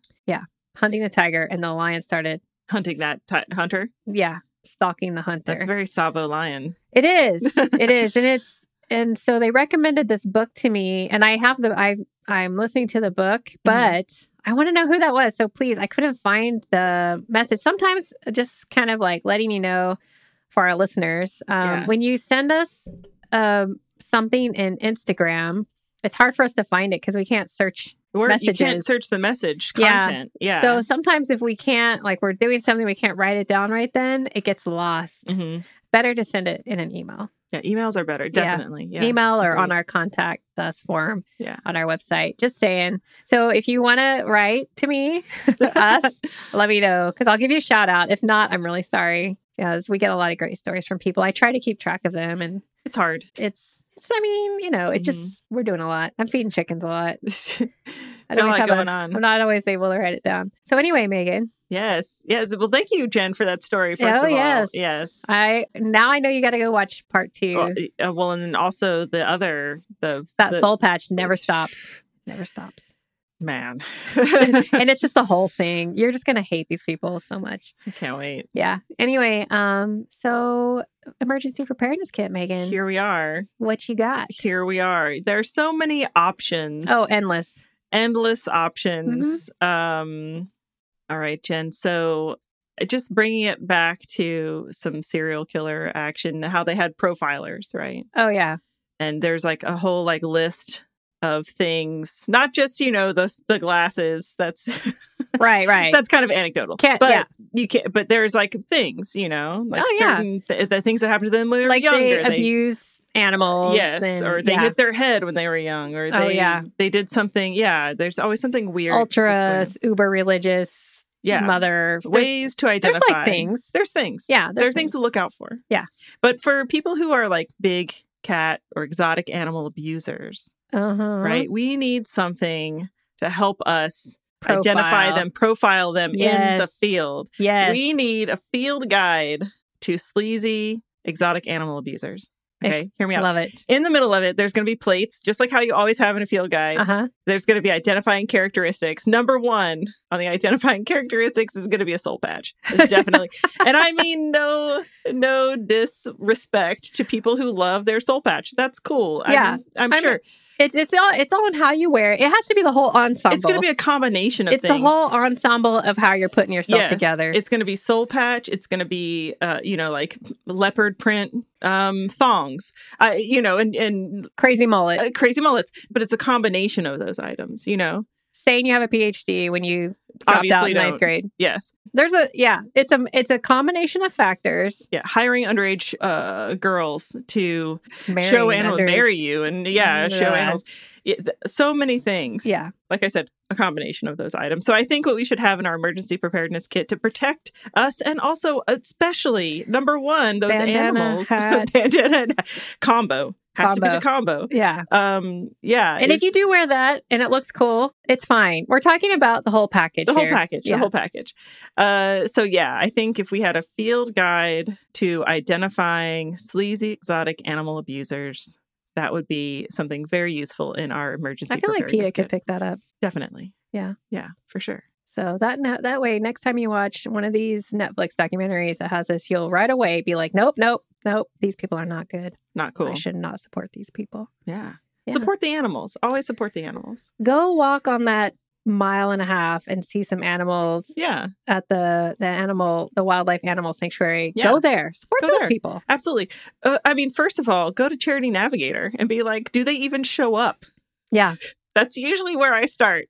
S2: hunting the tiger, and the lion started,
S1: Hunting that ti- hunter.
S2: yeah, stalking the hunter.
S1: That's very Savo lion.
S2: It is. It is. And it's and so they recommended this book to me and I have the I I'm listening to the book,
S1: Mm-hmm.
S2: but I want to know who that was. So please, I couldn't find the message. Sometimes uh, just kind of like letting you know for our listeners, um,
S1: Yeah.
S2: when you send us um, something in Instagram, it's hard for us to find it because we can't search.
S1: Or you can't
S2: Messages.
S1: search the message
S2: Yeah.
S1: content. Yeah.
S2: So sometimes if we can't, like we're doing something, we can't write it down right then, it gets lost.
S1: Mhm.
S2: Better to send it in an email.
S1: yeah, emails are better. Definitely. Yeah.
S2: email or on
S1: agreed.
S2: our contact us form
S1: Yeah.
S2: on our website. Just saying. So if you want to write to me, us, let me know because I'll give you a shout out. If not, I'm really sorry because we get a lot of great stories from people. I try to keep track of them and
S1: It's hard.
S2: it's, it's I mean, you know, it just,
S1: Mm-hmm.
S2: we're doing a lot. I'm feeding chickens a lot.
S1: Got a
S2: I don't always
S1: lot
S2: have a-
S1: going on.
S2: I'm not always able to write it down. So anyway, Megan,
S1: Yes. Yes. Well, thank you, Jen, for that story. First
S2: Oh,
S1: of all,
S2: yes.
S1: Yes.
S2: I, now I know you got to go watch part two.
S1: Well, uh, well, and then also the other the
S2: that
S1: the-
S2: soul patch never stops. Never stops.
S1: Man,
S2: and it's just the whole thing. You're just gonna hate these people so much.
S1: I can't wait.
S2: Yeah. Anyway, um, so emergency preparedness kit, Megan.
S1: Here we are.
S2: what you got?
S1: Here we are. There are so many options.
S2: Oh, endless.
S1: endless
S2: Mm-hmm.
S1: options. Um, all right, Jen. So uh, just bringing it back to some serial killer action, how they had profilers, right?
S2: Oh yeah.
S1: and there's like a whole like list of things not just you know the the glasses that's
S2: Right, right.
S1: that's kind of anecdotal
S2: Can't-
S1: but
S2: yeah.
S1: you can't but there's like things you know like
S2: Oh, yeah.
S1: certain th- the things that happened to them when they were
S2: like
S1: younger
S2: they, abuse animals.
S1: yes
S2: and-
S1: or they
S2: yeah.
S1: hit their head when they were young or they
S2: Oh, yeah. they
S1: they did something yeah there's always something weird that's going on.
S2: ultra uber religious
S1: yeah
S2: mother. There's,
S1: ways to
S2: there's
S1: identify
S2: like things.
S1: there's things
S2: yeah,
S1: there are things to look out for
S2: Yeah.
S1: but for people who are like big cat or exotic animal abusers
S2: Uh-huh.
S1: right? We need something to help us
S2: Profile.
S1: identify them, profile them in the
S2: Yes.
S1: field.
S2: Yes.
S1: We need a field guide to sleazy exotic animal abusers. Okay,
S2: Ex-
S1: hear me out.
S2: Love it.
S1: In the middle of it, there's going to be plates, just like how you always have in a field guide.
S2: Uh huh.
S1: There's going to be identifying characteristics. Number one on the identifying characteristics is going to be a soul patch. It's definitely. and I mean, no, no disrespect to people who love their soul patch. That's cool. I
S2: Yeah.
S1: mean, I'm,
S2: I'm-
S1: sure.
S2: It's it's all it's all in how you wear it. It has to be the whole ensemble.
S1: It's going to be a combination of
S2: it's
S1: things.
S2: the whole ensemble of how you're putting yourself
S1: Yes,
S2: together.
S1: It's going to be soul patch. It's going to be, uh, you know, like leopard print um, thongs, uh, you know, and, and
S2: Crazy mullet.
S1: uh, crazy mullets. But it's a combination of those items, you know.
S2: saying you have a PhD when you dropped out
S1: Obviously
S2: in
S1: don't.
S2: ninth grade.
S1: Yes.
S2: There's a yeah, it's a it's a combination of factors.
S1: Yeah. Hiring underage uh, girls to show
S2: Marrying
S1: animals,
S2: underage-
S1: marry you, and yeah, show
S2: Yeah.
S1: animals. It, th- so many things.
S2: Yeah,
S1: Like I said, a combination of those items. So I think what we should have in our emergency preparedness kit to protect us and also, especially, number one, those
S2: Bandana
S1: animals.
S2: hats.
S1: Bandana and combo. Has to be the combo.
S2: yeah.
S1: Um, yeah.
S2: And if
S1: it's
S2: you do wear that and it looks cool, it's fine. We're talking about the whole package.
S1: the whole
S2: here.
S1: package,
S2: Yeah.
S1: the whole package. Uh, so yeah, I think if we had a field guide to identifying sleazy exotic animal abusers, that would be something very useful in our emergency.
S2: I feel like Pia
S1: preparedness
S2: could
S1: kit.
S2: pick that up.
S1: definitely.
S2: Yeah.
S1: yeah, for sure.
S2: So that na- that way, next time you watch one of these Netflix documentaries that has this, you'll right away be like, nope, nope, nope. These people are not good.
S1: Not cool.
S2: I should not support these people.
S1: Yeah.
S2: Yeah.
S1: support the animals. Always support the animals.
S2: Go walk on that mile and a half and see some animals
S1: Yeah,
S2: at the the animal the wildlife animal sanctuary.
S1: Yeah.
S2: Go there, support
S1: Go
S2: those
S1: there.
S2: people.
S1: absolutely. Uh, I mean, first of all, go to Charity Navigator and be like, do they even show up?
S2: Yeah,
S1: That's usually where I start.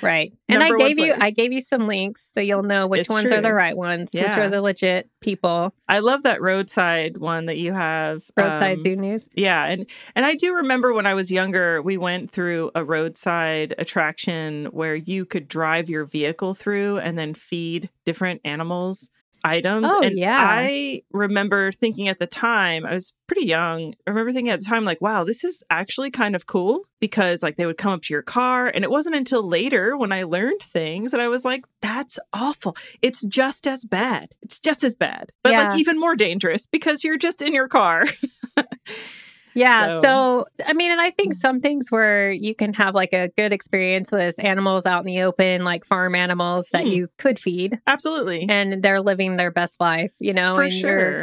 S2: right. And
S1: Number
S2: I
S1: one
S2: gave you I
S1: place.
S2: gave you some links so you'll know which
S1: It's
S2: ones are the
S1: true.
S2: right ones, which
S1: Yeah.
S2: are the legit people.
S1: I love that roadside one that you have.
S2: Roadside
S1: um,
S2: zoo news.
S1: Yeah, and and I do remember when I was younger, we went through a roadside attraction where you could drive your vehicle through and then feed different animals items.
S2: Oh,
S1: and
S2: yeah.
S1: I remember thinking at the time, I was pretty young. I remember thinking at the time, like, wow, this is actually kind of cool because like they would come up to your car. And it wasn't until later when I learned things that I was like, that's awful. It's just as bad. It's just as bad. But
S2: Yeah.
S1: like even more dangerous because you're just in your car.
S2: Yeah. So.
S1: So-
S2: I mean, and I think some things where you can have like a good experience with animals out in the open, like farm animals that
S1: Hmm.
S2: you could feed
S1: Absolutely.
S2: and they're living their best life, you know,
S1: For
S2: and you're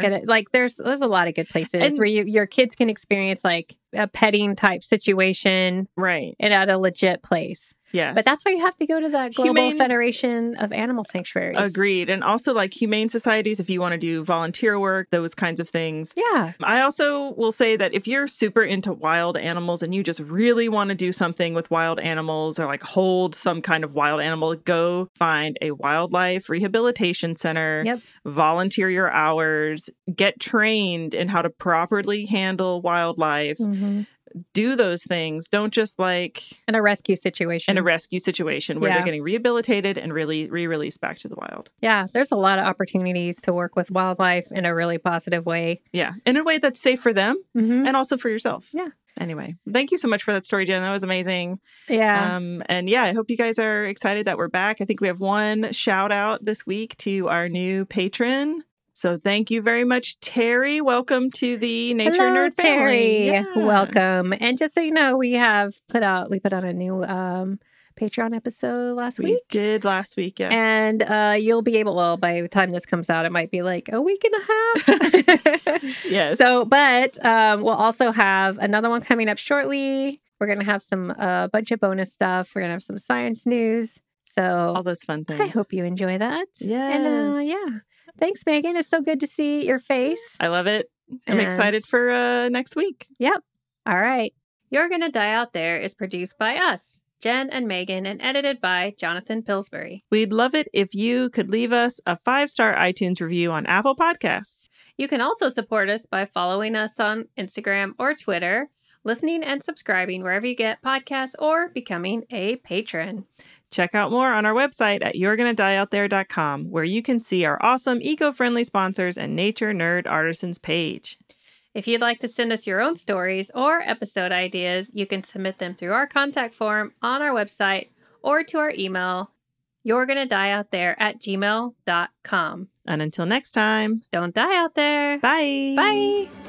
S1: sure.
S2: gonna like there's there's a lot of good places
S1: And-
S2: where you, your kids can experience like a petting type situation
S1: Right.
S2: and at a legit place.
S1: Yes.
S2: But that's why you have to go to that Global
S1: Humane-
S2: Federation of Animal Sanctuaries.
S1: agreed. And also like humane societies if you want to do volunteer work, those kinds of things.
S2: Yeah.
S1: I also will say that if you're super into wild animals and you just really want to do something with wild animals or like hold some kind of wild animal, go find a wildlife rehabilitation center,
S2: Yep.
S1: volunteer your hours, get trained in how to properly handle wildlife,
S2: Mhm.
S1: do those things. Don't just like
S2: And a rescue situation.
S1: in a rescue situation where
S2: Yeah.
S1: they're getting rehabilitated and really re-released back to the wild.
S2: yeah. There's a lot of opportunities to work with wildlife in a really positive way.
S1: Yeah, in a way that's safe for them
S2: Mhm.
S1: and also for yourself.
S2: Yeah.
S1: Anyway, thank you so much for that story, Jen. That was amazing.
S2: Yeah.
S1: Um, and yeah, I hope you guys are excited that we're back. I think we have one shout out this week to our new patron. So thank you very much, Terry. Welcome to the Nature
S2: Hello,
S1: Nerd family.
S2: Terry.
S1: Yeah.
S2: Welcome. And just so you know, we have put out we put out a new um Patreon episode last
S1: We
S2: week.
S1: did last week. Yes.
S2: And uh, you'll be able, well, by the time this comes out, it might be like a week and a half.
S1: yes.
S2: so, but um, we'll also have another one coming up shortly. We're going to have some, a bunch of bonus stuff. We're going to have some science news.
S1: all
S2: So,
S1: those fun things.
S2: I hope you enjoy that. And uh,
S1: Yes.
S2: yeah. Thanks, Megan. It's so good to see your face.
S1: I love it. I'm
S2: And-
S1: excited for uh, next week.
S2: All right. You're Gonna Die Out There is produced by us, Jen and Megan, and edited by Jonathan Pillsbury.
S1: We'd love it if you could leave us a five star iTunes review on Apple Podcasts.
S2: You can also support us by following us on Instagram or Twitter, listening and subscribing wherever you get podcasts, or becoming a patron.
S1: Check out more on our website at you'regonnadieoutthere.com, where you can see our awesome eco friendly sponsors and nature nerd artisans page.
S2: If you'd like to send us your own stories or episode ideas, you can submit them through our contact form on our website or to our email, you're gonna die out there at gmail.com.
S1: And until next time,
S2: Don't die out there.
S1: bye.
S2: Bye.